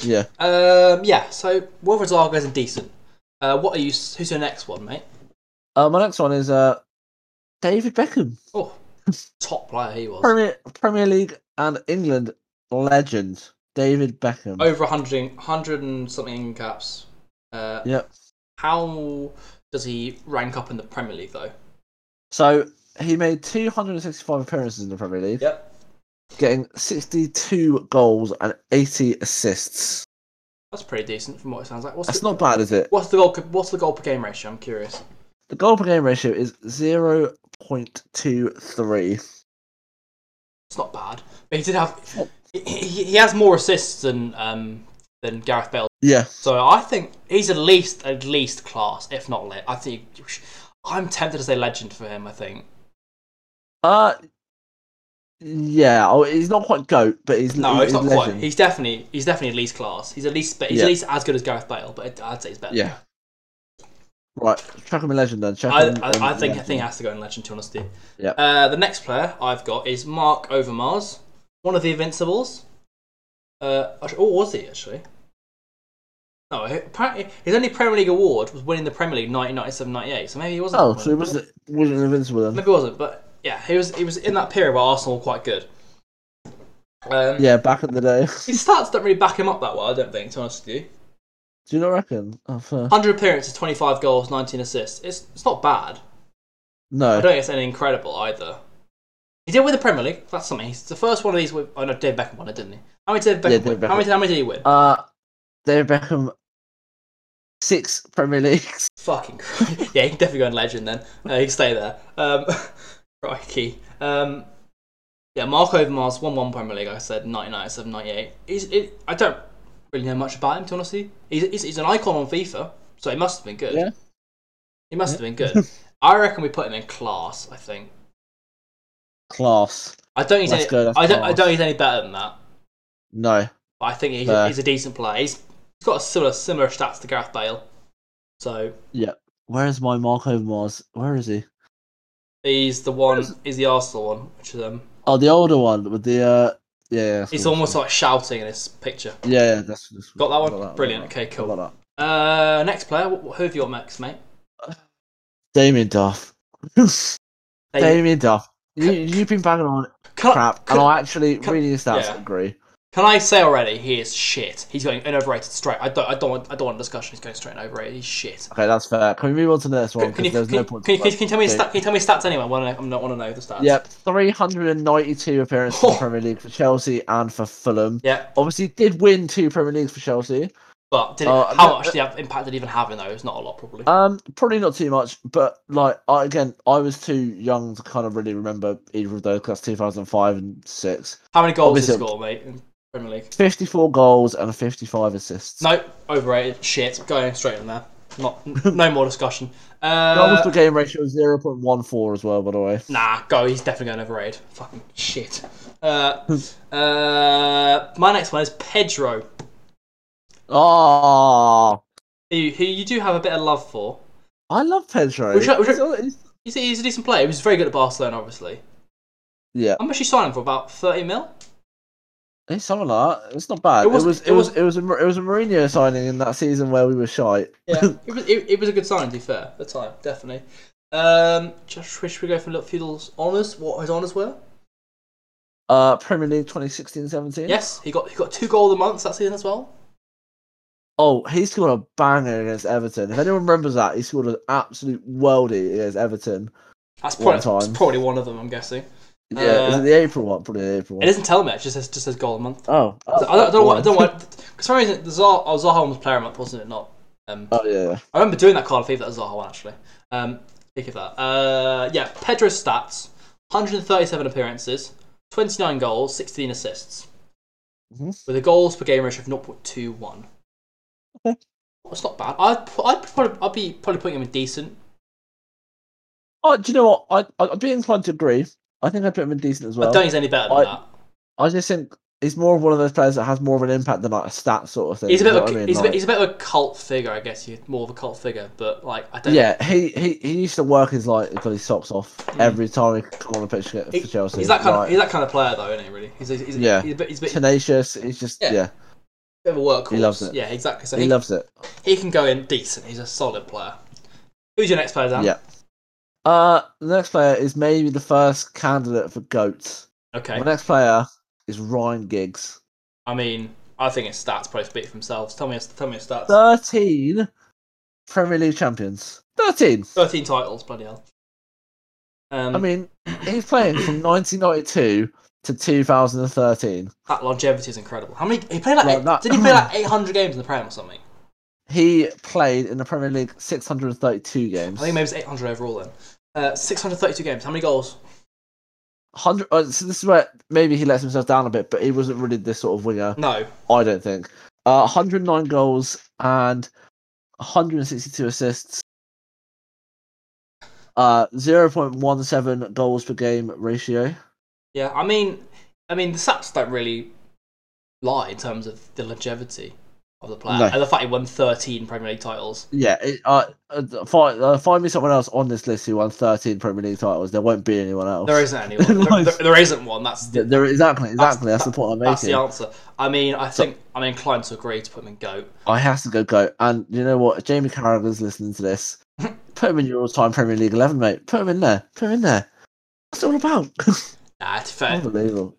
[SPEAKER 2] yeah.
[SPEAKER 1] Um, yeah, so Wilfred Zaha goes in decent. Uh, what are you? Who's your next one, mate?
[SPEAKER 2] Uh, my next one is uh, David Beckham,
[SPEAKER 1] Oh, top player he was.
[SPEAKER 2] Premier Premier League and England legend, David Beckham.
[SPEAKER 1] Over 100, 100 and something caps. Uh,
[SPEAKER 2] Yep.
[SPEAKER 1] How does he rank up in the Premier League, though?
[SPEAKER 2] So he made 265 appearances in the Premier League,
[SPEAKER 1] Yep.
[SPEAKER 2] getting 62 goals and 80 assists.
[SPEAKER 1] That's pretty decent from what it sounds like. What's
[SPEAKER 2] That's
[SPEAKER 1] the,
[SPEAKER 2] not bad, is it?
[SPEAKER 1] What's the goal? What's the goal per game ratio? I'm curious.
[SPEAKER 2] The goal per game ratio is 0.23.
[SPEAKER 1] It's not bad, but he did have. He, he he has more assists than um, than Gareth Bale.
[SPEAKER 2] Yeah,
[SPEAKER 1] So I think he's at least at least class, if not lit. I think you sh- I'm tempted to say legend for him. I think
[SPEAKER 2] Uh yeah, oh, he's not quite goat, but he's
[SPEAKER 1] no,
[SPEAKER 2] he's,
[SPEAKER 1] he's not
[SPEAKER 2] legend.
[SPEAKER 1] quite. He's definitely he's definitely at least class. He's at least be- he's
[SPEAKER 2] Yeah.
[SPEAKER 1] at least as good as Gareth Bale, but I'd say he's better.
[SPEAKER 2] Yeah. Right, chuck him a legend then. Chuck
[SPEAKER 1] I,
[SPEAKER 2] him in
[SPEAKER 1] I, I think I
[SPEAKER 2] legend.
[SPEAKER 1] think it has to go in legend. To honesty,
[SPEAKER 2] Yeah.
[SPEAKER 1] Uh, the next player I've got is Mark Overmars, one of the Invincibles. Uh, actu- or was he actually? No, he- apparently his only Premier League award was winning the Premier League 1997-98, so maybe he wasn't.
[SPEAKER 2] Oh, so he wasn't wasn't invincible then.
[SPEAKER 1] maybe he wasn't, but yeah, he was. He was in that period where Arsenal were quite good. Um,
[SPEAKER 2] Yeah, back in the day.
[SPEAKER 1] His stats don't really back him up that well, I don't think, to be honest with you.
[SPEAKER 2] Do you not reckon? Oh, fair.
[SPEAKER 1] 100 appearances, 25 goals, 19 assists. It's, it's not bad. I
[SPEAKER 2] No.
[SPEAKER 1] don't think it's anything incredible either. He did win the Premier League. That's something. He's the first one of these. With, oh no, David Beckham won it, didn't he? How many did Beckham
[SPEAKER 2] Yeah,
[SPEAKER 1] win?
[SPEAKER 2] David
[SPEAKER 1] How many, how many did he win?
[SPEAKER 2] Uh David Beckham six Premier Leagues.
[SPEAKER 1] Fucking Christ. yeah, he can definitely go in legend then. Uh, he can stay there. Um, crikey. Um, yeah, Marco Overmars won one Premier League. I said 1997, 98. He's, it, I don't really know much about him, to honestly. He's, he's, he's an icon on FIFA, so he must have been good.
[SPEAKER 2] Yeah.
[SPEAKER 1] He must have been good. I reckon we put him in class. I think.
[SPEAKER 2] Class.
[SPEAKER 1] I don't. think He's
[SPEAKER 2] Let's
[SPEAKER 1] any,
[SPEAKER 2] go, that's
[SPEAKER 1] I don't. I
[SPEAKER 2] class.
[SPEAKER 1] don't. think He's any better than that.
[SPEAKER 2] No.
[SPEAKER 1] But I think he's,
[SPEAKER 2] Fair.
[SPEAKER 1] he's a decent player. He's, he's got a similar similar stats to Gareth Bale. So
[SPEAKER 2] Where is my Marco Mars? Where is he?
[SPEAKER 1] he's the one. He's the Arsenal one, which is um.
[SPEAKER 2] Oh, the older one with the uh yeah. yeah that's
[SPEAKER 1] He's
[SPEAKER 2] cool.
[SPEAKER 1] almost like shouting in his picture.
[SPEAKER 2] yeah, yeah, that's, that's
[SPEAKER 1] Got that one?
[SPEAKER 2] got
[SPEAKER 1] Brilliant.
[SPEAKER 2] got
[SPEAKER 1] Okay, cool.
[SPEAKER 2] got that.
[SPEAKER 1] Uh, next player. Wh- Who have you got next, mate?
[SPEAKER 2] Damien Duff.
[SPEAKER 1] David-
[SPEAKER 2] Damien Duff. You, you've been banging on
[SPEAKER 1] Can, I,
[SPEAKER 2] crap, and I actually
[SPEAKER 1] can-
[SPEAKER 2] reading his stats
[SPEAKER 1] yeah.
[SPEAKER 2] agree.
[SPEAKER 1] can I say already? He is shit. He's going an overrated straight. I don't. I don't want. I don't want a discussion. He's going straight and overrated. He's shit.
[SPEAKER 2] Okay, that's fair. Can we move on to the next one?
[SPEAKER 1] Can, can you,
[SPEAKER 2] Because there's
[SPEAKER 1] can,
[SPEAKER 2] no
[SPEAKER 1] you-
[SPEAKER 2] point.
[SPEAKER 1] can, you-
[SPEAKER 2] to
[SPEAKER 1] can, you- can you tell me? his
[SPEAKER 2] both.
[SPEAKER 1] Sta- can you tell me his stats anyway? I want to. I want to know the stats.
[SPEAKER 2] Yep, 392 appearances in the
[SPEAKER 1] Oh.
[SPEAKER 2] Premier League for Chelsea and for Fulham.
[SPEAKER 1] Yeah.
[SPEAKER 2] Obviously, he did win two Premier Leagues for Chelsea.
[SPEAKER 1] But did it,
[SPEAKER 2] Oh,
[SPEAKER 1] how
[SPEAKER 2] no,
[SPEAKER 1] much did he have, impact did he even have in those? Not a lot, probably.
[SPEAKER 2] Um, probably not too much, but like I, again, I was too young to kind of really remember either of those. 'cause That's 2005 and six.
[SPEAKER 1] how many goals did he
[SPEAKER 2] obviously-
[SPEAKER 1] score, mate? In Premier League.
[SPEAKER 2] 54 goals and 55 assists.
[SPEAKER 1] No, overrated. Shit, going straight in there. Not, no more discussion.
[SPEAKER 2] Goals
[SPEAKER 1] Uh,
[SPEAKER 2] per game ratio is 0.14 as well, by the way.
[SPEAKER 1] nah, go. He's definitely going overrated. Fucking shit. Uh, uh, my next one is Pedro,
[SPEAKER 2] Ah,
[SPEAKER 1] who, who you do have a bit of love for.
[SPEAKER 2] I love Pedro.
[SPEAKER 1] Would you- would you-
[SPEAKER 2] He's all- he's-
[SPEAKER 1] He's, he's a decent player. He was very good at Barcelona, obviously.
[SPEAKER 2] yeah,
[SPEAKER 1] How much you signed him for? About thirty mil.
[SPEAKER 2] he's something like that. It's not bad. It was, it was, it was, it was, a, Mar- it was a Mourinho signing in that season where we were shy.
[SPEAKER 1] Yeah, it was it, it was a good sign. To be fair, at the time, definitely. Um, just should we go for little feudal's honours? What his honours were?
[SPEAKER 2] Uh, Premier League 2016-17.
[SPEAKER 1] Yes, he got he got two goals a month that season as well.
[SPEAKER 2] Oh, he scored a banger against Everton. If anyone remembers that, he scored an absolute worldie against Everton.
[SPEAKER 1] That's
[SPEAKER 2] One
[SPEAKER 1] probably, that's
[SPEAKER 2] time.
[SPEAKER 1] probably one of them, I'm guessing.
[SPEAKER 2] Yeah,
[SPEAKER 1] Uh,
[SPEAKER 2] is it the April one? Probably the April
[SPEAKER 1] It
[SPEAKER 2] one.
[SPEAKER 1] doesn't tell me. It just says, just says goal a month.
[SPEAKER 2] Oh,
[SPEAKER 1] I don't, I don't know. What, I
[SPEAKER 2] one.
[SPEAKER 1] don't know. What, for some reason, the Zaha, oh, Zaha one was player a month, wasn't it? Not. Um,
[SPEAKER 2] Oh yeah.
[SPEAKER 1] I remember doing that Cardiff Eve. That was Zaha one actually. Um, speak of that. Uh, yeah, Pedro's stats: 137 appearances, 29 goals, 16 assists,
[SPEAKER 2] Mhm.
[SPEAKER 1] with a goals per game ratio of 0.21.
[SPEAKER 2] Okay.
[SPEAKER 1] Well, it's not bad. I'd, pu- I'd probably I'd be probably putting him in decent.
[SPEAKER 2] Oh, do you know what? I I'd, I'd be inclined to agree. I think I'd put him in decent as well.
[SPEAKER 1] I don't think he's any better than
[SPEAKER 2] I-
[SPEAKER 1] that.
[SPEAKER 2] I just think he's more of one of those players that has more of an impact than like a stat sort of thing.
[SPEAKER 1] He's a
[SPEAKER 2] you
[SPEAKER 1] bit,
[SPEAKER 2] know
[SPEAKER 1] of, a-
[SPEAKER 2] what I mean?
[SPEAKER 1] he's, a
[SPEAKER 2] Like-
[SPEAKER 1] bit, he's a bit of a cult figure, I guess. You more of a cult figure, but like I don't.
[SPEAKER 2] Yeah, he, he, he used to work his like got his socks off
[SPEAKER 1] Mm.
[SPEAKER 2] every time he could come on the pitch for
[SPEAKER 1] He-
[SPEAKER 2] Chelsea.
[SPEAKER 1] he's that kind of
[SPEAKER 2] Like,
[SPEAKER 1] he's that kind of player though, isn't he? Really, he's a, he's a,
[SPEAKER 2] Yeah.
[SPEAKER 1] he's a bit, he's a bit,
[SPEAKER 2] tenacious. He's just
[SPEAKER 1] Yeah.
[SPEAKER 2] yeah,
[SPEAKER 1] bit of a workhorse.
[SPEAKER 2] he loves it.
[SPEAKER 1] Yeah, exactly. So
[SPEAKER 2] he,
[SPEAKER 1] he,
[SPEAKER 2] loves it.
[SPEAKER 1] he can go in decent. He's a solid player. Who's your next player, Dan?
[SPEAKER 2] Yeah. Uh, the next player is maybe the first candidate for goats.
[SPEAKER 1] Okay.
[SPEAKER 2] The next player is Ryan Giggs.
[SPEAKER 1] I mean, I think his stats probably speak for themselves. Tell me, his- tell me his stats.
[SPEAKER 2] Thirteen Premier League champions. Thirteen.
[SPEAKER 1] Thirteen titles, bloody hell. Um,
[SPEAKER 2] I mean, he's playing from 1992 to 2013.
[SPEAKER 1] that longevity is incredible. How many? He played like.
[SPEAKER 2] Well,
[SPEAKER 1] eight,
[SPEAKER 2] that-
[SPEAKER 1] did he play like eight hundred games in the Prem or something?
[SPEAKER 2] He played in the Premier League 632
[SPEAKER 1] I
[SPEAKER 2] games.
[SPEAKER 1] think maybe it's eight hundred overall then. Uh, six hundred thirty-two games. How many goals?
[SPEAKER 2] hundred. Uh, so this is where maybe he lets himself down a bit, but he wasn't really this sort of winger.
[SPEAKER 1] No.
[SPEAKER 2] I don't think. Uh, 109 goals and 162 assists. Uh, 0.17 goals per game ratio.
[SPEAKER 1] Yeah, I mean, I mean, the stats don't really lie in terms of the longevity of the player
[SPEAKER 2] No.
[SPEAKER 1] and the fact he won thirteen Premier League titles.
[SPEAKER 2] Yeah, it, uh, uh, find, uh, find me someone else on this list who won 13 Premier League titles. There won't be anyone else.
[SPEAKER 1] There isn't anyone. there,
[SPEAKER 2] Nice.
[SPEAKER 1] there- there isn't one. That's the,
[SPEAKER 2] Th- There, exactly,
[SPEAKER 1] That's-
[SPEAKER 2] exactly. That's, the point I'm making.
[SPEAKER 1] that's the answer. I mean, I think I'm inclined to agree to put him in goat.
[SPEAKER 2] I have to go go. And you know what? Jamie Carragher's listening to this. Put him in your all-time Premier League eleven, mate. Put him in there. Put him in there. That's all about.
[SPEAKER 1] Nah, to be fair.
[SPEAKER 2] Unbelievable.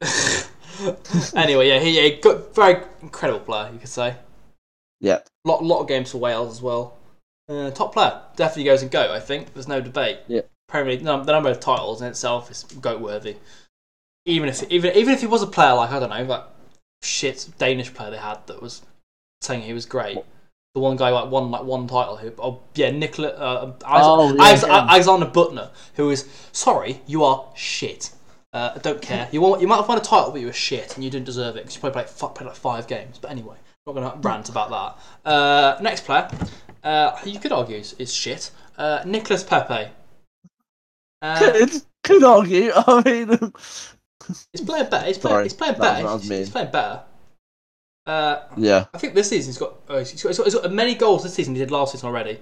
[SPEAKER 1] anyway, yeah, he, yeah, good, very incredible player, you could say.
[SPEAKER 2] Yeah.
[SPEAKER 1] Lot, lot of games for Wales as well. Uh, top player definitely goes in goat. I think there's no debate.
[SPEAKER 2] Yeah.
[SPEAKER 1] Premier League, num- the number of titles in itself is goat worthy. Even if even even if he was a player like I don't know like shit Danish player they had that was saying he was great. The one guy like won like one title who oh yeah Nicola uh, Alex-
[SPEAKER 2] Oh, yeah,
[SPEAKER 1] Alex-
[SPEAKER 2] him.
[SPEAKER 1] Alexander Butner who is sorry you are shit. Uh, I don't care. You want, you might have won a title, but you were shit, and you didn't deserve it because you probably played, fu- played like five games. But anyway, I'm not going to rant about that. Uh, next player, uh, who you could argue is, is shit. Uh, Nicholas Pepe. Uh,
[SPEAKER 2] Could could argue. I mean,
[SPEAKER 1] he's playing better. He's
[SPEAKER 2] Sorry,
[SPEAKER 1] playing. He's playing better.
[SPEAKER 2] that was what I was
[SPEAKER 1] He's,
[SPEAKER 2] meaning.
[SPEAKER 1] he's playing better. Uh,
[SPEAKER 2] yeah.
[SPEAKER 1] I think this season he's got, oh, he's got, he's got, he's got as many goals this season he did last season already.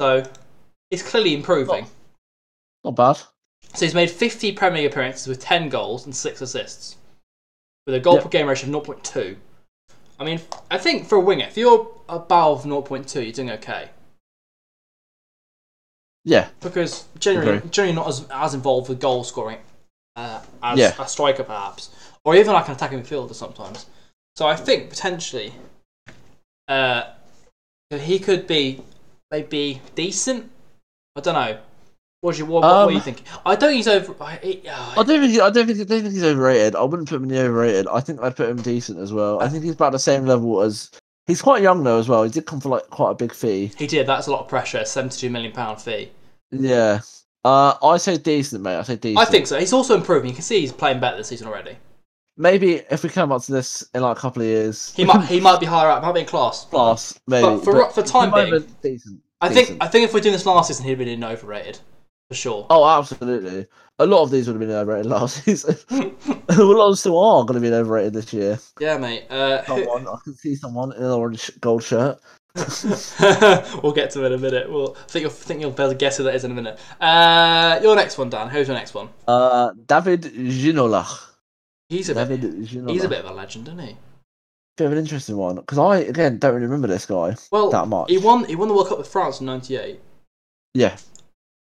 [SPEAKER 1] So he's clearly improving.
[SPEAKER 2] Not bad.
[SPEAKER 1] So he's made 50 Premier League appearances with 10 goals and 6 assists, with a goal
[SPEAKER 2] Yep.
[SPEAKER 1] per game ratio of 0.2. I mean, I think for a winger, if you're above 0.2, you're doing okay.
[SPEAKER 2] Yeah.
[SPEAKER 1] Because generally,
[SPEAKER 2] Agree.
[SPEAKER 1] generally not as, as involved with goal scoring uh, as
[SPEAKER 2] Yeah.
[SPEAKER 1] a striker, perhaps, or even like an attacking midfielder sometimes. So I think potentially uh, he could be maybe decent. I don't know. What do you what, what
[SPEAKER 2] Um,
[SPEAKER 1] do you think? I don't use over. I, oh, I-
[SPEAKER 2] I don't think. he- I don't think. I don't think he's overrated. I wouldn't put him in the overrated. I think I'd put him decent as well. I think he's about the same level as. He's quite young though as well. He did come for like quite a big fee.
[SPEAKER 1] He did. That's a lot of pressure. Seventy-two million pound fee.
[SPEAKER 2] Yeah. Uh, I say decent, mate. I say decent.
[SPEAKER 1] I think so. He's also improving. You can see he's playing better this season already.
[SPEAKER 2] maybe if we come up to this in like a couple of years,
[SPEAKER 1] He might. He might be higher up. Might be in class.
[SPEAKER 2] class maybe.
[SPEAKER 1] But for- for
[SPEAKER 2] he
[SPEAKER 1] time
[SPEAKER 2] might have
[SPEAKER 1] being,
[SPEAKER 2] been decent.
[SPEAKER 1] I think.
[SPEAKER 2] decent.
[SPEAKER 1] I think if we're doing this last season, he'd have been overrated for sure.
[SPEAKER 2] Oh, absolutely. A lot of these would have been overrated last season. a lot of still are going to be overrated this year.
[SPEAKER 1] Yeah, mate. Uh,
[SPEAKER 2] Someone, I can see someone in an orange gold shirt.
[SPEAKER 1] we'll get to it in a minute. We'll I think you'll think you'll be able to guess who that is in a minute. Uh, your next one, Dan. Who's your next one?
[SPEAKER 2] Uh, David Ginola.
[SPEAKER 1] He's a
[SPEAKER 2] David
[SPEAKER 1] bit.
[SPEAKER 2] Ginola.
[SPEAKER 1] He's a bit of a legend, isn't he?
[SPEAKER 2] Bit of an interesting one because I again don't really remember this guy
[SPEAKER 1] Well,
[SPEAKER 2] that much.
[SPEAKER 1] Oh, he won. He won the World Cup with France in '98,
[SPEAKER 2] Yeah,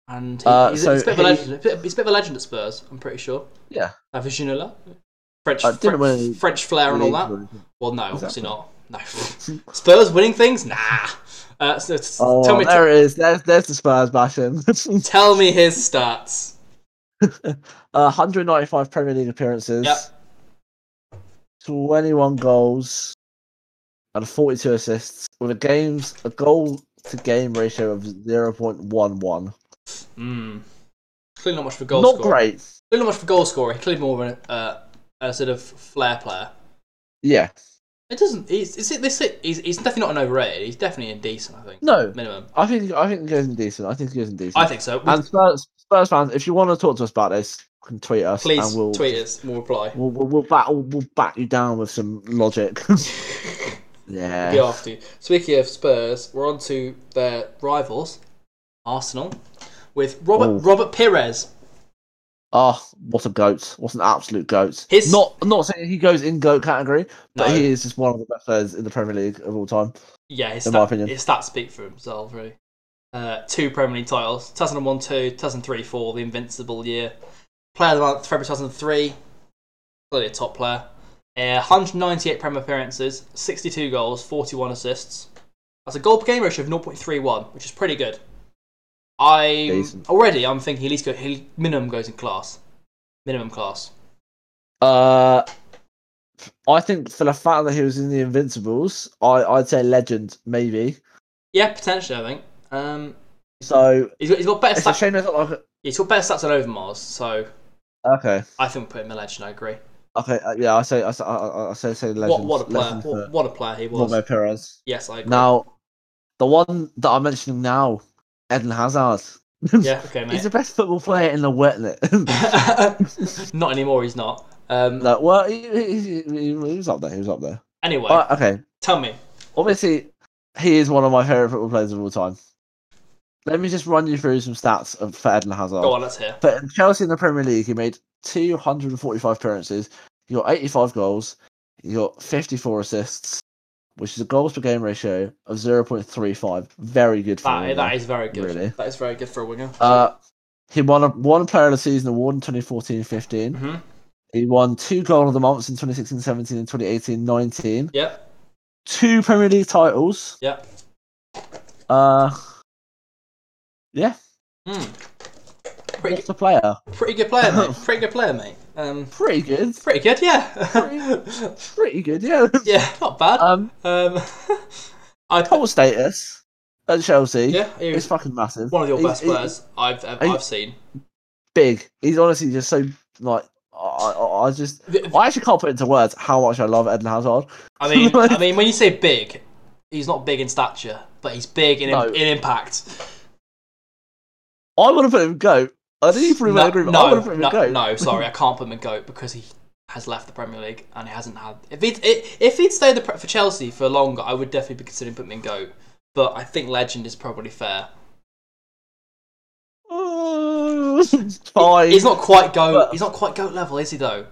[SPEAKER 1] and he,
[SPEAKER 2] Uh,
[SPEAKER 1] he's,
[SPEAKER 2] so
[SPEAKER 1] he's a bit of a
[SPEAKER 2] he-
[SPEAKER 1] legend. He's a bit of a legend at Spurs. I'm pretty sure.
[SPEAKER 2] yeah.
[SPEAKER 1] Aviginola? French,
[SPEAKER 2] Uh,
[SPEAKER 1] French,
[SPEAKER 2] didn't win-
[SPEAKER 1] French flair and all that? Well, no, obviously
[SPEAKER 2] Exactly.
[SPEAKER 1] not. No. Spurs winning things? Nah. Uh, so t-
[SPEAKER 2] Oh,
[SPEAKER 1] tell, me,
[SPEAKER 2] there it is. There's, there's the Spurs bashing.
[SPEAKER 1] tell me his stats.
[SPEAKER 2] Uh, 195 Premier League appearances.
[SPEAKER 1] Yep.
[SPEAKER 2] 21 goals and 42 assists with a games a goal to game ratio of 0.11.
[SPEAKER 1] Mm. Clearly not much for goal
[SPEAKER 2] Not
[SPEAKER 1] scorer.
[SPEAKER 2] great.
[SPEAKER 1] Clearly not much for goal scorer. Clearly more of a, uh, a sort of flair player.
[SPEAKER 2] Yeah.
[SPEAKER 1] It doesn't. He's, is it this? He's, he's definitely not an overrated. He's definitely indecent. I think
[SPEAKER 2] No,
[SPEAKER 1] minimum.
[SPEAKER 2] I think I think it goes in decent. I think it goes in decent.
[SPEAKER 1] I think so.
[SPEAKER 2] and Spurs, Spurs fans, if you want to talk to us about this, can tweet us.
[SPEAKER 1] Please
[SPEAKER 2] and we'll,
[SPEAKER 1] tweet us. We'll reply.
[SPEAKER 2] We'll, we'll, we'll, bat, we'll, we'll bat you down with some logic. yeah.
[SPEAKER 1] Be after you. Speaking of Spurs, we're on to their rivals, Arsenal, with Robert
[SPEAKER 2] Oh.
[SPEAKER 1] Robert Pires.
[SPEAKER 2] Oh, what a goat! What an absolute goat!
[SPEAKER 1] His-
[SPEAKER 2] Not not saying he goes in goat category, but
[SPEAKER 1] No.
[SPEAKER 2] he is just one of the best players in the Premier League of all time.
[SPEAKER 1] Yeah, his,
[SPEAKER 2] In my
[SPEAKER 1] stat,
[SPEAKER 2] opinion.
[SPEAKER 1] his stats speak for themselves, really. Uh, two Premier League titles 2001 2, 2003 4, the invincible year. Player of the month, February 2003. Clearly a top player. Uh, 198 Premier appearances, 62 goals, 41 assists. That's a goal per game ratio of 0.31, which is pretty good. I
[SPEAKER 2] Decent.
[SPEAKER 1] already I'm thinking he at least go, he minimum goes in class, minimum class.
[SPEAKER 2] Uh, I think for the fact that he was in the Invincibles, I I'd say legend maybe.
[SPEAKER 1] Yeah, potentially I think. Um,
[SPEAKER 2] So
[SPEAKER 1] he's got he's got better
[SPEAKER 2] it's a
[SPEAKER 1] stats.
[SPEAKER 2] shame there's not like
[SPEAKER 1] He's got better stats than Overmars, so
[SPEAKER 2] a, okay
[SPEAKER 1] I think we put him in legend. I agree.
[SPEAKER 2] okay uh, yeah I say I say, I, I I say say
[SPEAKER 1] What,
[SPEAKER 2] legend.
[SPEAKER 1] what a player!
[SPEAKER 2] legend
[SPEAKER 1] What,
[SPEAKER 2] for
[SPEAKER 1] what a player he was.
[SPEAKER 2] Robbie Perez.
[SPEAKER 1] Yes, I agree.
[SPEAKER 2] Now, the one that I'm mentioning now, Eden Hazard.
[SPEAKER 1] yeah, okay,
[SPEAKER 2] He's
[SPEAKER 1] mate.
[SPEAKER 2] the best football player in the wet
[SPEAKER 1] not anymore. He's not. Um,
[SPEAKER 2] No, well, he, he, he, he was up there. He was up there.
[SPEAKER 1] Anyway,
[SPEAKER 2] Uh, okay,
[SPEAKER 1] tell me.
[SPEAKER 2] obviously, he is one of my favorite football players of all time. Let me just run you through some stats of, for Eden Hazard.
[SPEAKER 1] Go on, let's hear.
[SPEAKER 2] But in Chelsea in the Premier League, he made 245 appearances. He got 85 goals. He got 54 assists, which is a goals per game ratio of 0.35. Very good for
[SPEAKER 1] That,
[SPEAKER 2] him.
[SPEAKER 1] that is very good.
[SPEAKER 2] Oh, Really?
[SPEAKER 1] That is very good for a winger.
[SPEAKER 2] Uh, he won a one player of the season award in 2014-15.
[SPEAKER 1] hmm
[SPEAKER 2] He won two goal of the months in 2016-17 and 2018-19.
[SPEAKER 1] Yep.
[SPEAKER 2] Two Premier League titles.
[SPEAKER 1] Yep.
[SPEAKER 2] Uh, yeah,
[SPEAKER 1] Hmm. Pretty,
[SPEAKER 2] what's a player?
[SPEAKER 1] pretty good player, mate. Pretty good player, mate. Um,
[SPEAKER 2] Pretty good.
[SPEAKER 1] pretty good, yeah.
[SPEAKER 2] Pretty- Pretty good, yeah.
[SPEAKER 1] yeah, not bad.
[SPEAKER 2] Um,
[SPEAKER 1] Um, I
[SPEAKER 2] total status at Chelsea.
[SPEAKER 1] yeah, he
[SPEAKER 2] It's
[SPEAKER 1] was
[SPEAKER 2] fucking massive.
[SPEAKER 1] one of your
[SPEAKER 2] He's-
[SPEAKER 1] best
[SPEAKER 2] he's
[SPEAKER 1] players I've I've,
[SPEAKER 2] he-
[SPEAKER 1] I've seen.
[SPEAKER 2] Big. He's honestly just so like I, I, I just
[SPEAKER 1] The-
[SPEAKER 2] I actually can't put into words how much I love Eden Hazard.
[SPEAKER 1] I mean, I mean, when you say big, he's not big in stature, but he's big in,
[SPEAKER 2] No.
[SPEAKER 1] in impact.
[SPEAKER 2] I want to put him goat. I didn't even
[SPEAKER 1] no,
[SPEAKER 2] agree. I
[SPEAKER 1] no,
[SPEAKER 2] want to put him
[SPEAKER 1] no,
[SPEAKER 2] goat.
[SPEAKER 1] no, sorry, I can't put him in goat because he has left the Premier League and he hasn't had. If he'd i- if he'd stayed the, Pre- for Chelsea for longer, I would definitely be considering putting him in goat. But I think legend is probably fair.
[SPEAKER 2] Oh, fine.
[SPEAKER 1] He's not quite goat.
[SPEAKER 2] But-
[SPEAKER 1] he's not quite goat level, is he though?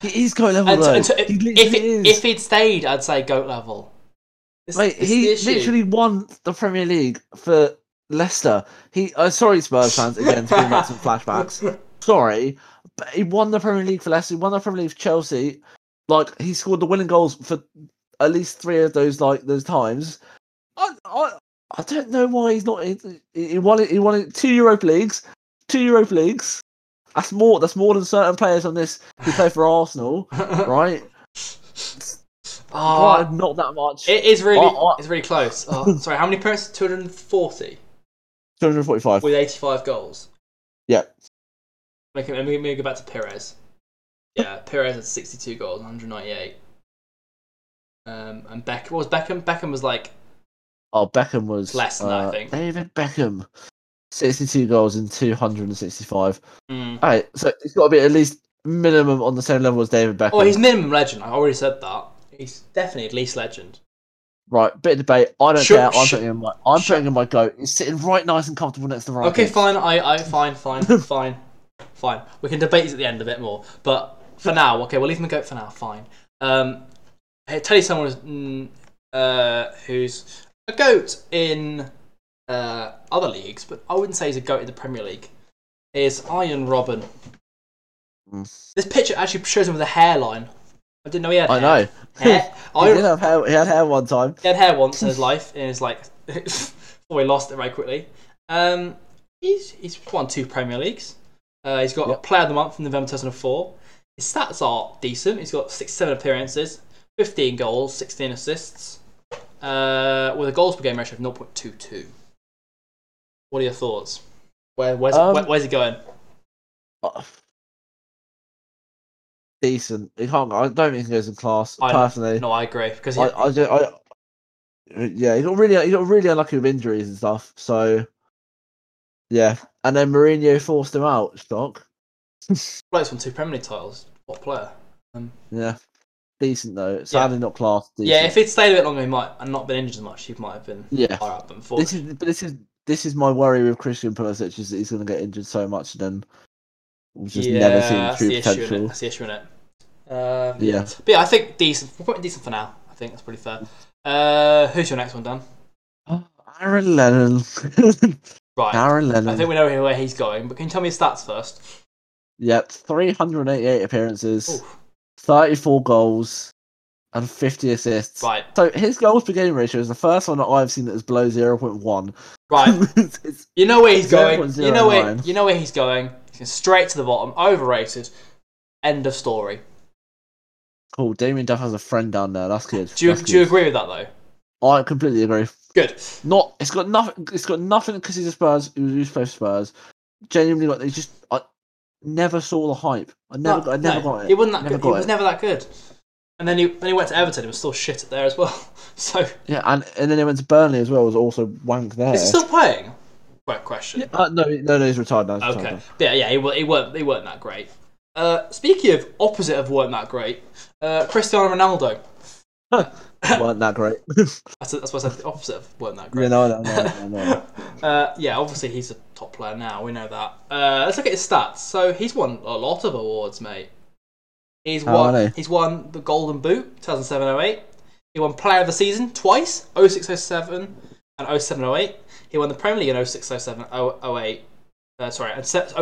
[SPEAKER 2] He is goat level
[SPEAKER 1] And,
[SPEAKER 2] though.
[SPEAKER 1] and so-
[SPEAKER 2] he literally
[SPEAKER 1] if it,
[SPEAKER 2] is.
[SPEAKER 1] if he'd stayed, I'd say goat level. This-
[SPEAKER 2] Mate,
[SPEAKER 1] this
[SPEAKER 2] he
[SPEAKER 1] is the issue.
[SPEAKER 2] literally won the Premier League for Leicester. He, uh, sorry, Spurs fans again to bring back some flashbacks. Sorry, but he won the Premier League for Leicester. He won the Premier League for Chelsea. Like he scored the winning goals for at least three of those like those times. I I, I don't know why he's not. He, he won it. He won it two Europa leagues. Two Europa leagues. That's more. That's more than certain players on this who play for Arsenal, right?
[SPEAKER 1] Ah,
[SPEAKER 2] Right, not that much.
[SPEAKER 1] It is really,
[SPEAKER 2] Oh, oh.
[SPEAKER 1] it's really close. Oh, sorry, how many appearances? Two hundred and forty
[SPEAKER 2] 245.
[SPEAKER 1] with eighty-five goals.
[SPEAKER 2] Yeah.
[SPEAKER 1] Make it- Let me, let me go back to Perez. Yeah, Perez had sixty-two goals, one hundred ninety-eight. Um, and Beckham, what was Beckham? Beckham was like,
[SPEAKER 2] Oh, Beckham was uh,
[SPEAKER 1] Less than that, I think.
[SPEAKER 2] David Beckham, sixty-two goals in two hundred and sixty-five.
[SPEAKER 1] mm.
[SPEAKER 2] All right, so it's got to be at least minimum on the same level as David Beckham.
[SPEAKER 1] oh, he's minimum legend. I already said that. He's definitely at least legend.
[SPEAKER 2] right. Bit of debate. I don't
[SPEAKER 1] Sure,
[SPEAKER 2] care. I'm
[SPEAKER 1] sure.
[SPEAKER 2] putting in my. I'm
[SPEAKER 1] Sure.
[SPEAKER 2] putting in my goat. He's sitting right, nice and comfortable next to Ryan.
[SPEAKER 1] Okay,
[SPEAKER 2] Giggs.
[SPEAKER 1] fine. I, I, fine, fine, fine, fine. We can debate this at the end a bit more, but for now, okay, we'll leave him a goat for now. Fine. Um, hey, tell you someone who's, mm, uh, who's a goat in uh, other leagues, but I wouldn't say he's a goat in the Premier League. Is Iron Robin?
[SPEAKER 2] Mm.
[SPEAKER 1] This picture actually shows him with a hairline. I didn't know he had.
[SPEAKER 2] I
[SPEAKER 1] hair.
[SPEAKER 2] know.
[SPEAKER 1] Hair.
[SPEAKER 2] He did
[SPEAKER 1] Iron,
[SPEAKER 2] have hair. He had hair one time.
[SPEAKER 1] he had hair once in his life, and it's like, oh, he lost it very quickly. Um, he's he's won two Premier Leagues. Uh, he's got
[SPEAKER 2] Yep.
[SPEAKER 1] Player of the Month in November 2004. His stats are decent. He's got six, seven appearances, 15 goals, 16 assists, uh, with a goals per game ratio of 0.22. What are your thoughts? Where where's
[SPEAKER 2] Um,
[SPEAKER 1] where, where's he going?
[SPEAKER 2] Oh. Decent. He can't. I don't think he goes in class
[SPEAKER 1] I-
[SPEAKER 2] personally.
[SPEAKER 1] No, I agree because he,
[SPEAKER 2] I, I, don't- I, yeah, he got really, he got really unlucky with injuries and stuff. So, yeah, and then Mourinho forced him out. Stock.
[SPEAKER 1] Right, it's won two Premier League titles. What player?
[SPEAKER 2] Yeah. Decent though. Sadly not class. Decent.
[SPEAKER 1] Yeah, if he'd stayed a bit longer, he might and not been injured as much. He might have been
[SPEAKER 2] yeah.
[SPEAKER 1] higher up than four.
[SPEAKER 2] This is but this is this is my worry with Christian Pulisic is that he's going to get injured so much and then we'll just
[SPEAKER 1] yeah,
[SPEAKER 2] never see his
[SPEAKER 1] that's
[SPEAKER 2] true
[SPEAKER 1] the issue. In it.
[SPEAKER 2] potential.
[SPEAKER 1] That's the issue in it. Um,
[SPEAKER 2] Yeah.
[SPEAKER 1] But yeah, I think decent. We're probably decent for now. I think that's pretty fair. Uh, who's your next one, Dan?
[SPEAKER 2] Oh, Aaron Lennon.
[SPEAKER 1] Right.
[SPEAKER 2] Aaron
[SPEAKER 1] I
[SPEAKER 2] Lennon.
[SPEAKER 1] think we know where he's going, but can you tell me his stats first?
[SPEAKER 2] Yep, 388 appearances,
[SPEAKER 1] Oof.
[SPEAKER 2] 34 goals, and 50 assists.
[SPEAKER 1] Right,
[SPEAKER 2] So his goals per game ratio is the first one that I've seen that is below 0.1.
[SPEAKER 1] right.
[SPEAKER 2] It's- it's-
[SPEAKER 1] You know where he's going. You know where
[SPEAKER 2] 0.09.
[SPEAKER 1] you know where he's going. He's going straight to the bottom. Overrated. End of story.
[SPEAKER 2] cool. Damien Duff has a friend down there. That's good.
[SPEAKER 1] Do you,
[SPEAKER 2] That's
[SPEAKER 1] do you
[SPEAKER 2] good.
[SPEAKER 1] agree with that though?
[SPEAKER 2] I completely agree.
[SPEAKER 1] Good.
[SPEAKER 2] Not. It's got nothing. It's got nothing because he's a Spurs. He was used to play for Spurs. Genuinely, like they just. I never saw the hype. I never.
[SPEAKER 1] No,
[SPEAKER 2] got, I never
[SPEAKER 1] no,
[SPEAKER 2] got it.
[SPEAKER 1] He wasn't that
[SPEAKER 2] Never
[SPEAKER 1] good.
[SPEAKER 2] got
[SPEAKER 1] He was
[SPEAKER 2] it.
[SPEAKER 1] never that good. And then he then he went to Everton. He was still shit at there as well. So
[SPEAKER 2] Yeah, and and then he went to Burnley as well. Was also wank there.
[SPEAKER 1] is he still playing? Great question.
[SPEAKER 2] Yeah, uh, no, no, no. He's retired now. He's retired
[SPEAKER 1] Okay.
[SPEAKER 2] now.
[SPEAKER 1] Yeah, yeah, he, wa- he weren't, he weren't that great. Uh, speaking of opposite of weren't that great, uh, Cristiano Ronaldo.
[SPEAKER 2] weren't that great.
[SPEAKER 1] That's, that's what I said, the opposite of weren't that
[SPEAKER 2] yeah,
[SPEAKER 1] great.
[SPEAKER 2] no, no, no, no, no.
[SPEAKER 1] Uh, yeah, obviously he's a top player now, we know that. Uh, let's look at his stats. So he's won a lot of awards, mate. He's
[SPEAKER 2] How
[SPEAKER 1] won,
[SPEAKER 2] are they?
[SPEAKER 1] he's won the Golden Boot, 2007-08. He won Player of the Season twice, 06-07 and 07-08. He won the Premier League in 06-07-08. Uh, sorry, and 07-08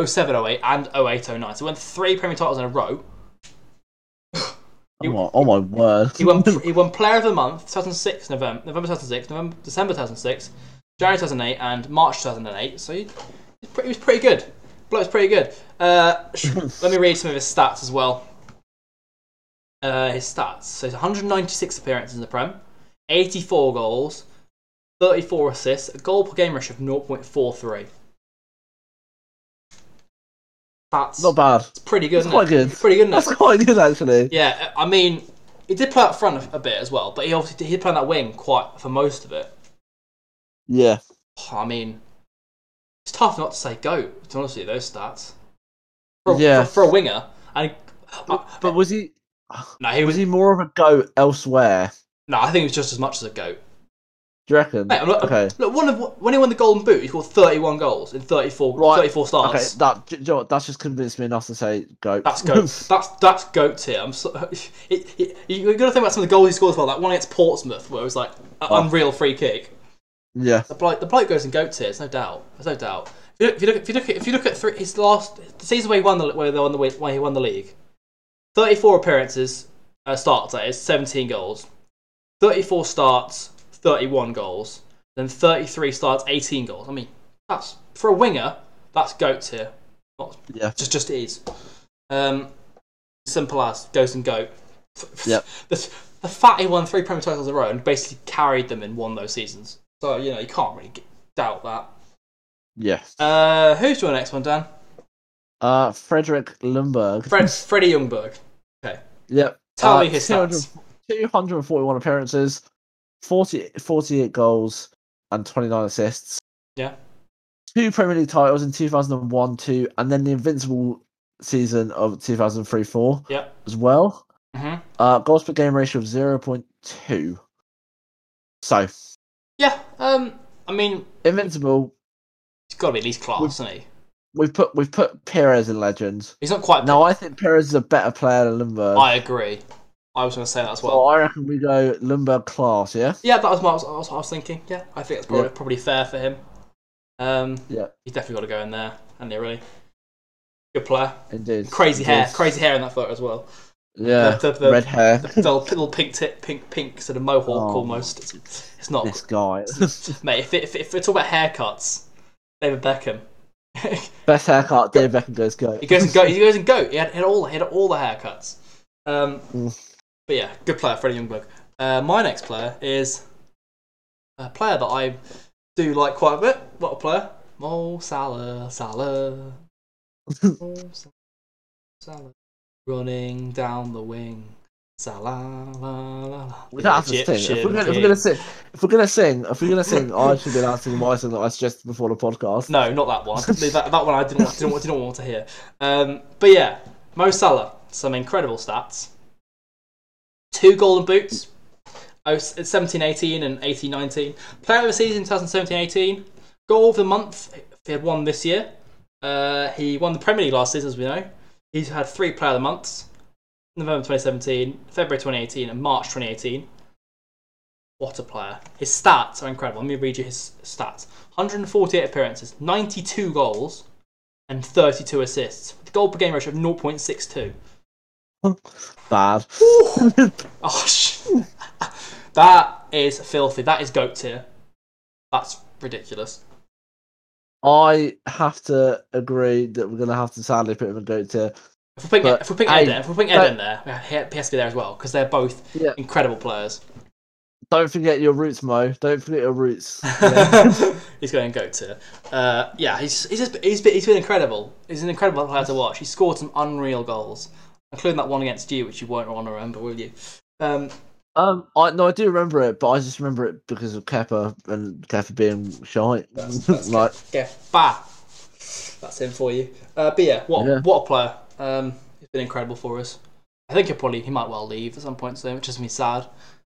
[SPEAKER 1] and 08-09. So he won three Premier titles in a row.
[SPEAKER 2] Oh my, oh my word.
[SPEAKER 1] He won. he won Player of the Month, 2006, November, November 2006, November, December 2006, January 2008, and March 2008. So he, he's pretty, he was pretty good. Bloke's pretty good. Uh, sh- let me read some of his stats as well. Uh, his stats. So he's 196 appearances in the Prem, 84 goals, 34 assists, a goal per game ratio of 0.43. That's
[SPEAKER 2] Not bad.
[SPEAKER 1] pretty good.
[SPEAKER 2] That's
[SPEAKER 1] isn't
[SPEAKER 2] quite
[SPEAKER 1] it?
[SPEAKER 2] good.
[SPEAKER 1] Pretty good. Isn't it?
[SPEAKER 2] That's quite good actually.
[SPEAKER 1] Yeah, I mean, he did play up front a bit as well, but he obviously did, he played on that wing quite for most of it.
[SPEAKER 2] Yeah.
[SPEAKER 1] I mean, it's tough not to say goat. To honestly, those stats for,
[SPEAKER 2] Yeah.
[SPEAKER 1] for, for a winger. And I-
[SPEAKER 2] But was he
[SPEAKER 1] no, he
[SPEAKER 2] was
[SPEAKER 1] was
[SPEAKER 2] he more of a goat elsewhere?
[SPEAKER 1] no. I think he was just as much as a goat.
[SPEAKER 2] Do you reckon?
[SPEAKER 1] Mate, I'm not-
[SPEAKER 2] okay.
[SPEAKER 1] Look, one of when he won the Golden Boot, he scored 31 goals in 34,
[SPEAKER 2] Right.
[SPEAKER 1] 34 starts.
[SPEAKER 2] Okay, that do you know what, that's just convinced me enough to say goat.
[SPEAKER 1] That's goat. that's that's goat tier. I'm so, it, it, you got to think about some of the goals he scored as well. That one against Portsmouth, where it was like an
[SPEAKER 2] Oh.
[SPEAKER 1] unreal free kick.
[SPEAKER 2] yeah.
[SPEAKER 1] The bloke, the bloke goes in goat tier. There's no doubt. There's no doubt. If you look, if you look, at- if you look at, if you look at three, his last the season where he won the where they won the where he won the league, thirty-four appearances, uh, starts that is seventeen goals, thirty-four starts, thirty-one goals, then thirty-three starts, eighteen goals. I mean, that's for a winger, that's goat tier. Not,
[SPEAKER 2] Yeah.
[SPEAKER 1] just just is. Um, simple as goes and goat.
[SPEAKER 2] Yep.
[SPEAKER 1] The, the fact he won three Premier titles in a row and basically carried them in one of those seasons. So you know you can't really g- doubt that.
[SPEAKER 2] Yeah.
[SPEAKER 1] Uh, who's your next one, Dan?
[SPEAKER 2] Uh Frederick Lundberg.
[SPEAKER 1] Fred, Freddie Youngberg.
[SPEAKER 2] Yep.
[SPEAKER 1] Tell
[SPEAKER 2] Uh,
[SPEAKER 1] me his stats.
[SPEAKER 2] 241 appearances, 40, 48 goals, and 29 assists.
[SPEAKER 1] Yeah.
[SPEAKER 2] Two Premier League titles in 2001 2, and then the Invincible season of 2003 4
[SPEAKER 1] Yep.
[SPEAKER 2] as well.
[SPEAKER 1] Mhm.
[SPEAKER 2] Uh, goals per game ratio of 0.2. So,
[SPEAKER 1] Yeah. Um, I mean,
[SPEAKER 2] Invincible,
[SPEAKER 1] he's got to be at least class,
[SPEAKER 2] Would-
[SPEAKER 1] isn't he?
[SPEAKER 2] we've put we've put Perez in legend.
[SPEAKER 1] He's not quite.
[SPEAKER 2] Now, I think Perez is a better player than Lundberg.
[SPEAKER 1] I agree. I was going to say that as well.
[SPEAKER 2] so I reckon we go Lundberg class, yeah?
[SPEAKER 1] Yeah, that was what I was, that was what I was thinking. Yeah, I think it's probably probably fair for him. Um,
[SPEAKER 2] Yeah.
[SPEAKER 1] he's definitely got to go in there, hasn't he? Really good player.
[SPEAKER 2] Indeed.
[SPEAKER 1] Crazy hair,
[SPEAKER 2] Indeed.
[SPEAKER 1] crazy hair in that photo as well.
[SPEAKER 2] Yeah.
[SPEAKER 1] The- the- the-
[SPEAKER 2] Uh, Red hair.
[SPEAKER 1] The little, little pink tip, pink pink sort of mohawk
[SPEAKER 2] Oh.
[SPEAKER 1] almost. It's, it's not,
[SPEAKER 2] This guy.
[SPEAKER 1] mate. If, it, if, it- if we're talking about haircuts, David Beckham.
[SPEAKER 2] Best haircut, Dave Beckham goes go.
[SPEAKER 1] he goes and goat. He goes and goat. He had, had all he had all the haircuts. Um,
[SPEAKER 2] Mm.
[SPEAKER 1] but yeah, good player, Freddie Youngberg. Uh, my next player is a player that I do like quite a bit. What a player, Mo Salah, Salah, Mo Salah, Salah, running down the wing, Salah, la la la.
[SPEAKER 2] We don't have to sing. If we're, gonna, if we're gonna sing, if we're gonna sing, if we're gonna sing, I should be announcing my song that I suggested before the podcast.
[SPEAKER 1] No, not that one. that, that one I didn't want, didn't, want, didn't want to hear. Um, but yeah, Mo Salah, some incredible stats. Two golden boots, oh, 17-18 and 18-19. Player of the season 2017-18. Goal of the month, he had one this year. Uh, he won the Premier League last season, as we know. He's had three player of the months. November 2017, February 2018, and March 2018. What a player. His stats are incredible. Let me read you his stats 148 appearances, 92 goals, and 32 assists. The goal per game ratio of 0.62.
[SPEAKER 2] Bad.
[SPEAKER 1] oh, sh- that is filthy. That is goat tier. That's ridiculous.
[SPEAKER 2] I have to agree that we're going to have to sadly put him in goat tier.
[SPEAKER 1] If we put
[SPEAKER 2] But
[SPEAKER 1] if we put
[SPEAKER 2] I-
[SPEAKER 1] Ed in, if we put Ed
[SPEAKER 2] but-
[SPEAKER 1] in there, we have he has to be there as well because they're both
[SPEAKER 2] Yeah.
[SPEAKER 1] incredible players.
[SPEAKER 2] Don't forget your roots, Mo. Don't forget your roots.
[SPEAKER 1] he's going to go to. Uh, yeah, he's he's, just, he's, been, he's been incredible. He's an incredible player to watch. He scored some unreal goals, including that one against you, which you won't want to remember, will you? Um,
[SPEAKER 2] Um, I no, I do remember it, but I just remember it because of Kepper and Kepper being shy.
[SPEAKER 1] that's
[SPEAKER 2] like,
[SPEAKER 1] yeah, bah. That's him for you. Uh, but yeah, what
[SPEAKER 2] Yeah.
[SPEAKER 1] what a player. Um, he's been incredible for us. I think he'll probably he might well leave at some point soon, which is me sad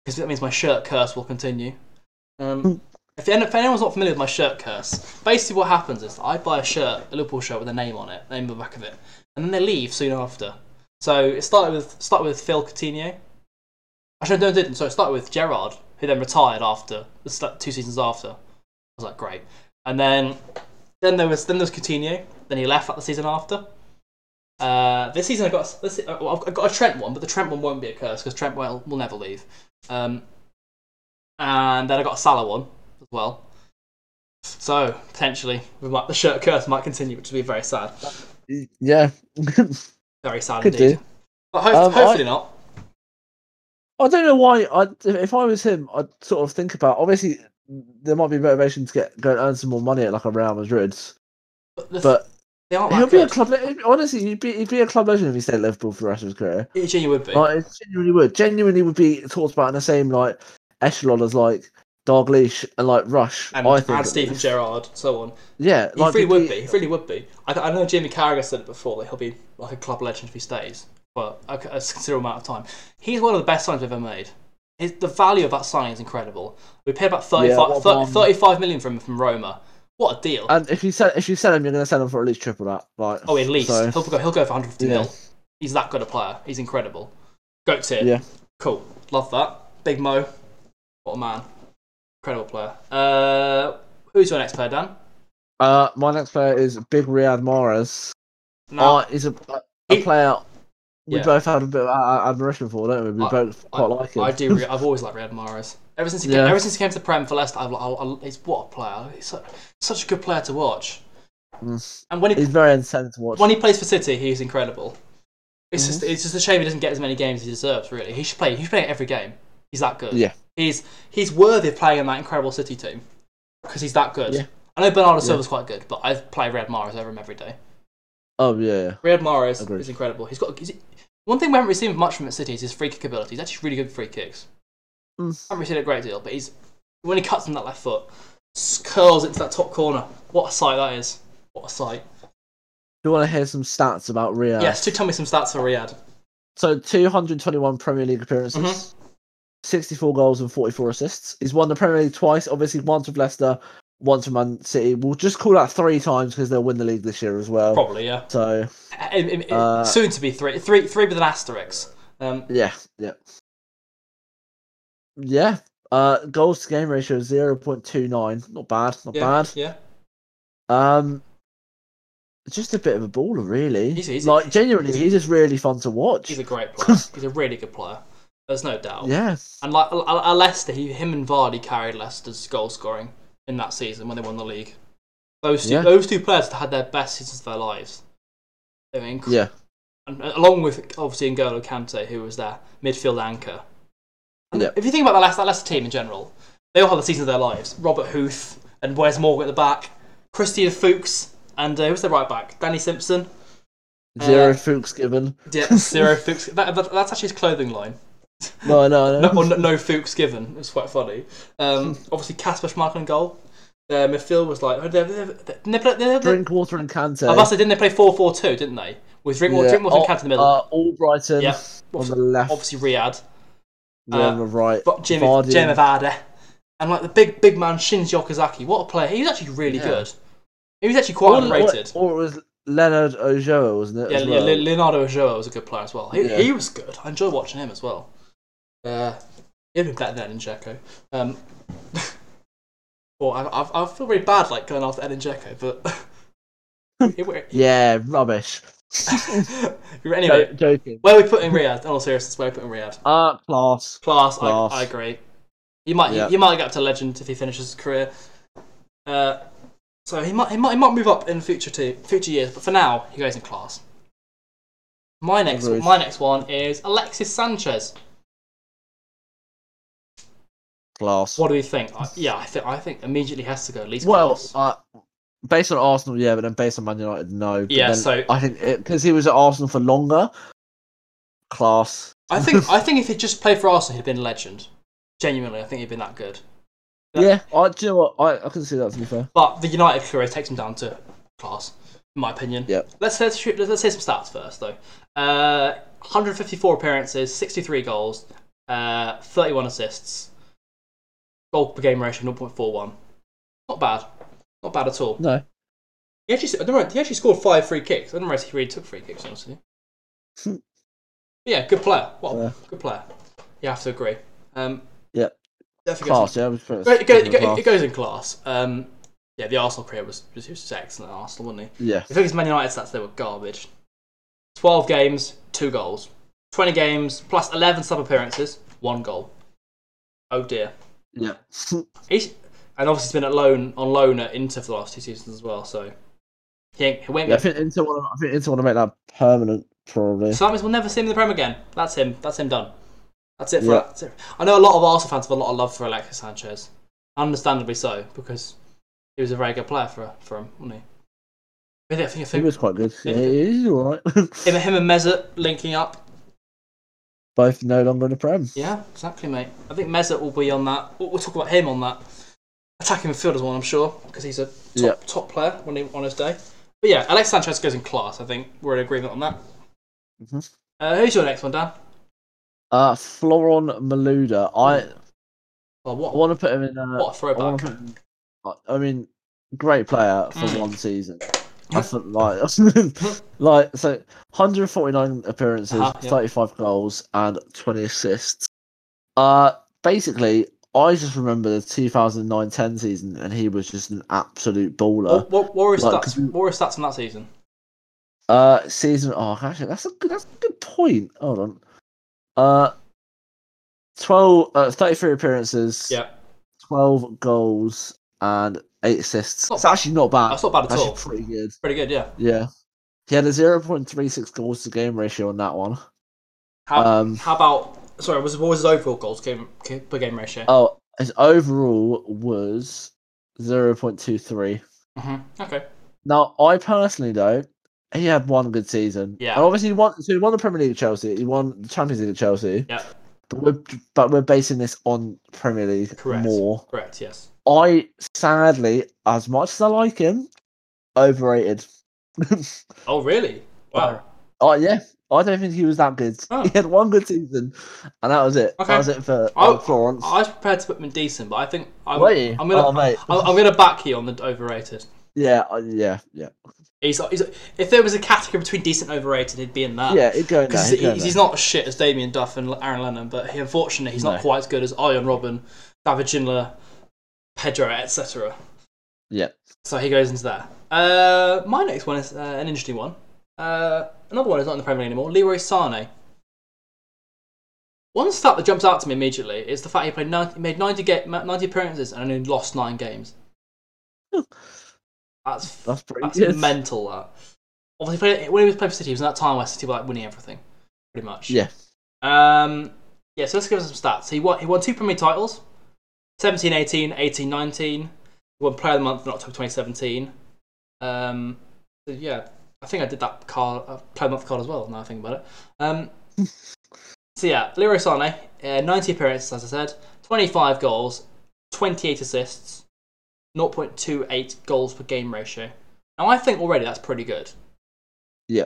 [SPEAKER 1] because that means my shirt curse will continue. Um, if, any- if anyone's not familiar with my shirt curse, basically what happens is I buy a shirt, a Liverpool shirt with a name on it, name on the back of it, and then they leave soon after. So it started with started with Phil Coutinho. Actually, no, it didn't. So it started with Gerard, who then retired after the st- two seasons after. I was like, great. And then then there was then there was Coutinho. Then he left that the season after. Uh, this season I got this, uh, well, I've- I've got a Trent one, but the Trent one won't be a curse because Trent will will never leave. Um, and then I got a Salah one as well. So potentially we might, the shirt curse might continue, which would be very sad,
[SPEAKER 2] yeah.
[SPEAKER 1] very sad
[SPEAKER 2] Could
[SPEAKER 1] indeed.
[SPEAKER 2] do.
[SPEAKER 1] But hope,
[SPEAKER 2] Um, I-
[SPEAKER 1] hopefully not.
[SPEAKER 2] I don't know why. I if I was him, I'd sort of think about. Obviously, there might be motivation to get go and earn some more money at like a Real Madrid's,
[SPEAKER 1] But, the,
[SPEAKER 2] but
[SPEAKER 1] they aren't
[SPEAKER 2] he'll
[SPEAKER 1] that
[SPEAKER 2] be a
[SPEAKER 1] good.
[SPEAKER 2] club. le- Honestly, he'd be he'd be a club legend if he stayed at Liverpool for the rest of his career.
[SPEAKER 1] It genuinely would be.
[SPEAKER 2] Like, it genuinely would. Genuinely would be talked about in the same like echelon as like Dalglish and like Rush.
[SPEAKER 1] and,
[SPEAKER 2] I think
[SPEAKER 1] and Stephen Gerrard, so on.
[SPEAKER 2] Yeah,
[SPEAKER 1] He really
[SPEAKER 2] it'd
[SPEAKER 1] would be. He really would be. I, I know Jamie Carragher said it before that he'll be like a club legend if he stays for a, a considerable amount of time. He's one of the best signings we've ever made. His, the value of that signing is incredible. We paid about 35,
[SPEAKER 2] Yeah, what
[SPEAKER 1] thir-
[SPEAKER 2] one- Uh,
[SPEAKER 1] 35 million from from Roma. What a deal!
[SPEAKER 2] And if you sell if you sell him, you're going to sell him for at least triple that. Like,
[SPEAKER 1] oh, at least
[SPEAKER 2] so-
[SPEAKER 1] he'll go. He'll go for 150
[SPEAKER 2] Yeah.
[SPEAKER 1] mil. He's that good a player. He's incredible. Goat tier.
[SPEAKER 2] Yeah.
[SPEAKER 1] Cool. Love that. Big Mo. What a man. Incredible player. Uh, who's your next player, Dan?
[SPEAKER 2] Uh, my next player is Big Riyad Mahrez.
[SPEAKER 1] No,
[SPEAKER 2] Uh, he's a, a
[SPEAKER 1] He-
[SPEAKER 2] player we
[SPEAKER 1] Yeah.
[SPEAKER 2] both had a bit of uh, admiration for, don't we? We
[SPEAKER 1] I-
[SPEAKER 2] both quite like him.
[SPEAKER 1] I do. Re- I've always liked Riyad Mahrez. Ever since he
[SPEAKER 2] Yeah.
[SPEAKER 1] came, ever since he came to the Prem for Leicester, I've, i i he's what a player. He's su- such a good player to watch.
[SPEAKER 2] Mm.
[SPEAKER 1] And when he
[SPEAKER 2] He's very intense to watch.
[SPEAKER 1] when he plays for City, he's incredible. It's
[SPEAKER 2] Mm-hmm.
[SPEAKER 1] just it's just a shame he doesn't get as many games as he deserves. Really, he should play. He should play every game. He's that good.
[SPEAKER 2] Yeah.
[SPEAKER 1] He's he's worthy of playing in that incredible City team because he's that good.
[SPEAKER 2] Yeah.
[SPEAKER 1] I know Bernardo Silva's quite good, but I play Riyad Mahrez over him every day.
[SPEAKER 2] Oh yeah, yeah.
[SPEAKER 1] Riyad Mahrez
[SPEAKER 2] Agreed.
[SPEAKER 1] is incredible. He's got. He's, one thing we haven't really seen much from at City is his free kick ability. He's actually really good with free kicks.
[SPEAKER 2] Mm.
[SPEAKER 1] haven't really seen a great deal, but he's when he cuts in that left foot, s- curls into that top corner. What a sight that is! What a sight!
[SPEAKER 2] Do you want to hear some stats about Riyad?
[SPEAKER 1] Yes, do tell me some stats for Riyadh.
[SPEAKER 2] So 221 Premier League appearances,
[SPEAKER 1] Mm-hmm.
[SPEAKER 2] 64 goals and 44 assists. He's won the Premier League twice. Obviously, once with Leicester, once with Man City. We'll just call that three times because they'll win the league this year as well.
[SPEAKER 1] Probably, yeah.
[SPEAKER 2] So
[SPEAKER 1] I- I- I-
[SPEAKER 2] Oh. Uh,
[SPEAKER 1] soon to be three, three, three with an asterisk. Um,
[SPEAKER 2] Yeah, yeah. Yeah. Uh goals to game ratio zero point two nine. Not bad, not
[SPEAKER 1] yeah,
[SPEAKER 2] bad.
[SPEAKER 1] yeah.
[SPEAKER 2] Um just a bit of a baller really.
[SPEAKER 1] He's- he's-
[SPEAKER 2] like genuinely he's just really fun to watch.
[SPEAKER 1] He's a great player. he's a really good player. There's no doubt.
[SPEAKER 2] yeah.
[SPEAKER 1] And like at- at Leicester, he, him and Vardy carried Leicester's goal scoring in that season when they won the league. Those two,
[SPEAKER 2] Yeah.
[SPEAKER 1] those two players had their best seasons of their lives. They were incredible.
[SPEAKER 2] Yeah.
[SPEAKER 1] and, along with obviously N'Golo Kante, who was their midfield anchor. And
[SPEAKER 2] Yeah.
[SPEAKER 1] If you think about the Leicester, that Leicester team in general, they all had the season of their lives. Robert Huth and Wes Morgan at the back, Christian Fuchs, and uh, who was the right back? Danny Simpson.
[SPEAKER 2] Zero
[SPEAKER 1] Uh,
[SPEAKER 2] Fuchs given.
[SPEAKER 1] Yeah, Zero Fuchs. That, that, that's actually his clothing line.
[SPEAKER 2] No, no,
[SPEAKER 1] No,
[SPEAKER 2] no.
[SPEAKER 1] or no, no Fuchs given. It's quite funny. Um, obviously, Casper Schmeichel in goal. Their midfield was like. They, they, they, they, they, play- they, they,
[SPEAKER 2] Drink water and Kante.
[SPEAKER 1] I must say, didn't they play 4 4 2, didn't they? With Drinkwater, Drinkwater and Kant in the middle.
[SPEAKER 2] Uh, Albrighton
[SPEAKER 1] Yeah.
[SPEAKER 2] on the left,
[SPEAKER 1] obviously, Riyadh.
[SPEAKER 2] yeah, on the right.
[SPEAKER 1] But Jimmy,
[SPEAKER 2] Vardy.
[SPEAKER 1] Jimmy Vardy. And like the big, big man, Shinji Okazaki. What a player. He was actually really
[SPEAKER 2] Yeah.
[SPEAKER 1] good. He was actually
[SPEAKER 2] Or-
[SPEAKER 1] quite underrated.
[SPEAKER 2] Or, or it was Leonard Ojoa, wasn't it?
[SPEAKER 1] Yeah,
[SPEAKER 2] as
[SPEAKER 1] yeah,
[SPEAKER 2] well?
[SPEAKER 1] Le- Leonardo Ochoa was a good player as well. He,
[SPEAKER 2] Yeah.
[SPEAKER 1] he was good. I enjoy watching him as well. Uh, he'd been better than Edin Dzeko. Um, well, I, I, I feel really bad like going after Edin Dzeko, but anyway,
[SPEAKER 2] yeah, rubbish.
[SPEAKER 1] anyway,
[SPEAKER 2] Jo- joking.
[SPEAKER 1] where we put in Riyadh? In all seriousness, where we put in Riyadh?
[SPEAKER 2] Ah, class.
[SPEAKER 1] Class, I,
[SPEAKER 2] Class.
[SPEAKER 1] I agree. You might
[SPEAKER 2] Yeah.
[SPEAKER 1] you, might get up to legend if he finishes his career. Uh, so he might he might he might move up in future two, future years, but for now he goes in class. My next
[SPEAKER 2] Agreed.
[SPEAKER 1] my next one is Alexis Sanchez.
[SPEAKER 2] Class.
[SPEAKER 1] What do we think? I, yeah, I think I think immediately has to go at least.
[SPEAKER 2] Well,
[SPEAKER 1] class.
[SPEAKER 2] uh, based on Arsenal, yeah, but then based on Man United, no. But
[SPEAKER 1] Yeah,
[SPEAKER 2] then
[SPEAKER 1] so-
[SPEAKER 2] I think because he was at Arsenal for longer, class.
[SPEAKER 1] I think I think if he would just played for Arsenal, he'd been a legend. Genuinely, I think he'd been that good. Yeah.
[SPEAKER 2] Yeah, I do. You know what? I I can see that to be fair.
[SPEAKER 1] But the United career takes him down to class, in my opinion.
[SPEAKER 2] Yep.
[SPEAKER 1] Let's let's, shoot, let's say some stats first though. Uh, 154 appearances, 63 goals, uh, 31 assists, goal per game ratio 0.41. Not bad, not bad at all.
[SPEAKER 2] No,
[SPEAKER 1] He actually, I don't know, he actually scored five free kicks. I don't know if he really took free kicks honestly. But yeah, good player. Well,
[SPEAKER 2] Yeah.
[SPEAKER 1] good player. You have to agree. Um,
[SPEAKER 2] Yeah.
[SPEAKER 1] definitely goes-
[SPEAKER 2] class. Yeah, I was pretty-
[SPEAKER 1] it, goes, it,
[SPEAKER 2] pretty
[SPEAKER 1] goes,
[SPEAKER 2] class.
[SPEAKER 1] it goes in class. Um, yeah, the Arsenal career was was, he was excellent at Arsenal, wasn't he?
[SPEAKER 2] Yeah,
[SPEAKER 1] The thing is, Man United stats they were garbage. Twelve games, two goals. Twenty games plus eleven sub appearances, one goal. Oh dear.
[SPEAKER 2] yeah.
[SPEAKER 1] He's, and obviously he's been at loan on loan at Inter for the last two seasons as well. So he ain't, he won't
[SPEAKER 2] yeah I
[SPEAKER 1] get,
[SPEAKER 2] think Inter want. I think Inter want to make that permanent, probably.
[SPEAKER 1] Simons will never see him in the Prem again. That's him. That's him done. That's it for
[SPEAKER 2] Yeah.
[SPEAKER 1] that's it. I know a lot of Arsenal fans have a lot of love for Alexis Sanchez, understandably so, because he was a very good player for for him, wasn't he? I think, I
[SPEAKER 2] He
[SPEAKER 1] think
[SPEAKER 2] was quite good.
[SPEAKER 1] Yeah.
[SPEAKER 2] Yeah, he's all right.
[SPEAKER 1] him, him and Mesut linking up.
[SPEAKER 2] Both no longer in the prem.
[SPEAKER 1] Yeah, exactly, mate. I think Mesut will be on that. We'll, we'll talk about him on that attacking midfielder one, I'm sure, because he's a top,
[SPEAKER 2] Yeah.
[SPEAKER 1] top player when he, on his day. But yeah, Alexis Sanchez goes in class. I think we're in agreement on that.
[SPEAKER 2] Mhm.
[SPEAKER 1] Uh, who's your next one, Dan?
[SPEAKER 2] Uh, Floron Maluda.
[SPEAKER 1] Well,
[SPEAKER 2] I I
[SPEAKER 1] Oh, what, Hmm. what,
[SPEAKER 2] want to put him in. Uh,
[SPEAKER 1] a
[SPEAKER 2] I wanna
[SPEAKER 1] throwback!
[SPEAKER 2] put him- I- I mean, great player for
[SPEAKER 1] Mm.
[SPEAKER 2] one season.
[SPEAKER 1] Yeah.
[SPEAKER 2] I thought, like, like so, 149 appearances,
[SPEAKER 1] Uh-huh, yeah.
[SPEAKER 2] 35 goals, and 20 assists. Uh, basically, I just remember the 2009-10 season, and he was just an absolute baller.
[SPEAKER 1] What, what, what were his
[SPEAKER 2] uh, Like,
[SPEAKER 1] stats?
[SPEAKER 2] could you-
[SPEAKER 1] What were his stats in that season?
[SPEAKER 2] Uh, season. Oh, actually, that's a good. That's a good point. Hold on. Uh, 12, uh, 33 appearances.
[SPEAKER 1] Yeah,
[SPEAKER 2] 12 goals and 8 assists.
[SPEAKER 1] Not
[SPEAKER 2] it's actually not bad.
[SPEAKER 1] that's not bad at
[SPEAKER 2] actually
[SPEAKER 1] all.
[SPEAKER 2] pretty good.
[SPEAKER 1] Pretty good, yeah.
[SPEAKER 2] Yeah. He had a 0.36 goals to game ratio on that one.
[SPEAKER 1] How,
[SPEAKER 2] Um,
[SPEAKER 1] how about? Sorry, was what was his overall goals game, game per game ratio?
[SPEAKER 2] Oh, his overall was 0.23.
[SPEAKER 1] hmm Okay,
[SPEAKER 2] Now, I personally, though, he had one good season.
[SPEAKER 1] Yeah.
[SPEAKER 2] And obviously, he won, so he won the Premier League at Chelsea. He won the Champions League at Chelsea.
[SPEAKER 1] Yeah.
[SPEAKER 2] But we're, but we're basing this on Premier League
[SPEAKER 1] Correct.
[SPEAKER 2] more.
[SPEAKER 1] correct. Yes.
[SPEAKER 2] I, sadly, as much as I like him, overrated.
[SPEAKER 1] Oh really? Wow.
[SPEAKER 2] Oh yeah, I don't think he was that good.
[SPEAKER 1] Oh.
[SPEAKER 2] He had one good season, and that was it.
[SPEAKER 1] Okay.
[SPEAKER 2] That was it for
[SPEAKER 1] Oh,
[SPEAKER 2] uh, Florence.
[SPEAKER 1] I was prepared to put him in decent, but I think I'm,
[SPEAKER 2] Were you?
[SPEAKER 1] I'm gonna
[SPEAKER 2] Oh, mate.
[SPEAKER 1] I'm, I'm gonna back you on the overrated.
[SPEAKER 2] yeah, uh, yeah, yeah,
[SPEAKER 1] He's, he's if there was a category between decent and overrated, he'd be in that.
[SPEAKER 2] yeah. It going there.
[SPEAKER 1] Uh, Because
[SPEAKER 2] it
[SPEAKER 1] he's, e,
[SPEAKER 2] going
[SPEAKER 1] he's,
[SPEAKER 2] there.
[SPEAKER 1] not as shit as Damien Duff and Aaron Lennon, but he, unfortunately he's not
[SPEAKER 2] No.
[SPEAKER 1] quite as good as Ion Robin, David Gindler, Pedro, etc.
[SPEAKER 2] Yeah.
[SPEAKER 1] So he goes into that. Uh, my next one is uh, an interesting one. Uh, another one is not in the Premier League anymore. Leroy Sane. One stat that jumps out to me immediately is the fact he played 90, made 90, ga- 90 appearances and only lost nine games. That's
[SPEAKER 2] That's pretty
[SPEAKER 1] that's
[SPEAKER 2] good.
[SPEAKER 1] mental. That obviously he played- when he was playing for City, it was in that time where City were like winning everything, pretty much.
[SPEAKER 2] Yeah.
[SPEAKER 1] Um. Yeah. So let's give him some stats. He won. He won two Premier titles, 17-18, 18-19. He won Player of the Month in October 2017. Um. so yeah, I think I did that card, uh, Player of the Month card as well. Now I think about it. Um. So yeah, Leroy Sané, uh, 90 appearances, as I said, 25 goals, 28 assists, 0.28 goals per game ratio. Now I think already that's pretty good.
[SPEAKER 2] Yeah.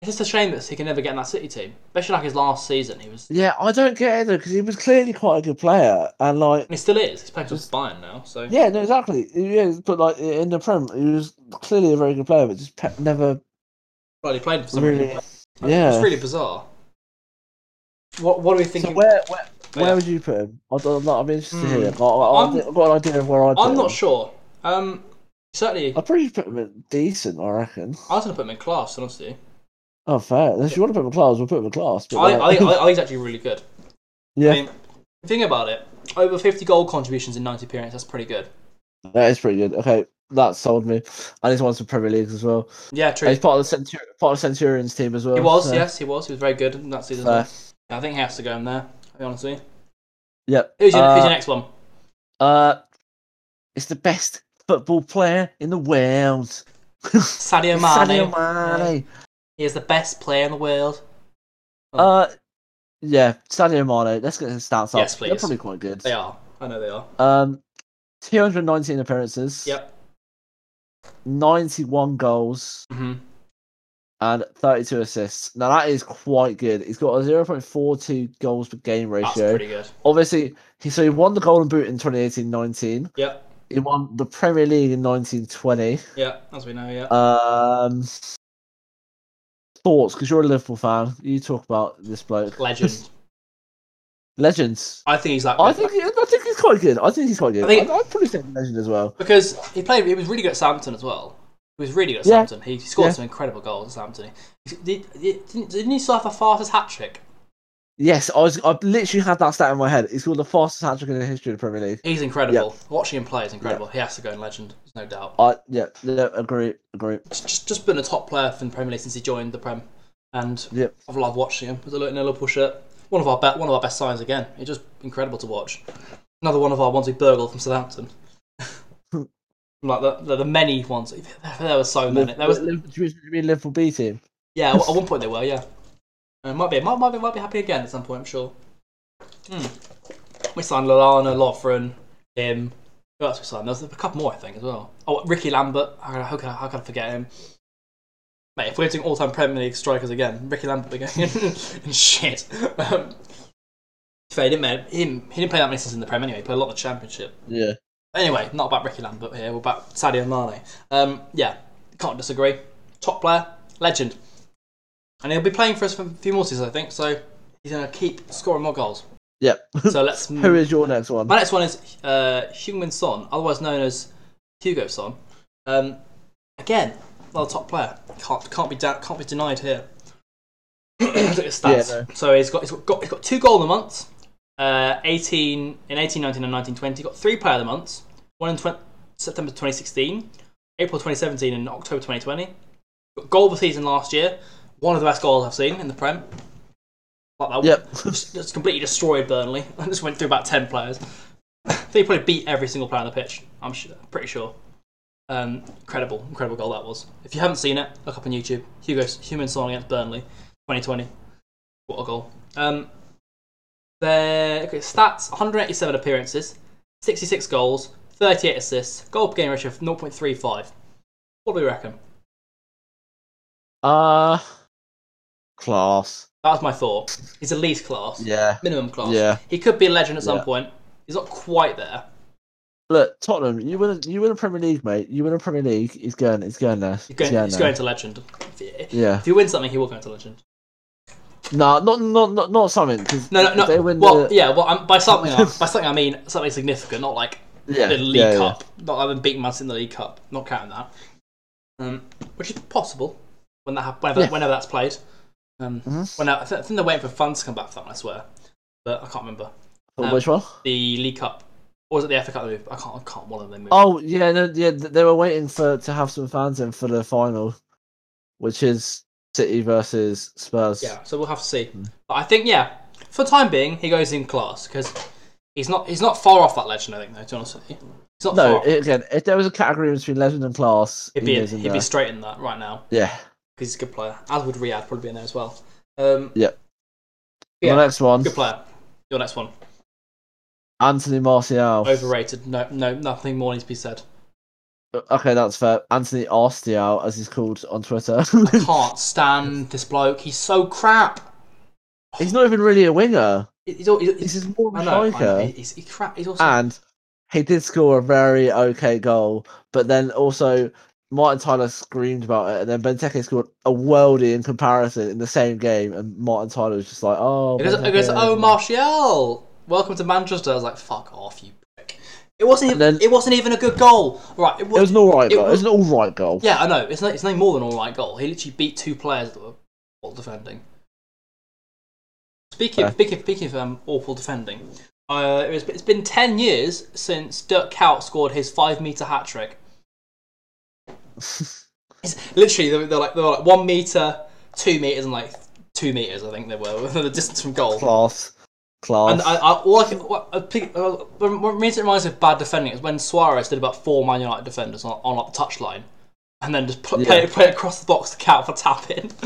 [SPEAKER 1] It's just a shame that he can never get in that City team, especially like his last season. He was, and
[SPEAKER 2] Yeah, I don't get it because he was clearly quite a good player, and like,
[SPEAKER 1] he still is. He's playing for
[SPEAKER 2] Just-
[SPEAKER 1] Bayern now, so
[SPEAKER 2] yeah, no, exactly. Yeah, but like in the Prem, he was clearly a very good player, but just pe- never
[SPEAKER 1] well, he played for some
[SPEAKER 2] really.
[SPEAKER 1] reason.
[SPEAKER 2] Yeah.
[SPEAKER 1] it's really bizarre. What What are we
[SPEAKER 2] So
[SPEAKER 1] thinking?
[SPEAKER 2] where where,
[SPEAKER 1] Oh,
[SPEAKER 2] where
[SPEAKER 1] yeah.
[SPEAKER 2] would you put him? I don't know. I'm interested to hear.
[SPEAKER 1] Hmm.
[SPEAKER 2] Like, I, I,
[SPEAKER 1] I'm-
[SPEAKER 2] I've got an idea of where I'd. Put
[SPEAKER 1] I'm not
[SPEAKER 2] Him.
[SPEAKER 1] sure. Um, certainly,
[SPEAKER 2] I'd probably put him at decent. I reckon.
[SPEAKER 1] I was going to put him in class. Honestly,
[SPEAKER 2] Oh, fair. If you want to put him in class, we'll put him in class. But
[SPEAKER 1] I, I,
[SPEAKER 2] like-
[SPEAKER 1] think- I, I think he's actually really good.
[SPEAKER 2] yeah,
[SPEAKER 1] I mean, think about it. Over 50 goal contributions in 90 appearances, that's pretty good.
[SPEAKER 2] that is pretty good. Okay, that sold me. And he's won some Premier Leagues as well.
[SPEAKER 1] Yeah,
[SPEAKER 2] And
[SPEAKER 1] true.
[SPEAKER 2] he's part of the Centur- part of Centurions team as well.
[SPEAKER 1] He was,
[SPEAKER 2] so-
[SPEAKER 1] yes, he was. He was very good in that season. as
[SPEAKER 2] fair.
[SPEAKER 1] well. Yeah, I think he has to go in there, honestly.
[SPEAKER 2] Yep.
[SPEAKER 1] Who's your, who's
[SPEAKER 2] Uh,
[SPEAKER 1] your next one?
[SPEAKER 2] Uh, it's the best football player in the world.
[SPEAKER 1] Sadio
[SPEAKER 2] It's
[SPEAKER 1] Mane.
[SPEAKER 2] Sadio Mane.
[SPEAKER 1] He is the best player in the world.
[SPEAKER 2] Uh, yeah, Sadio Mane. Let's get his stats up.
[SPEAKER 1] Yes,
[SPEAKER 2] They're
[SPEAKER 1] please.
[SPEAKER 2] probably quite good.
[SPEAKER 1] They are. I know they are.
[SPEAKER 2] Um, 219 appearances.
[SPEAKER 1] Yep.
[SPEAKER 2] 91 goals
[SPEAKER 1] hmm
[SPEAKER 2] and 32 assists. Now that is quite good. He's got a 0.42 goals per game
[SPEAKER 1] That's
[SPEAKER 2] ratio.
[SPEAKER 1] pretty good.
[SPEAKER 2] Obviously, he so he won the Golden Boot in 2018-19.
[SPEAKER 1] Yep.
[SPEAKER 2] He won the Premier League in 1920.
[SPEAKER 1] Yep. As we know, yeah.
[SPEAKER 2] Um, thoughts? Because you're a Liverpool fan, you talk about this bloke.
[SPEAKER 1] Legend.
[SPEAKER 2] Legends.
[SPEAKER 1] I think he's like.
[SPEAKER 2] I think I think he's quite good. I think he's quite good.
[SPEAKER 1] I
[SPEAKER 2] I
[SPEAKER 1] think-
[SPEAKER 2] I'd probably say legend as well.
[SPEAKER 1] Because he played, he was really good at Southampton as well. He was really good at
[SPEAKER 2] Yeah.
[SPEAKER 1] Southampton. He scored
[SPEAKER 2] Yeah.
[SPEAKER 1] some incredible goals at Southampton. He, he- he- didn't, didn't he still have the fastest hat trick?
[SPEAKER 2] Yes, I was. I literally had that stat in my head. He's called the fastest hat trick in the history of the Premier League.
[SPEAKER 1] He's incredible. Watching him play is incredible. He has to go in legend, there's no doubt.
[SPEAKER 2] I yeah, yeah, agree, agree.
[SPEAKER 1] Just, just, just been a top player in the Premier League since he joined the Prem, and
[SPEAKER 2] Yep.
[SPEAKER 1] I've loved watching him. With a in a Liverpool shirt, one of our be- one of our best signs again. It's just incredible to watch. Another one of our ones we burgled from Southampton. like the, the, the many ones. There were so many. There was
[SPEAKER 2] Liv- Liv- do you mean Liverpool B team?
[SPEAKER 1] Yeah, at one point they were. Yeah, and might be, might, might be, might be happy again at some point. I'm sure. Hmm. We signed Lallana, Lovren, him. Who else we signed? There's a couple more, I think, as well. Oh, Ricky Lambert. How could I, how could I, how could I forget him? Mate, if we're doing all-time Premier League strikers again, Ricky Lambert would be going and shit. Um, fair, he didn't, ma- he didn't he didn't play that many seasons in the Prem anyway. He played a lot of the Championship.
[SPEAKER 2] Yeah.
[SPEAKER 1] Anyway, not about Ricky Lambert here. We're about Sadio Mane. Um, yeah, can't disagree. Top player, legend, and he'll be playing for us for a few more seasons, I think. So he's gonna keep scoring more goals.
[SPEAKER 2] Yep.
[SPEAKER 1] So let's.
[SPEAKER 2] Who is your next one?
[SPEAKER 1] Hmm. My next one is uh, Heung-min Son, otherwise known as Hugo Son. Um, again, another top player. Can't can't be da- can't be denied here. Look at his stats.
[SPEAKER 2] Yeah,
[SPEAKER 1] So he's got, he's got he's got two goal of the month. Uh, 18 in 18, 19, and 19, 20. Got three player of the months. One in 20, September 2016, April 2017, and October 2020. Got goal of the season last year. One of the best goals I've seen in the Prem. Like that
[SPEAKER 2] Yep.
[SPEAKER 1] just, just completely destroyed Burnley. I just went through about ten players. they probably beat every single player on the pitch. I'm su pretty sure. Um, incredible, incredible goal that was. If you haven't seen it, look up on YouTube. Hugo Human Song against Burnley, 2020. What a goal! Um, their okay, stats: 187 appearances, 66 goals, 38 assists, goal per game ratio of 0.35. What do we reckon?
[SPEAKER 2] Uh class.
[SPEAKER 1] That was my thought. He's elite class,
[SPEAKER 2] Yeah.
[SPEAKER 1] minimum class.
[SPEAKER 2] Yeah.
[SPEAKER 1] He could be a legend at some
[SPEAKER 2] Yeah.
[SPEAKER 1] point. He's not quite there.
[SPEAKER 2] Look, Tottenham, you win. A, you win a Premier League, mate. You win a Premier League. He's going. He's going there.
[SPEAKER 1] He's going,
[SPEAKER 2] going
[SPEAKER 1] he's
[SPEAKER 2] there.
[SPEAKER 1] going to legend. If he, if
[SPEAKER 2] Yeah.
[SPEAKER 1] he wins something, he will go into legend.
[SPEAKER 2] No, not not not not something. 'cause
[SPEAKER 1] No, no,
[SPEAKER 2] if
[SPEAKER 1] no.
[SPEAKER 2] They win
[SPEAKER 1] well,
[SPEAKER 2] the,
[SPEAKER 1] yeah. Well, i by something, I, by something, I mean something significant, not like
[SPEAKER 2] yeah,
[SPEAKER 1] the League
[SPEAKER 2] yeah, yeah.
[SPEAKER 1] Cup. Not I've been beating Man City in the League Cup. Not counting that. Um, which is possible when that hap- whenever,
[SPEAKER 2] Yeah.
[SPEAKER 1] whenever that's played. Um,
[SPEAKER 2] Mhm.
[SPEAKER 1] when I, I thi- I think they're waiting for fans to come back for that one. I swear, but I can't remember
[SPEAKER 2] Or
[SPEAKER 1] um,
[SPEAKER 2] Which one?
[SPEAKER 1] the League Cup or was it the FA Cup? They moved? I can't. I can't. One of them moved.
[SPEAKER 2] Oh yeah, no, yeah. th- They were waiting for to have some fans in for the final, which is City versus Spurs.
[SPEAKER 1] Yeah, so we'll have to see.
[SPEAKER 2] Hmm.
[SPEAKER 1] But I think yeah, for the time being, he goes in class because he's not he's not far off that legend. I think though, to be honest with you, he's not
[SPEAKER 2] No,
[SPEAKER 1] far.
[SPEAKER 2] it, again, if there was a category between legend and class,
[SPEAKER 1] he'd be
[SPEAKER 2] he
[SPEAKER 1] in,
[SPEAKER 2] is in
[SPEAKER 1] he'd be
[SPEAKER 2] there.
[SPEAKER 1] straight in that right now
[SPEAKER 2] yeah,
[SPEAKER 1] because he's a good player. As would Riyadh probably be in there as well. Um,
[SPEAKER 2] Yep.
[SPEAKER 1] Yeah.
[SPEAKER 2] My next one,
[SPEAKER 1] Good player. Your next one.
[SPEAKER 2] Anthony Martial.
[SPEAKER 1] Overrated. No, no, nothing more needs to be said.
[SPEAKER 2] Okay, that's fair. Anthony Arstial, as he's called on Twitter.
[SPEAKER 1] I can't stand this bloke. He's so crap.
[SPEAKER 2] he's not even really a winger.
[SPEAKER 1] He- He's, al- he's,
[SPEAKER 2] He's just more of
[SPEAKER 1] I
[SPEAKER 2] a
[SPEAKER 1] know. I know.
[SPEAKER 2] striker.
[SPEAKER 1] He- He's, he's crap. He's also.
[SPEAKER 2] And he did score a very okay goal, but then also Martin Tyler screamed about it, and then Benteke scored a worldie in comparison in the same game, and Martin Tyler was just like, "Oh,
[SPEAKER 1] It goes, it goes,
[SPEAKER 2] Benteke."
[SPEAKER 1] oh, Martial, welcome to Manchester. I was like, fuck off, you prick. It wasn't. Even,
[SPEAKER 2] And then-
[SPEAKER 1] it wasn't even a good goal. Right. It
[SPEAKER 2] It
[SPEAKER 1] was.
[SPEAKER 2] was an alright
[SPEAKER 1] it
[SPEAKER 2] goal. It was
[SPEAKER 1] was-
[SPEAKER 2] an alright goal.
[SPEAKER 1] yeah, I know. It's no. It's no more than all right goal. He literally beat two players that were awful defending. Speaking,
[SPEAKER 2] Fair.
[SPEAKER 1] speaking, speaking of um, awful defending, uh, it's, it's been ten years since Dirk Kout scored his five meter hat trick. It's literally, they're, they're like they're like one meter, two meters, and like two meters. I think they were the distance from goal.
[SPEAKER 2] Class, class.
[SPEAKER 1] And I, I, all I, can- what, I think- uh, what what makes it reminds me of bad defending is when Suarez did about four Man United defenders on, on like, the touchline, and then just pl- play,
[SPEAKER 2] Yeah.
[SPEAKER 1] play across the box to count for tap in.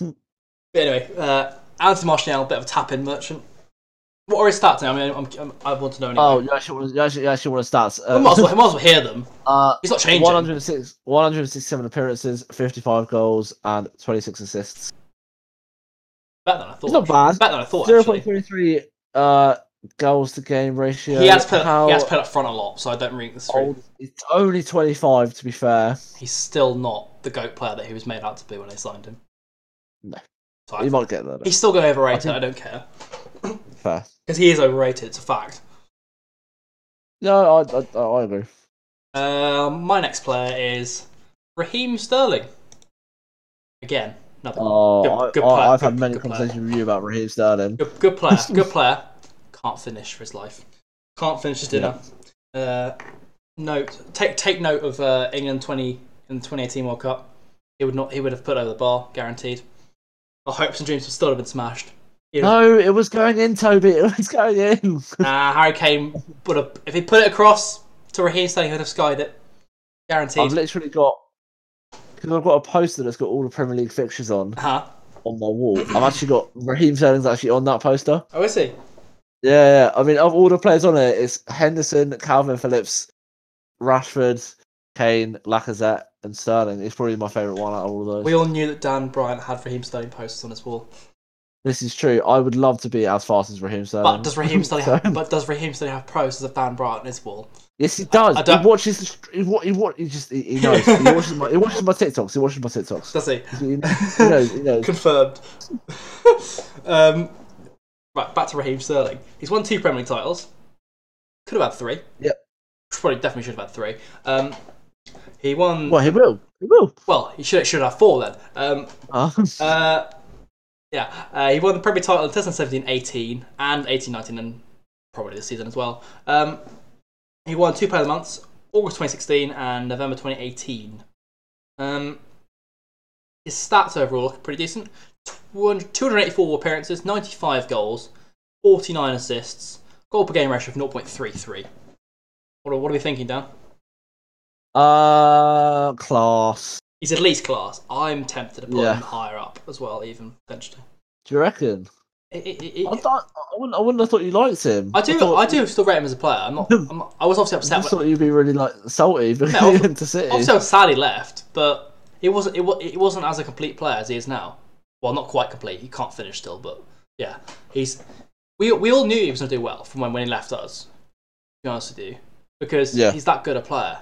[SPEAKER 1] but anyway, uh, Anthony Martial, bit of a tap in merchant. What are his stats? Now? I mean, I'm, I'm, I want to know. Anyway.
[SPEAKER 2] oh, you actually want to, you actually, you actually want to stats.
[SPEAKER 1] I might as
[SPEAKER 2] Uh,
[SPEAKER 1] well, I might as well hear them.
[SPEAKER 2] uh,
[SPEAKER 1] He's not changing.
[SPEAKER 2] 106, 167 appearances, 55 goals, and 26 assists.
[SPEAKER 1] Better than I thought.
[SPEAKER 2] It's not bad.
[SPEAKER 1] Better than I thought. Oh, Actually,
[SPEAKER 2] 0.33 uh, goals to game ratio.
[SPEAKER 1] he has played.
[SPEAKER 2] How
[SPEAKER 1] He has played up front a lot, so I don't read this through.
[SPEAKER 2] old? It's only 25, to be fair.
[SPEAKER 1] He's still not the goat player that he was made out to be when they signed him.
[SPEAKER 2] No.
[SPEAKER 1] So
[SPEAKER 2] He
[SPEAKER 1] I,
[SPEAKER 2] might get there. though.
[SPEAKER 1] he's still going to
[SPEAKER 2] I
[SPEAKER 1] overrate it.
[SPEAKER 2] think-
[SPEAKER 1] I don't care.
[SPEAKER 2] Fair.
[SPEAKER 1] because he is overrated. It's a fact.
[SPEAKER 2] No, I, I, I agree.
[SPEAKER 1] Uh, my next player is Raheem Sterling. Again, another
[SPEAKER 2] Oh,
[SPEAKER 1] good
[SPEAKER 2] I,
[SPEAKER 1] player,
[SPEAKER 2] I, I've had
[SPEAKER 1] good-
[SPEAKER 2] many
[SPEAKER 1] good player.
[SPEAKER 2] conversations with you about Raheem Sterling.
[SPEAKER 1] good, good player. Good player. Can't finish for his life. Can't finish his dinner. Uh, note. Take take note of uh, England twenty in the twenty eighteen World Cup. He would not. He would have put over the bar, guaranteed. Our hopes and dreams would still have been smashed. He would-
[SPEAKER 2] No, it was going in, Toby. It was going in.
[SPEAKER 1] Nah, Harry Kane would have. If he put it across to Raheem Sterling, he would have skied it,
[SPEAKER 2] I've
[SPEAKER 1] guaranteed.
[SPEAKER 2] literally got because I've got a poster that's got all the Premier League fixtures on
[SPEAKER 1] Huh?
[SPEAKER 2] on my wall. I've actually got Raheem Sterling's actually on that poster.
[SPEAKER 1] Oh, is he?
[SPEAKER 2] Yeah, yeah. I mean, of all the players on it, it's Henderson, Calvin Phillips, Rashford, Kane, Lacazette, and Sterling. It's probably my favourite one out of all those.
[SPEAKER 1] We all knew that Dan Bryant had Raheem Sterling posters on his wall,
[SPEAKER 2] This is true. I would love to be as fast as Raheem Sterling.
[SPEAKER 1] but does Raheem Sterling? Have, but does Raheem Sterling have posters of Dan Bryant on his wall?
[SPEAKER 2] Yes, he does.
[SPEAKER 1] I don't-
[SPEAKER 2] He watches. The, str- he, wa- he, wa- he just. He, he knows. he watches my. He watches my TikToks. He watches my TikToks.
[SPEAKER 1] Does he?
[SPEAKER 2] He, he knows. He knows.
[SPEAKER 1] Confirmed. um, right, back to Raheem Sterling. He's won two Premier League titles. Could have had three.
[SPEAKER 2] Yep.
[SPEAKER 1] Probably definitely should have had three. Um, he won.
[SPEAKER 2] Well, he will. He will.
[SPEAKER 1] Well, he should should have four then. Um,
[SPEAKER 2] Uh,
[SPEAKER 1] Uh, yeah, uh, he won the Premier title in 2017 18 and 18 19 and probably this season as well. Um, he won two player of the months, August 2016 and November 2018. Um, his stats overall look pretty decent 200 284 appearances, 95 goals, 49 assists, goal per game ratio of 0.33. What are, what are we thinking, Dan?
[SPEAKER 2] uh class.
[SPEAKER 1] He's at least class. I'm tempted to put
[SPEAKER 2] Yeah.
[SPEAKER 1] him higher up as well, even potentially.
[SPEAKER 2] Do you reckon?
[SPEAKER 1] It- it- it-
[SPEAKER 2] I, thought, I, wouldn't, I wouldn't have thought you liked him.
[SPEAKER 1] I do. I,
[SPEAKER 2] thought,
[SPEAKER 1] do still rate him as a player. I'm not. I'm not I was obviously
[SPEAKER 2] I
[SPEAKER 1] upset.
[SPEAKER 2] just
[SPEAKER 1] When,
[SPEAKER 2] thought you'd be really like salty because
[SPEAKER 1] Yeah,
[SPEAKER 2] he
[SPEAKER 1] also-
[SPEAKER 2] went to City.
[SPEAKER 1] obviously, I'm sad he left, but it wasn't. It, wa- it wasn't as a complete player as he is now. Well, not quite complete. He can't finish still, but yeah, he's. We we all knew he was going to do well from when, when he left us. To be honest with you, because
[SPEAKER 2] Yeah.
[SPEAKER 1] he's that good a player.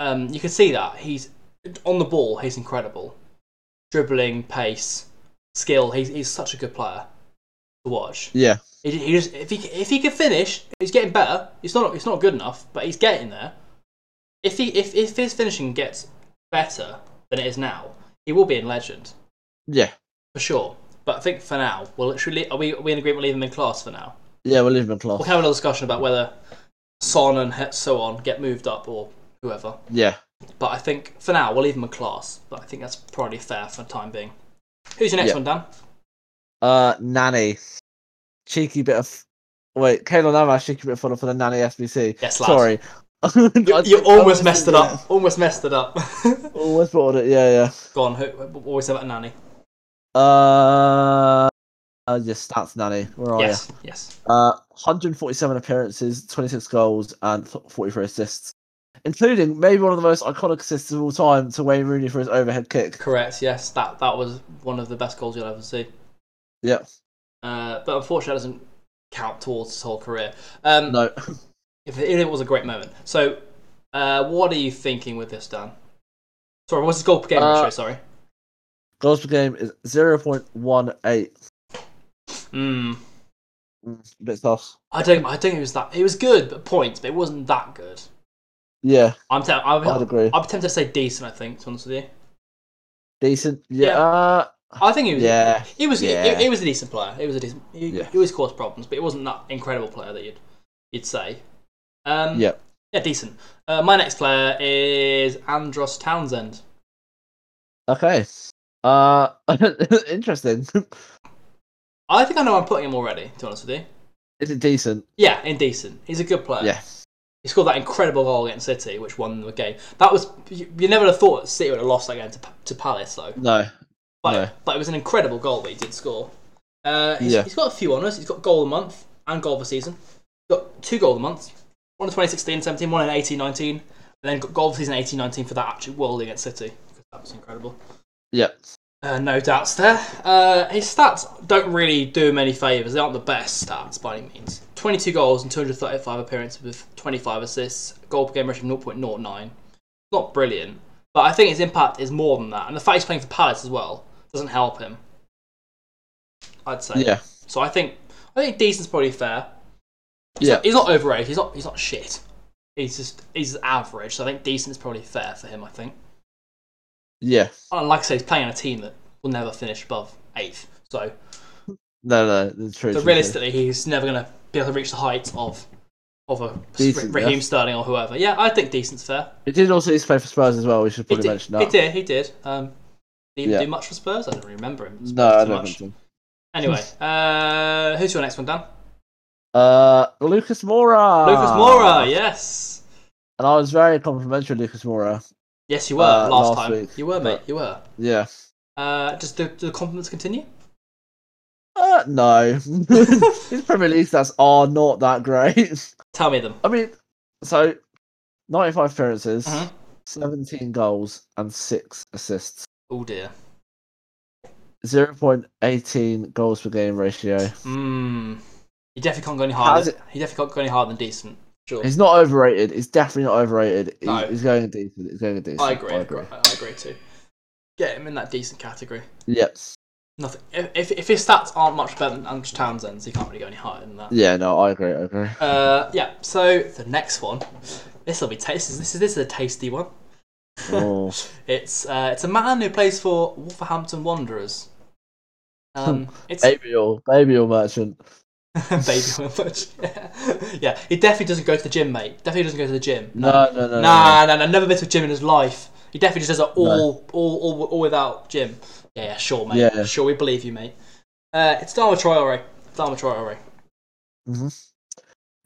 [SPEAKER 1] Um, you can see that he's on the ball. He's incredible, dribbling, pace, skill. He's he's such a good player to watch.
[SPEAKER 2] yeah,
[SPEAKER 1] He, he just if he if he can finish, he's getting better. It's not it's not good enough, but he's getting there. If he if, if his finishing gets better than it is now, he will be in legend
[SPEAKER 2] yeah,
[SPEAKER 1] for sure. But I think for now, we'll literally are we are we in agreement leaving him in class for now?
[SPEAKER 2] yeah. We'll leave him in class.
[SPEAKER 1] We'll have a little discussion about whether Son and he- so on get moved up or whoever.
[SPEAKER 2] Yeah.
[SPEAKER 1] But I think for now we'll leave him in class. But I think that's probably fair for the time being. Who's your next
[SPEAKER 2] Yeah.
[SPEAKER 1] one, Dan?
[SPEAKER 2] Uh, Nanny, cheeky bit of. Wait, Kalen Navas, cheeky bit of fodder for the Nanny SBC.
[SPEAKER 1] Yes, lad.
[SPEAKER 2] Sorry.
[SPEAKER 1] You, you almost messed it up. Almost messed it up.
[SPEAKER 2] Almost brought it. Yeah,
[SPEAKER 1] Go on. Who, what we say about Nani?
[SPEAKER 2] yeah. Uh, Uh, yes, stats nanny. Where are
[SPEAKER 1] yes, yes.
[SPEAKER 2] you? Uh, 147 appearances, 26 goals, and th- 43 assists, including maybe one of the most iconic assists of all time to Wayne Rooney for his overhead kick.
[SPEAKER 1] Correct, yes. That that was one of the best goals you'll ever see.
[SPEAKER 2] Yeah.
[SPEAKER 1] Uh, but unfortunately, that doesn't count towards his whole career. Um,
[SPEAKER 2] No,
[SPEAKER 1] if it, it was a great moment. So, uh, what are you thinking with this, Dan? Sorry, what's his goal per game
[SPEAKER 2] Uh,
[SPEAKER 1] ratio? Sorry.
[SPEAKER 2] goals per game is 0.18.
[SPEAKER 1] Mm.
[SPEAKER 2] Mm, bit tough.
[SPEAKER 1] I don't. I don't think it was that. It was good, but points, but it wasn't that good.
[SPEAKER 2] Yeah,
[SPEAKER 1] I'm. Te- I'm,
[SPEAKER 2] I'd
[SPEAKER 1] I'm
[SPEAKER 2] agree.
[SPEAKER 1] tempted to say decent. I think. To be honest with you,
[SPEAKER 2] Decent. Yeah.
[SPEAKER 1] Yeah.
[SPEAKER 2] Uh,
[SPEAKER 1] I think it was.
[SPEAKER 2] yeah.
[SPEAKER 1] It was. it-
[SPEAKER 2] Yeah.
[SPEAKER 1] It, it was a decent player. It was a decent. It,
[SPEAKER 2] Yeah.
[SPEAKER 1] it was caused problems, but it wasn't that incredible player that you'd you'd say. Um,
[SPEAKER 2] Yeah.
[SPEAKER 1] Yeah, decent. Uh, my next player is Andros Townsend.
[SPEAKER 2] Okay. Uh, interesting.
[SPEAKER 1] I think I know I'm putting him already. To be honest with you.
[SPEAKER 2] Is it decent?
[SPEAKER 1] Yeah, indecent. He's a good player.
[SPEAKER 2] Yeah.
[SPEAKER 1] He scored that incredible goal against City, which won the game. That was you, you never would have thought City would have lost that game to, Pa- to Palace though.
[SPEAKER 2] No.
[SPEAKER 1] But,
[SPEAKER 2] No.
[SPEAKER 1] but it was an incredible goal that he did score. Uh, he's,
[SPEAKER 2] Yeah.
[SPEAKER 1] he's got a few honours. He's got goal of the month and goal of the season. He's got two goal of the month, one in 2016 17, one in 18 19, and then got goal of the season 18 19 for that actual world against City. That was incredible.
[SPEAKER 2] Yep.
[SPEAKER 1] Uh, no doubts there. Uh, his stats don't really do him any favours. They aren't the best stats by any means. 22 goals and 235 appearances with 25 assists. Goal per game ratio of 0.09. Not brilliant, but I think his impact is more than that. And the fact he's playing for Palace as well doesn't help him. I'd say.
[SPEAKER 2] Yeah.
[SPEAKER 1] So I think I think decent's probably fair. He's
[SPEAKER 2] Yeah.
[SPEAKER 1] Not, he's not overrated. He's not. He's not shit. He's just he's average. So I think decent's probably fair for him. I think.
[SPEAKER 2] Yeah.
[SPEAKER 1] And like I say, he's playing on a team that will never finish above eighth. So,
[SPEAKER 2] No, no, the truth.
[SPEAKER 1] so
[SPEAKER 2] is-
[SPEAKER 1] realistically, he's never going to be able to reach the heights of of a
[SPEAKER 2] Decent,
[SPEAKER 1] Raheem
[SPEAKER 2] yeah.
[SPEAKER 1] Sterling or whoever. Yeah, I think decent's fair.
[SPEAKER 2] He did also used to play for Spurs as well. We should
[SPEAKER 1] He
[SPEAKER 2] probably
[SPEAKER 1] did,
[SPEAKER 2] mention
[SPEAKER 1] he
[SPEAKER 2] that.
[SPEAKER 1] did. He did. Um, did he
[SPEAKER 2] Yeah.
[SPEAKER 1] do much for Spurs? I don't remember him. at Spurs
[SPEAKER 2] No, I
[SPEAKER 1] too
[SPEAKER 2] don't
[SPEAKER 1] much.
[SPEAKER 2] think so.
[SPEAKER 1] Anyway, uh, who's your next one, Dan?
[SPEAKER 2] Uh, Lucas Mora.
[SPEAKER 1] Lucas Moura. Yes,
[SPEAKER 2] And I was very complimentary of Lucas Mora.
[SPEAKER 1] yes, you were
[SPEAKER 2] Uh,
[SPEAKER 1] last,
[SPEAKER 2] last
[SPEAKER 1] time.
[SPEAKER 2] week,
[SPEAKER 1] you were, mate.
[SPEAKER 2] but-
[SPEAKER 1] You were.
[SPEAKER 2] Yeah.
[SPEAKER 1] Uh, just do, do the compliments continue?
[SPEAKER 2] Uh, no. His Premier League stats are not that great.
[SPEAKER 1] Tell me them.
[SPEAKER 2] I mean, so 95 appearances,
[SPEAKER 1] Mhm.
[SPEAKER 2] 17 goals, and 6 assists.
[SPEAKER 1] Oh dear.
[SPEAKER 2] 0.18 goals per game ratio.
[SPEAKER 1] Hmm. You definitely can't go any
[SPEAKER 2] How's
[SPEAKER 1] harder. You definitely can't go any harder than decent. Sure.
[SPEAKER 2] He's not overrated. He's definitely not overrated. He-
[SPEAKER 1] No.
[SPEAKER 2] He's going decent. He's going decent.
[SPEAKER 1] I agree. I agree. I I agree too. Get him in that decent category.
[SPEAKER 2] Yep.
[SPEAKER 1] Nothing. If, if, if his stats aren't much better than Andrew Townsend's, he can't really go any higher than that.
[SPEAKER 2] Yeah, no, I agree. I agree.
[SPEAKER 1] Uh, yeah. So the next one, this will be tasty. This is this is a tasty one.
[SPEAKER 2] Oh.
[SPEAKER 1] It's uh, it's a man who plays for Wolverhampton Wanderers. Um,
[SPEAKER 2] Hmm.
[SPEAKER 1] it's
[SPEAKER 2] baby oil. Baby oil merchant.
[SPEAKER 1] baby much. yeah, he definitely doesn't go to the gym, mate. Definitely doesn't go to the gym.
[SPEAKER 2] No, no, no.
[SPEAKER 1] Nah, nah, nah, never been to a gym in his life. He definitely just does it all, all, all, all without Jim. Yeah, yeah, sure, mate.
[SPEAKER 2] Yeah.
[SPEAKER 1] Sure, we believe you, mate. Uh, it's Dharma Traore. Dharma Traore.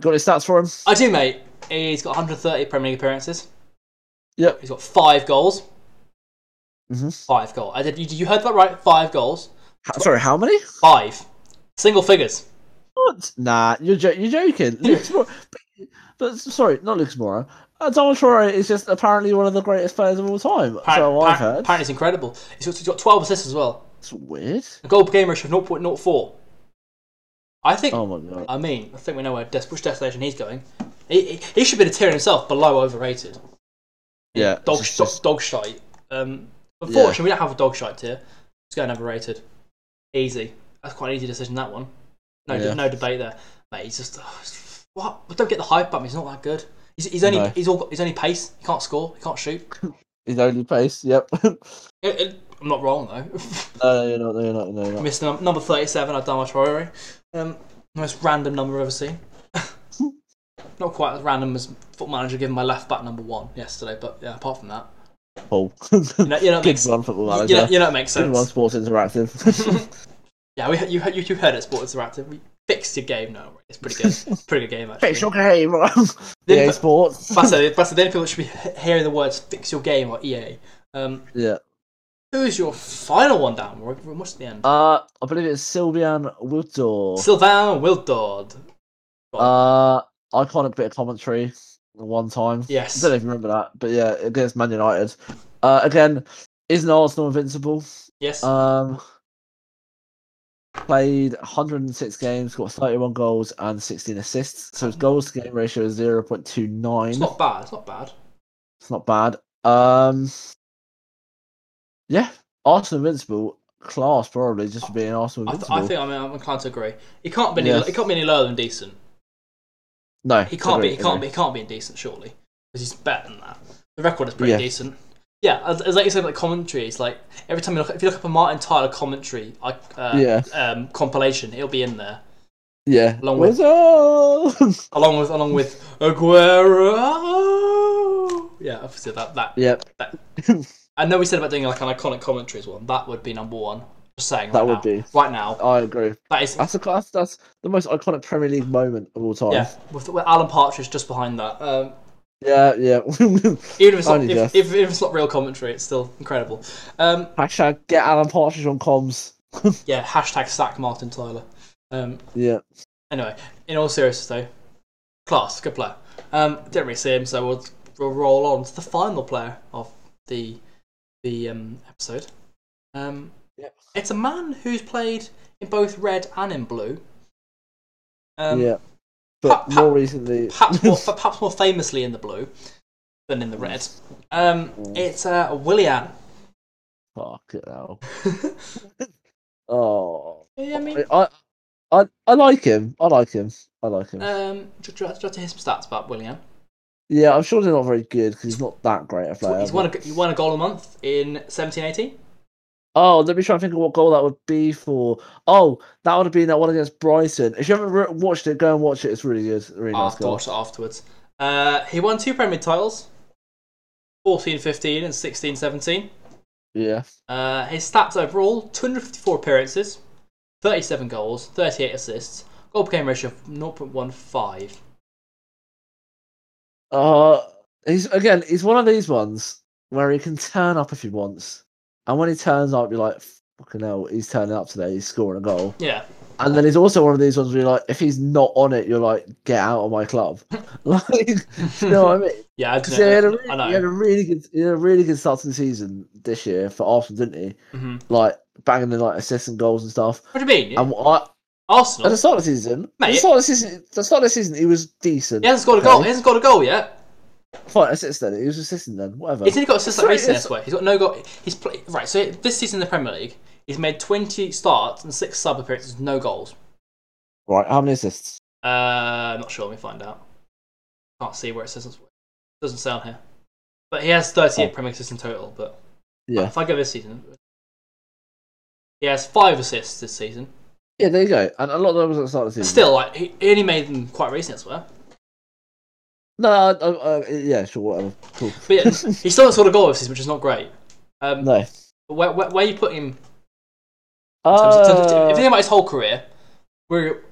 [SPEAKER 2] Got any stats for him?
[SPEAKER 1] I do, mate. He's got 130 Premier League appearances.
[SPEAKER 2] Yep.
[SPEAKER 1] He's got five goals.
[SPEAKER 2] Mhm.
[SPEAKER 1] Five goals. I did. You, you heard that right? Five goals.
[SPEAKER 2] H- sorry, how many?
[SPEAKER 1] Five. Single figures.
[SPEAKER 2] What? Nah, you're jo- you're joking. Lucas Moura. But, but sorry, not Lucas Mora. Uh, Donald Traore is just apparently one of the greatest players of all time.
[SPEAKER 1] Appar-
[SPEAKER 2] so I've
[SPEAKER 1] appar-
[SPEAKER 2] heard.
[SPEAKER 1] Apparently, it's incredible. He's got, he's got 12 assists as well.
[SPEAKER 2] It's weird.
[SPEAKER 1] A goal per game ratio of 0.04. I think
[SPEAKER 2] Oh my god.
[SPEAKER 1] I mean, I think we know where des- which destination he's going. He, he, he should be the tier himself, below overrated.
[SPEAKER 2] Yeah.
[SPEAKER 1] Dog,
[SPEAKER 2] it's
[SPEAKER 1] sh-
[SPEAKER 2] just-
[SPEAKER 1] dog shite. Um, unfortunately, we don't have a dog shite tier. It's going overrated. Easy. That's quite an easy decision. That one. No,
[SPEAKER 2] Yeah.
[SPEAKER 1] no debate there. Mate, he's just oh, it's- what? But don't get the hype up. He's not that good. He's, he's only
[SPEAKER 2] No.
[SPEAKER 1] he's all got, he's only pace. He can't score. He can't shoot.
[SPEAKER 2] His only pace. Yep. no,
[SPEAKER 1] It- it- I'm not wrong though.
[SPEAKER 2] no, you're not. No, you're not. No, you're not.
[SPEAKER 1] Missed num- number thirty-seven. I've done my Traore. Um, most random number I've ever seen. Not quite as random as foot manager giving my left back number one yesterday, but yeah, apart from that,
[SPEAKER 2] Paul.
[SPEAKER 1] you know, you know, it
[SPEAKER 2] Good
[SPEAKER 1] makes,
[SPEAKER 2] one, football
[SPEAKER 1] you,
[SPEAKER 2] manager.
[SPEAKER 1] you know, you know it makes
[SPEAKER 2] Good one,
[SPEAKER 1] sense.
[SPEAKER 2] Sports Interactive.
[SPEAKER 1] Yeah, we, you, you, you heard it, Sports Interactive. We fixed your game now. It's pretty good. It's a pretty good game, actually.
[SPEAKER 2] Fix your game. EA
[SPEAKER 1] but-
[SPEAKER 2] Sports.
[SPEAKER 1] That's, it, that's the only people that should be he- hearing the words fix your game or EA. E Um,
[SPEAKER 2] Yeah.
[SPEAKER 1] Who is your final one down? We're, we're almost at the end.
[SPEAKER 2] Uh, I believe it's Sylvian Woodor.
[SPEAKER 1] Sylvain Wildord.
[SPEAKER 2] uh, iconic bit of commentary one time. I
[SPEAKER 1] Yes.
[SPEAKER 2] don't know if you remember that, but yeah, against Man United. Uh, again, isn't Arsenal invincible?
[SPEAKER 1] yes.
[SPEAKER 2] Um, played 106 games, got 31 goals and 16 assists. So his goals to game ratio is 0.29.
[SPEAKER 1] it's not bad. It's not bad.
[SPEAKER 2] It's not bad. Um, yeah, Arsenal invincible class probably just for being Arsenal
[SPEAKER 1] I, th-
[SPEAKER 2] invincible.
[SPEAKER 1] I think I mean, I'm inclined to agree. He can't be any,
[SPEAKER 2] Yes.
[SPEAKER 1] he can't be any lower than decent.
[SPEAKER 2] no,
[SPEAKER 1] He can't
[SPEAKER 2] agree,
[SPEAKER 1] be. He can't
[SPEAKER 2] agree.
[SPEAKER 1] be. He can't be indecent, surely, because he's better than that. The record is pretty
[SPEAKER 2] Yeah.
[SPEAKER 1] decent. Yeah, as, as like you said, like commentary, it's like every time you look, if you look up a Martin Tyler commentary, like uh,
[SPEAKER 2] Yeah,
[SPEAKER 1] um, compilation, it'll be in there
[SPEAKER 2] yeah.
[SPEAKER 1] Long
[SPEAKER 2] Where's Arsenal?
[SPEAKER 1] along with along with Aguero. Yeah, obviously that that.
[SPEAKER 2] yep,
[SPEAKER 1] I know we said about doing like an iconic commentary as well. That would be number one. Just saying.
[SPEAKER 2] That
[SPEAKER 1] right
[SPEAKER 2] would
[SPEAKER 1] now.
[SPEAKER 2] be.
[SPEAKER 1] right now.
[SPEAKER 2] I agree.
[SPEAKER 1] That is
[SPEAKER 2] That's the class. That's the most iconic Premier League moment of all time.
[SPEAKER 1] yeah. With, with Alan Partridge just behind that. Um,
[SPEAKER 2] yeah. yeah.
[SPEAKER 1] even if it's not
[SPEAKER 2] Only
[SPEAKER 1] if,
[SPEAKER 2] just.
[SPEAKER 1] if, if it's not real commentary, it's still incredible. Um,
[SPEAKER 2] Hashtag get Alan Partridge on comms.
[SPEAKER 1] yeah, hashtag sack Martin Tyler. Um,
[SPEAKER 2] Yeah.
[SPEAKER 1] anyway, in all seriousness though, class, good player. Um, didn't really see him, so we'll, we'll roll on to the final player of the the um, episode. Um,
[SPEAKER 2] Yep.
[SPEAKER 1] It's a man who's played in both red and in blue. Um,
[SPEAKER 2] yeah. But
[SPEAKER 1] pa- pa-
[SPEAKER 2] more recently,
[SPEAKER 1] perhaps more, perhaps more famously in the blue than in the red. Um, it's uh, Willian.
[SPEAKER 2] fuck it now. Oh,
[SPEAKER 1] Yeah, I mean,
[SPEAKER 2] I, I, I like him. I like him. I like him.
[SPEAKER 1] um, do, you- do you want to hear some stats about Willian?
[SPEAKER 2] yeah, I'm sure they're not very good because he's not that great a player.
[SPEAKER 1] He's
[SPEAKER 2] but-
[SPEAKER 1] won a, he won a goal a month in 1718.
[SPEAKER 2] Oh, let me try and think of what goal that would be for. Oh, that would have been that one against Brighton. If you haven't re- watched it, go and watch it. It's really good. Really
[SPEAKER 1] I'll
[SPEAKER 2] nice
[SPEAKER 1] have to
[SPEAKER 2] goal.
[SPEAKER 1] watch it Ah, afterwards. Uh, he won two Premier League titles 14 15 and 16 17.
[SPEAKER 2] Yeah,
[SPEAKER 1] Uh, his stats overall 254 appearances, 37 goals, 38 assists, goal per game ratio of 0.15.
[SPEAKER 2] Uh, he's again. He's one of these ones where he can turn up if he wants, and when he turns up, you're like, "Fucking hell, he's turning up today. He's scoring a goal."
[SPEAKER 1] Yeah,
[SPEAKER 2] And then he's also one of these ones where you're like, "If he's not on it, you're like, get out of my club." like, do you know what I mean?
[SPEAKER 1] yeah, I,
[SPEAKER 2] 'Cause he had a
[SPEAKER 1] don't know.
[SPEAKER 2] really,
[SPEAKER 1] I
[SPEAKER 2] he had
[SPEAKER 1] know.
[SPEAKER 2] a really good, he had a really good start to the season this year for Arsenal, didn't he?
[SPEAKER 1] Mhm.
[SPEAKER 2] Like banging in like assists and goals and stuff.
[SPEAKER 1] What do you mean?
[SPEAKER 2] And I, at the
[SPEAKER 1] Arsenal?
[SPEAKER 2] start of the season, at
[SPEAKER 1] Mate.
[SPEAKER 2] the start of the season, at the start of the season, he was decent.
[SPEAKER 1] He hasn't scored a goal.
[SPEAKER 2] okay.
[SPEAKER 1] He hasn't scored a goal yet.
[SPEAKER 2] Fine, assists then. He was assisting then. Whatever.
[SPEAKER 1] He's only got assists like
[SPEAKER 2] Sorry,
[SPEAKER 1] recently. I
[SPEAKER 2] it's-
[SPEAKER 1] swear. He's got no goal. He's play- right. So this season in the Premier League, he's made 20 starts and six sub appearances, no goals.
[SPEAKER 2] Right, how many assists?
[SPEAKER 1] Uh, not sure. Let me find out. Can't see where it says. Doesn't say on here. But he has 38 Premier assists in total. But
[SPEAKER 2] Oh. Yeah.
[SPEAKER 1] if I go this season, he has five assists this season.
[SPEAKER 2] Yeah, there you go. And a lot of those at the start of the season.
[SPEAKER 1] Still, like he he only made them quite recent as well.
[SPEAKER 2] No, I, I, I, yeah, sure, whatever. Cool.
[SPEAKER 1] But yeah, he still hasn't scored a goal this season, which is not great. Um,
[SPEAKER 2] no.
[SPEAKER 1] but where, where, where you put him? In terms of, if you
[SPEAKER 2] Uh,
[SPEAKER 1] think about his whole career, we're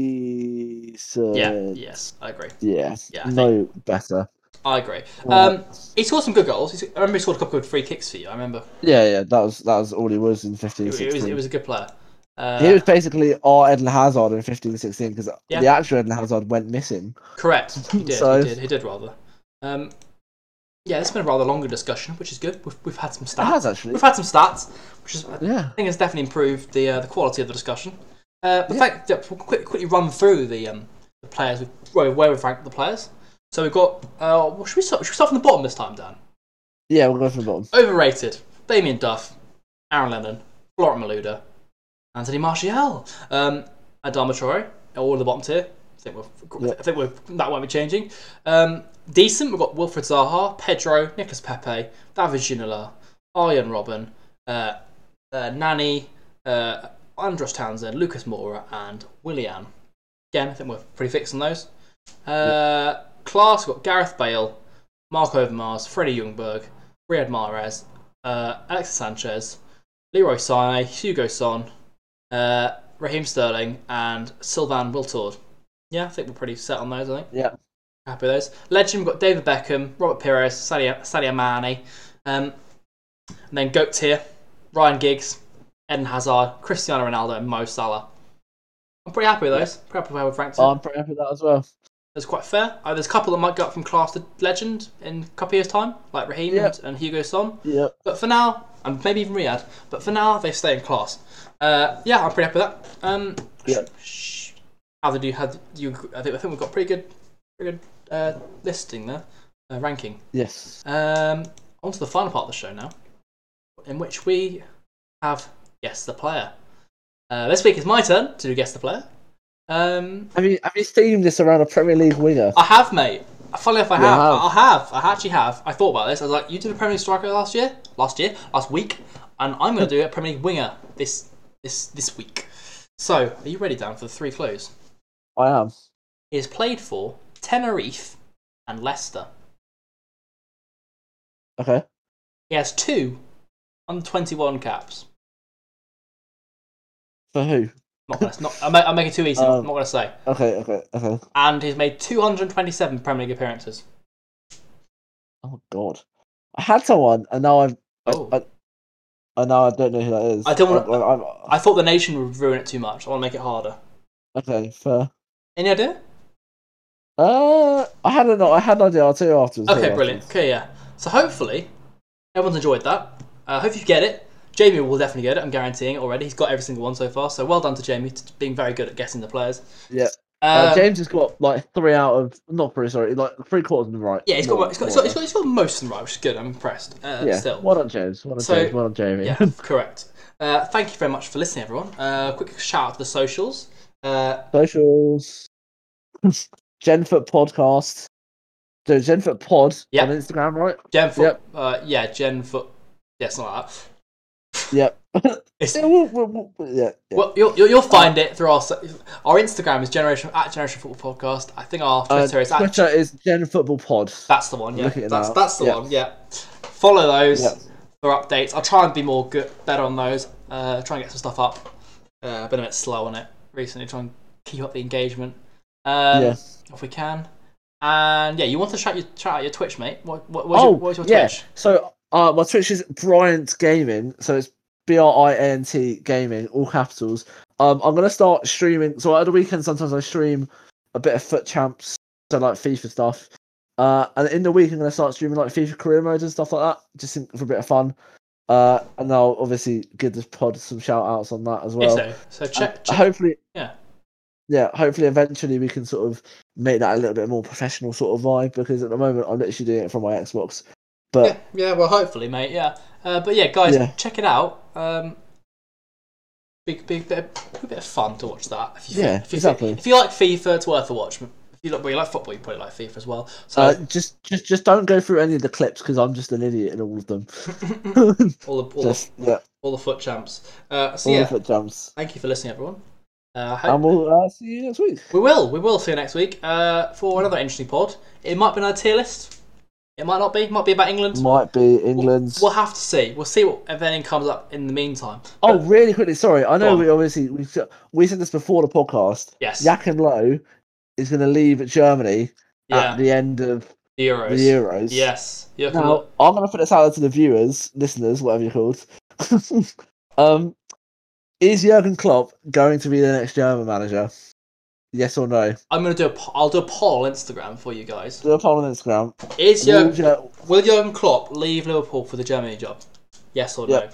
[SPEAKER 2] decent.
[SPEAKER 1] yeah,
[SPEAKER 2] Yeah.
[SPEAKER 1] yes, I agree.
[SPEAKER 2] yeah.
[SPEAKER 1] Yeah, I
[SPEAKER 2] No better.
[SPEAKER 1] I agree.
[SPEAKER 2] Uh,
[SPEAKER 1] Um, he scored some good goals. He's, I remember he scored a couple of good free kicks for you. I remember
[SPEAKER 2] Yeah, yeah, that was that was all he was in 15
[SPEAKER 1] it, it was
[SPEAKER 2] 16.
[SPEAKER 1] it was a good player. Uh,
[SPEAKER 2] he was basically our Edna Hazard in 15 16 because
[SPEAKER 1] Yeah.
[SPEAKER 2] the actual Edna Hazard went missing.
[SPEAKER 1] Correct. He did.
[SPEAKER 2] So-
[SPEAKER 1] He did. He did rather. Um, yeah, it's been a rather longer discussion, which is good. We've, we've had some
[SPEAKER 2] It
[SPEAKER 1] stats.
[SPEAKER 2] has actually.
[SPEAKER 1] We've had some stats, which is, I
[SPEAKER 2] Yeah.
[SPEAKER 1] think has definitely improved the uh, the quality of the discussion. Uh, the
[SPEAKER 2] Yeah.
[SPEAKER 1] fact that we'll quick, quickly run through the um, the players, we've, where where we've ranked the players. So we've got. Uh, well, should we start? Should we start from the bottom this time, Dan?
[SPEAKER 2] Yeah, we'll go from the bottom.
[SPEAKER 1] Overrated. Damien Duff, Aaron Lennon, Florent Maluda, Anthony Martial, um, Adama Traore, all in the bottom tier. I think we're,
[SPEAKER 2] Yeah.
[SPEAKER 1] I think we're, that won't be changing. Um, decent. We've got Wilfred Zaha, Pedro, Nicolas Pepe, David Ginola, Arjen Robin, uh, uh, Nani, uh, Andros Townsend, Lucas Moura, and Willian. Again, I think we're pretty fixed on those. Uh, Class, we've got Gareth Bale, Mark Overmars, Freddie Jungberg, Riyad Mahrez, uh, Alexis Sanchez, Leroy Sané, Hugo Son, uh, Raheem Sterling, and Sylvain Wiltord. Yeah, I think we're pretty set on those, I think.
[SPEAKER 2] Yeah.
[SPEAKER 1] Happy with those. Legend, we've got David Beckham, Robert Pires, Sadio, Sadio Mane, um, And then goat tier: Ryan Giggs, Eden Hazard, Cristiano Ronaldo, and Mo Salah. I'm pretty happy with those. Pretty happy with how we've ranked it.
[SPEAKER 2] Oh, I'm pretty happy with that as well.
[SPEAKER 1] That's quite fair. Uh, there's a couple that might go up from class to legend in a couple years' time, like Raheem
[SPEAKER 2] Yeah.
[SPEAKER 1] and, and Hugo Son.
[SPEAKER 2] Yep.
[SPEAKER 1] But for now, and maybe even Riyadh, but for now, they stay in class. Uh, yeah, I'm pretty happy with that. Um,
[SPEAKER 2] Yeah.
[SPEAKER 1] sh- How did you, how did you, I think, I think we've got pretty good, pretty good uh, listing there, uh, ranking.
[SPEAKER 2] Yes.
[SPEAKER 1] Um, on to the final part of the show now, in which we have Guess the Player. Uh, this week is my turn to do Guess the Player. Um,
[SPEAKER 2] Have you have you steamed this around a Premier League winger?
[SPEAKER 1] I have, mate. Funnily enough, I
[SPEAKER 2] You
[SPEAKER 1] have.
[SPEAKER 2] have.
[SPEAKER 1] I have. I actually have. I thought about this. I was like, you did a Premier League striker last year, last year, last week, and I'm going to do a Premier League winger this this this week. So, are you ready, Dan, for the three clues?
[SPEAKER 2] I am.
[SPEAKER 1] He has played for Tenerife and Leicester.
[SPEAKER 2] Okay.
[SPEAKER 1] He has two under 21 caps.
[SPEAKER 2] For who?
[SPEAKER 1] Not gonna, not, I'm, ma- I'm making it too easy. I'm
[SPEAKER 2] Um.
[SPEAKER 1] not going to say.
[SPEAKER 2] Okay. Okay. Okay.
[SPEAKER 1] And he's made 227 Premier League appearances.
[SPEAKER 2] Oh God. I had someone, and now I've. I-
[SPEAKER 1] Oh.
[SPEAKER 2] I, I know I don't know who that is.
[SPEAKER 1] I don't wanna-
[SPEAKER 2] I,
[SPEAKER 1] I thought the nation would ruin it too much. I want to make it harder.
[SPEAKER 2] okay, fair.
[SPEAKER 1] Any idea?
[SPEAKER 2] Uh, I had an I had an idea too afterwards.
[SPEAKER 1] Okay,
[SPEAKER 2] too,
[SPEAKER 1] brilliant.
[SPEAKER 2] afterwards.
[SPEAKER 1] Okay, yeah. So hopefully, everyone's enjoyed that. I hope you get it. Jamie will definitely get it. I'm guaranteeing it already. He's got every single one so far. So well done to Jamie t- being very good at guessing the players.
[SPEAKER 2] Yeah.
[SPEAKER 1] Um,
[SPEAKER 2] Uh, James has got like three out of not three, sorry, like three quarters of them right.
[SPEAKER 1] yeah, he's got,
[SPEAKER 2] More-
[SPEAKER 1] he's, got, he's,
[SPEAKER 2] more
[SPEAKER 1] got, he's, got, he's got most of them right, which is good. I'm impressed. Uh,
[SPEAKER 2] or less. yeah.
[SPEAKER 1] Still.
[SPEAKER 2] Well done, James. Well done,
[SPEAKER 1] So-
[SPEAKER 2] James. Well done, Jamie.
[SPEAKER 1] Yeah, correct. Uh, thank you very much for listening, everyone. Uh, quick shout out to the socials. Uh,
[SPEAKER 2] Socials. Genfoot podcast. So Genfoot pod
[SPEAKER 1] Yeah.
[SPEAKER 2] on Instagram, right?
[SPEAKER 1] Jen Foot.
[SPEAKER 2] Yep.
[SPEAKER 1] Uh, yeah, Jen Foot. Yeah, something like that.
[SPEAKER 2] Yep.
[SPEAKER 1] It's-
[SPEAKER 2] yeah, we'll, we'll, we'll- yeah, yeah.
[SPEAKER 1] Well, you'll, you'll, you'll find it through our so- our Instagram is generation at generation football podcast. I think our
[SPEAKER 2] Uh,
[SPEAKER 1] Twitter is at
[SPEAKER 2] Twitter is Gen Football Pod.
[SPEAKER 1] That's the one. Yeah,
[SPEAKER 2] Look at it
[SPEAKER 1] that's
[SPEAKER 2] now.
[SPEAKER 1] that's the
[SPEAKER 2] Yeah.
[SPEAKER 1] one. Yeah, follow those
[SPEAKER 2] Yeah.
[SPEAKER 1] for updates. I'll try and be more good, better on those. Uh, try and get some stuff up. Uh, been a bit slow on it recently. Try and keep up the engagement um,
[SPEAKER 2] Yeah.
[SPEAKER 1] if we can. And yeah, you want to shout your shout out your Twitch, mate? What what what's
[SPEAKER 2] Oh,
[SPEAKER 1] your, what's your
[SPEAKER 2] yeah.
[SPEAKER 1] Twitch?
[SPEAKER 2] So uh, my Twitch is Bryant Gaming. So it's B R I N T Gaming, all capitals. Um, I'm gonna start streaming. So at the weekend, sometimes I stream a bit of foot champs, so like FIFA stuff. Uh, and in the week, I'm gonna start streaming like FIFA career modes and stuff like that, just in, for a bit of fun. Uh, and I'll obviously give this pod some shout outs on that as well.
[SPEAKER 1] Yeah, so, so check,
[SPEAKER 2] Uh,
[SPEAKER 1] check
[SPEAKER 2] hopefully
[SPEAKER 1] yeah.
[SPEAKER 2] yeah hopefully eventually we can sort of make that a little bit more professional sort of vibe because at the moment i'm literally doing it from my xbox but
[SPEAKER 1] yeah, yeah, well, hopefully, mate. Yeah, uh, but yeah, guys,
[SPEAKER 2] Yeah.
[SPEAKER 1] check it out. Um, big, big bit, of, bit of fun to watch that. If you,
[SPEAKER 2] Yeah,
[SPEAKER 1] if you,
[SPEAKER 2] exactly.
[SPEAKER 1] If you like FIFA, it's worth a watch. If you like, well, you like football, you probably like FIFA as well. So
[SPEAKER 2] uh, just just just don't go through any of the clips because i'm just an idiot in all of them
[SPEAKER 1] all the all,
[SPEAKER 2] just
[SPEAKER 1] the,
[SPEAKER 2] yeah
[SPEAKER 1] all the foot champs. Uh, so
[SPEAKER 2] all
[SPEAKER 1] yeah,
[SPEAKER 2] the foot jumps
[SPEAKER 1] thank you for listening, everyone. Uh, I hope-
[SPEAKER 2] and we'll uh, see you next week
[SPEAKER 1] we will, we will see you next week uh, for another interesting pod. It might be on our tier list. It might not be. Might be about England.
[SPEAKER 2] might be england's
[SPEAKER 1] We'll have to see. We'll see what if anything comes up in the meantime.
[SPEAKER 2] oh really quickly sorry i
[SPEAKER 1] Go
[SPEAKER 2] know
[SPEAKER 1] on.
[SPEAKER 2] we obviously we, s- we said this before the podcast
[SPEAKER 1] Yes.
[SPEAKER 2] yak and low is going to leave germany
[SPEAKER 1] Yeah.
[SPEAKER 2] at the end of
[SPEAKER 1] The Euros.
[SPEAKER 2] the euros
[SPEAKER 1] Yes. You can
[SPEAKER 2] Now,
[SPEAKER 1] look-
[SPEAKER 2] I'm going to put this out there to the viewers, listeners, whatever you're called. um, is Jurgen Klopp going to be the next German manager? Yes or no?
[SPEAKER 1] I'm gonna do a. po- I'll do a poll on Instagram for you guys.
[SPEAKER 2] Do a poll on Instagram.
[SPEAKER 1] Is
[SPEAKER 2] Will
[SPEAKER 1] Jurgen,
[SPEAKER 2] Jur-
[SPEAKER 1] will Jurgen Klopp leave Liverpool for the Germany job? Yes or no?
[SPEAKER 2] Yeah.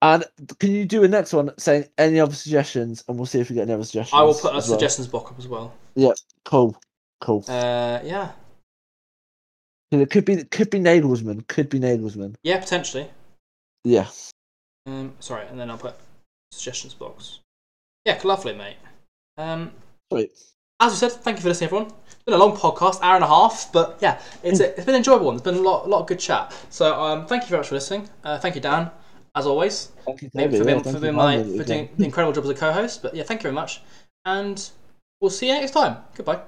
[SPEAKER 2] and can you do a next one saying any other suggestions, and we'll see if we get any other suggestions.
[SPEAKER 1] I will put a
[SPEAKER 2] as well.
[SPEAKER 1] suggestions box up as well.
[SPEAKER 2] Cool, cool.
[SPEAKER 1] Uh, yeah,
[SPEAKER 2] it could be, it could be Nagelsmann. Could be Nagelsmann.
[SPEAKER 1] yeah, potentially.
[SPEAKER 2] Yeah.
[SPEAKER 1] Um, sorry, and then I'll put suggestions box. Yeah, lovely, mate. Um,
[SPEAKER 2] Sweet.
[SPEAKER 1] as we said, thank you for listening, everyone. It's been a long podcast, hour and a half, but yeah, it's a, it's been an enjoyable one. It's been a lot, lot of good chat. So um, thank you very much for listening. Uh, thank you, Dan, as always.
[SPEAKER 2] Thank you,
[SPEAKER 1] Thank you for
[SPEAKER 2] Toby, yeah,
[SPEAKER 1] being,
[SPEAKER 2] thank
[SPEAKER 1] for
[SPEAKER 2] you
[SPEAKER 1] being
[SPEAKER 2] having
[SPEAKER 1] my
[SPEAKER 2] me
[SPEAKER 1] for
[SPEAKER 2] again.
[SPEAKER 1] doing the incredible job as a co-host. But yeah, thank you very much, and we'll see you next time. Goodbye.